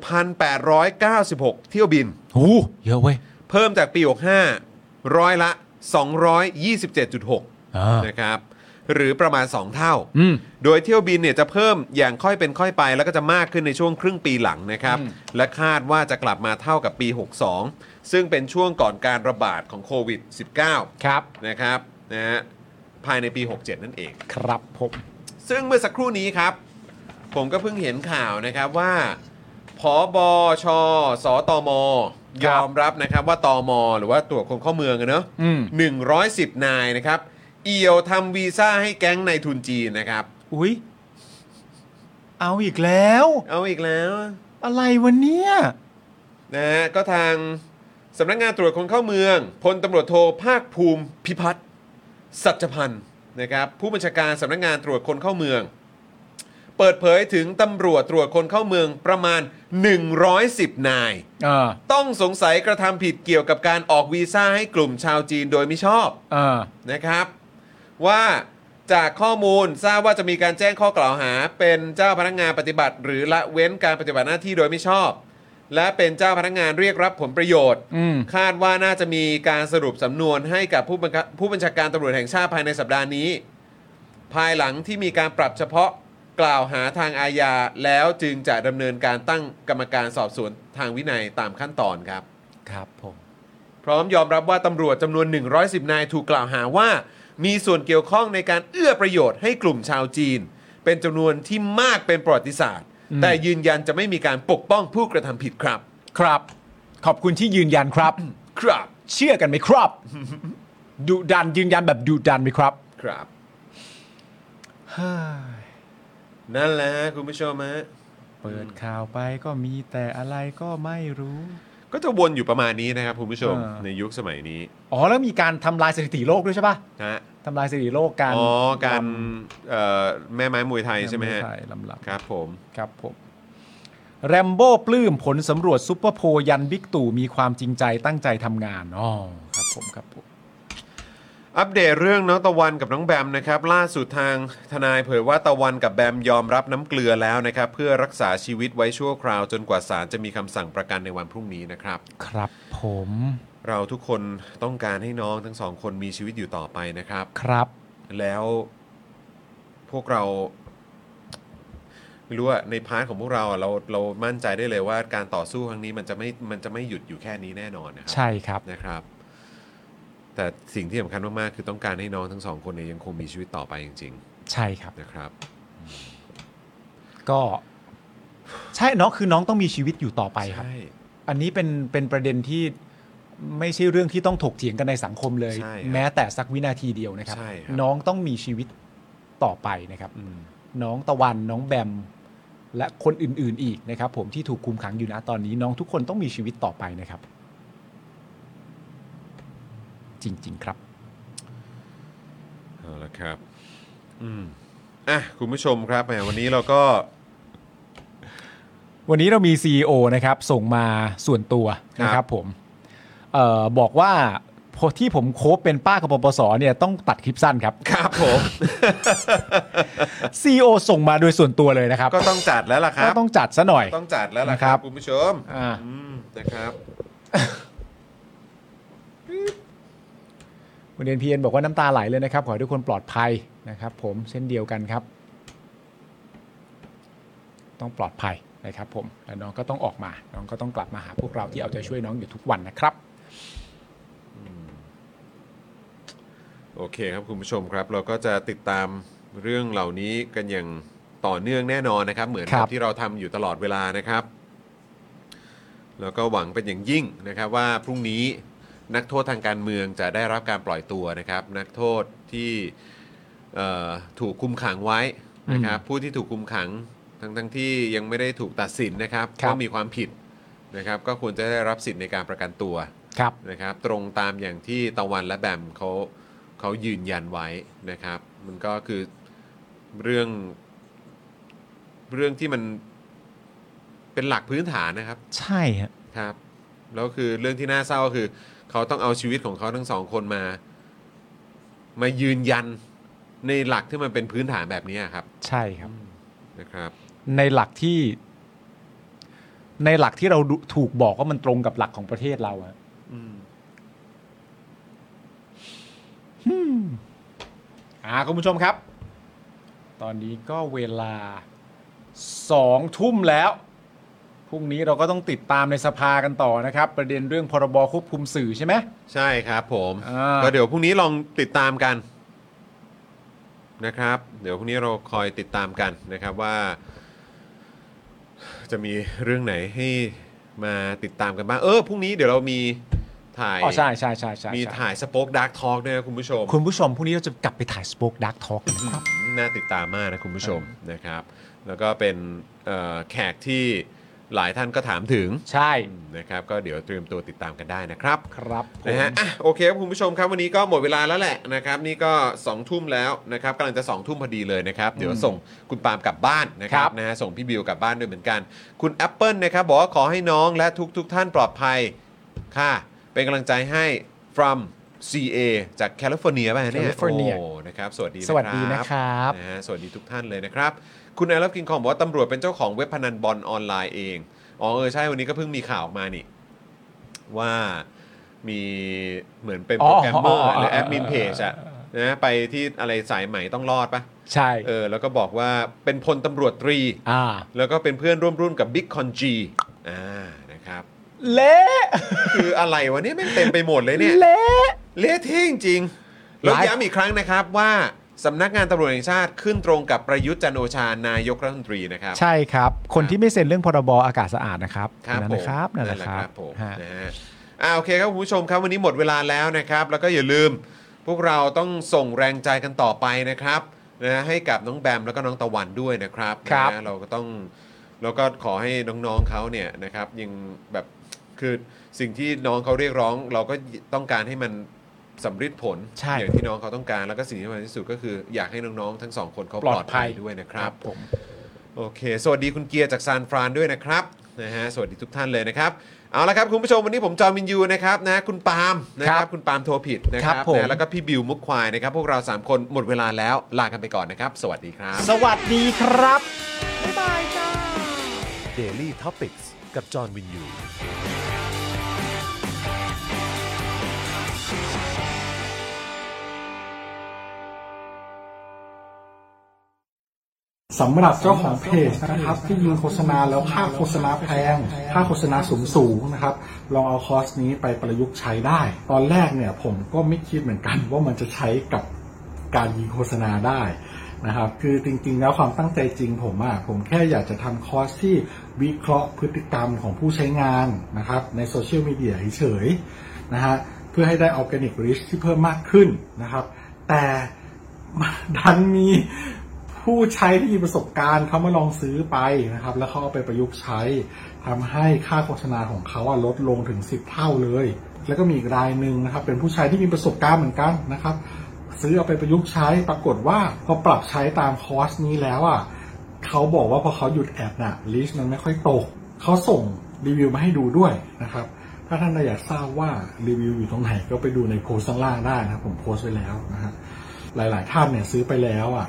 S1: 36,896 เที่ยวบิน
S2: หูเยอะเว้ย
S1: เพิ่มจากปี 65 ร้อยละ 227.6
S2: อ่า
S1: นะครับ หรือประมาณ 2 เท่า
S2: อืม
S1: โดยเที่ยวบินเนี่ยจะเพิ่มอย่างค่อยเป็นค่อยไป แล้วก็จะมากขึ้นในช่วงครึ่งปีหลังนะครับ
S2: อืม
S1: และคาดว่าจะกลับมาเท่ากับปี 62 ซึ่งเป็นช่วงก่อนการระบาดของโควิด
S2: ครับ
S1: -19 นะครับนะฮะภายในปี 67 นั่นเอง
S2: ครับผม
S1: ซึ่งเมื่อสักครู่นี้ครับ ผมก็เพิ่งเห็นข่าวนะครับว่าพอบอชสตม ยอมรับนะครับว่าตม หรือว่าตรวจคนเข้าเมืองอะเนอะ
S2: อืม
S1: 110 นายนะครับ เอี่ยวทำวีซ่าให้แก๊งในายทุนจีนนะครับ
S2: อุ้ยเอาอีกแล้ว
S1: เอาอีกแล้ว
S2: อะไรวันเนี้ย
S1: นะฮะก็ทางสำนักงานตรวจคนเข้าเมืองพลตำรวจโทภาคภูมิพิพัฒน์สัจพันธ์นะครับผู้บัญชาการสำนักงานตรวจคนเข้าเมือง เปิดเผยถึงตำรวจตรวจคนเข้าเมืองประมาณ 110 นาย
S2: เออ
S1: ต้องสงสัยกระทำผิดเกี่ยวกับการออกวีซ่าให้กลุ่มชาวจีนโดยไม่ชอบ
S2: เออ
S1: นะครับ ว่าจากข้อมูลทราบว่าจะมีการแจ้งข้อกล่าวหา เป็นเจ้าพนักงานปฏิบัติ หรือละเว้นการปฏิบัติหน้าที่โดยไม่ชอบ และเป็นเจ้าพนักงานเรียกรับผลประโยชน์
S2: อืม
S1: คาดว่าน่าจะมีการสรุปสำนวนให้กับผู้บังคับผู้บัญชาการตำรวจแห่งชาติภายในสัปดาห์นี้ ภายหลังที่มีการปรับเฉพาะกล่าวหาทางอาญาแล้วจึงจะดำเนินการตั้งกรรมการสอบสวนทางวินัยตามขั้นตอนครับ
S2: ครับผม
S1: พร้อมยอมรับว่าตำรวจจำนวน 110 นายถูกกล่าวหาว่า มีส่วนเกี่ยวข้องในการเอื้อประโยชน์ให้กลุ่มชาวจีน เป็นจำนวนที่มากเป็นประวัติศาสตร์ แต่ยืนยันจะไม่มีการปกป้องผู้กระทำผิดครับ
S2: ครับ ขอบคุณที่ยืนยันครับ
S1: ครับ
S2: เชื่อกันไหมครับ ดุดันยืนยันแบบดุดันไหมครับ
S1: ครับ นั่นแหละคุณผู้ชมฮะ
S2: เปิดข่าวไปก็มีแต่อะไรก็ไม่รู้
S1: ก็จะวนอยู่ประมาณนี้นะครับคุณผู้ชม
S2: อ่า
S1: ในยุคสมัยนี้
S2: อ๋อ แล้วมีการทำลายสถิติโลกด้วยใช่ปะ
S1: นะฮะ
S2: ทำลายสถิติโลกการ
S1: อ๋อการเอ่อแม่ไม้มวยไทยใช่ไหมฮะ
S2: ใช่ลำลับ
S1: ครับผม
S2: ครับผม แรมโบ้ปลื้มผลสำรวจซุปเปอร์โพลยันบิ๊กตู่มีความจริงใจตั้งใจทำงานอ๋อครับผมครับผม
S1: อัปเดตเรื่องน้องตะวันกับน้องแบมนะครับ ล่าสุดทางทนายเผยว่าตะวันกับแบมยอมรับน้ำเกลือแล้วนะครับ เพื่อรักษาชีวิตไว้ชั่วคราวจนกว่าศาลจะมีคำสั่งประกันในวันพรุ่งนี้นะครับ
S2: ครับผม
S1: เราทุกคนต้องการให้น้องทั้งสองคนมีชีวิตอยู่ต่อไปนะครับ
S2: ครับ
S1: แล้วพวกเราไม่รู้ว่าในพาร์ทของพวกเราอะเราเรามั่นใจได้เลยว่าการต่อสู้ครั้งนี้มันจะไม่มันจะไม่หยุดอยู่แค่นี้แน่นอนนะครั
S2: ใช่ครับ
S1: นะครับ แต่สิ่งที่สำคัญมาก ๆ คือต้องการให้น้องทั้งสองคนเนี่ยยังคงมีชีวิตต่อไปจริง
S2: ใช่ครับ
S1: ๆ นะครับ
S2: ก็ ใช่น้องคือน้องต้องมีชีวิตอยู่ต่อไปครับ
S1: ใช่
S2: อันนี้เป็นเป็นประเด็นที่ไม่ใช่เรื่องที่ต้องถกเถียงกันในสังคมเลย
S1: ใช่ครับ
S2: แม้แต่สักวินาทีเดียวนะครับ
S1: ใช่ครับ
S2: น้องต้องมีชีวิตต่อไปนะครับ
S1: อืม
S2: น้องตะวันน้องแบม และคนอื่น ๆ อีกนะครับ ผมที่ถูกคุมขังอยู่นะตอนนี้ น้องทุกคนต้องมีชีวิตต่อไปนะครับ จริง ๆ ครับ
S1: เอาละครับ อืมอ่ะคุณผู้ชมครับแหมวันนี้เราก็
S2: วันนี้เรามี CEO นะครับ ส่งมาส่วนตัวนะครับผมเออบอกว่าพอที่ผมโคบเป็นป้ากับปปสเนี่ยต้องตัดคลิปสั้นครับ
S1: ครับผม
S2: CEO ส่งมาโดยส่วนตัวเลยนะครับ
S1: ก็ต้องจัดแล้วล่ะค
S2: ก็
S1: รับ
S2: ต้องจัดซะหน่อย
S1: ต้องจัดแล้วล่ะครับ
S2: นะครับ
S1: คุณผู้ชม
S2: อ่า
S1: อืมนะครับ
S2: คุณเดนเพียนบอกว่าน้ำตาไหลเลยนะครับ ขอให้ทุกคนปลอดภัยนะครับผมเช่นเดียวกันครับ ต้องปลอดภัยนะครับผมและน้องก็ต้องออกมา น้องก็ต้องกลับมาหาพวกเราที่เอาใจช่วยน้องอยู่ทุกวันนะครับ
S1: โอเคครับคุณผู้ชมครับ เราก็จะติดตามเรื่องเหล่านี้กันอย่างต่อเนื่องแน่นอนนะครับ เหมือน
S2: ครั
S1: กับบ ที่เราทำอยู่ตลอดเวลานะครับ แล้วก็หวังเป็นอย่างยิ่งนะครับว่าพรุ่งนี้นักโทษทางการเมืองจะได้รับการปล่อยตัวนะครับ นักโทษที่เอ่อถูกคุมขังไว้นะครับ ผู้ที่ถูกคุมขังทั้งทั้งๆที่ยังไม่ได้ถูกตัดสินนะครับ
S2: ครับ
S1: ว่ามีความผิดนะครับ ก็ควรจะได้รับสิทธิ์ในการประกันตัว
S2: ครับ
S1: นะครับตรงตามอย่างที่ตะวันและแบมเขาเขายืนยันไว้นะครับ มันก็คือเรื่องเรื่องที่มันเป็นหลักพื้นฐานนะครับ
S2: ใช่ฮะ
S1: ครับแล้วคือเรื่องที่น่าเศร้าก็คือ เขาต้องเอาชีวิตของเขาทั้งสองคนมา มายืนยันในหลักที่มันเป็นพื้นฐานแบบนี้ครับ
S2: ใช่ครับ
S1: นะครับ
S2: ในหลักที่ ในหลักที่เราดูถูกบอกว่ามันตรงกับหลักของประเทศเราอะ
S1: อืม
S2: ฮึ่มอ่าคุณผู้ชมครับ ตอนนี้ก็เวลาสองทุ่มแล้ว พรุ่งนี้เราก็ต้องติดตามในสภากันต่อนะครับ ประเด็นเรื่องพรบควบคุมสื่อใช่ไหม
S1: ใช่ครับผม
S2: อ่า
S1: ก็เดี๋ยวพรุ่งนี้ลองติดตามกันนะครับ เดี๋ยวพรุ่งนี้เราคอยติดตามกันนะครับว่า จะมีเรื่องไหนให้มาติดตามกันบ้างเออพรุ่งนี้เดี๋ยวเรามีถ่าย
S2: อ๋อใช่ใช่ใช่ใช่
S1: มี
S2: ใช่
S1: ถ่ายสป็อคดักทอล์กด้วยนะคุณผู้ชม
S2: คุณผู้ชมพรุ่งนี้เราจะกลับไปถ่ายสป o อ e ดักทอ l k กนะครับ
S1: น่าติดตามมากนะคุณผู้ชมนะครับ แล้วก็เป็นเอ่อแขกที่ หลายท่านก็ถามถึง
S2: ใช่
S1: นะครับก็เดี๋ยวเตรียมตัวติดตามกันได้นะครับ
S2: ครับผม
S1: นะฮะอ่ะโอเคครับคุณผู้ชมครับวันนี้ก็หมดเวลาแล้วแหละนะครับนี่ก็2องทุ่มแล้วนะครับกำลังจะ2องทุ่มพอดีเลยนะครับเดี๋ยวส่งคุณปาล์มกลับบ้านนะครับ
S2: ครับ
S1: นะฮะส่งพี่บิวกลับบ้านด้วยเหมือนกัน คุณ Apple นะครับบอกว่าขอให้น้องและทุกๆทท่านปลอดภัยค่ะ เป็นกำลังใจให้ from CA จากแคลิฟอร์เนียป่ะเนี่ย
S2: California
S1: โอ้นะครับสวัสดี
S2: สวัสดีนะครับ
S1: นะฮะสวัสดีทุกท่านเลยนะครับ คุณไอรับกินของบอกว่าตำรวจเป็นเจ้าของเว็บพนันบอลออนไลน์เองอ๋อเออใช่วันนี้ก็เพิ่งมีข่าวออกมานี่ ว่ามีเหมือนเป็นโปรแกรมเมอร์
S2: อ๋ออ๋ออ๋อ
S1: หรือแอดมินเพจอะนะไปที่อะไรสายใหม่ต้องรอดปะ
S2: ใช่
S1: เออแล้วก็บอกว่าเป็นพลตำรวจตรี
S2: อ่า
S1: แล้วก็เป็นเพื่อนร่วมรุ่นกับบิ๊กคอนจีอ่านะครับ
S2: เละ
S1: คืออะไรวะเนี่ยไม่งเต็มไปหมดเลยเนี่ย
S2: เละ
S1: เละเท่จริงๆแล้ว
S2: หลาย
S1: ย้ำอีกครั้งนะครับว่าสำนักงานตำรวจแห่งชาติขึ้นตรงกับประยุทธ์จันทร์โอชานายกรัฐมนตรีนะครับ
S2: ใช่ครับ คนที่ไม่เซ็นเรื่องพรบอากาศสะอาดนะครับ
S1: ครับ
S2: นั่น
S1: ผม
S2: นะครับนั่นแหละครับ
S1: ผม
S2: ฮะ
S1: นะฮะอ่าโอเคครับคุณผู้ชมครับวันนี้หมดเวลาแล้วนะครับ แล้วก็อย่าลืมพวกเราต้องส่งแรงใจกันต่อไปนะครับนะให้กับน้องแบมแล้วก็น้องตะวันด้วยนะครับ
S2: ครับ
S1: นะฮะเราก็ต้องแล้วก็ขอให้น้องๆเขาเนี่ยนะครับยังแบบคือสิ่งที่น้องเขาเรียกร้อง เราก็ต้องการให้มันสำฤทธิ์ผล
S2: ใช่
S1: อย่างที่น้องเขาต้องการแล้วก็สิ่งที่สำคัญที่สุดก็คืออยากให้น้องๆทั้งสองคนเขาปลอดภัยด้วยนะครับ
S2: ผม
S1: โอเค สวัสดีคุณเกียร์จากซานฟรานด้วยนะครับ นะฮะ สวัสดีทุกท่านเลยนะครับ เอาละครับคุณผู้ชมวันนี้ผมจอมินยูนะครับนะคุณปาล์มนะครับ คุณปาล์มโทรผิดนะครับนะแล้วก็พี่บิวมุกควายนะครับ พวกเรา 3 คนหมดเวลาแล้วลากันไปก่อนนะครับ สวัสดีครับ
S2: สวัสดีครับ
S3: Daily Topics กับจอห์นวินยู
S4: สำหรับเจ้าของเพจนะครับ ที่ยิงโฆษณาแล้วค่าโฆษณาแพงค่าโฆษณาสูงสูงๆนะครับ ลองเอาคอร์สนี้ไปประยุกต์ใช้ได้ ตอนแรกเนี่ยผมก็ไม่คิดเหมือนกัน ว่ามันจะใช้กับการยิงโฆษณาได้นะครับ คือจริงๆแล้วความตั้งใจจริงผมอะผมแค่อยากจะทำคอร์สที่วิเคราะห์พฤติกรรมของผู้ใช้งานนะครับในโซเชียลมีเดียเฉยๆนะฮะเพื่อให้ได้ออร์แกนิกริชที่เพิ่มมากขึ้นนะครับ แต่ดันมี ผู้ใช้ที่มีประสบการณ์เขามาลองซื้อไปนะครับ แล้วเขาเอาไปประยุกต์ใช้ทำให้ค่าโฆษณาของเขาอะลดลงถึง 10 เท่าเลย แล้วก็มีอีกรายหนึ่งนะครับ เป็นผู้ใช้ที่มีประสบการณ์เหมือนกันนะครับ ซื้อเอาไปประยุกต์ใช้ปรากฏว่าพอปรับใช้ตามคอร์สนี้แล้วอ่ะเขาบอกว่าพอเขาหยุดแอดน่ะลิสต์มันไม่ค่อยตกเขาส่งรีวิวมาให้ดูด้วยนะครับ ถ้าท่านอยากทราบว่ารีวิวอยู่ตรงไหนก็ไปดูในโพสต์ข้างล่างได้นะครับผมโพสต์ไว้แล้วนะฮะ หลาย ๆ ท่านเนี่ยซื้อไปแล้วอ่ะ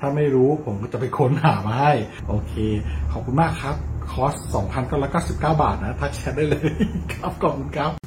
S4: ถ้าไม่รู้ผมก็จะไปค้นหามาให้ โอเค ขอบคุณมากครับ คอร์ส 2,999 บาทนะทักแชทได้เลย ครับ ขอบคุณครับ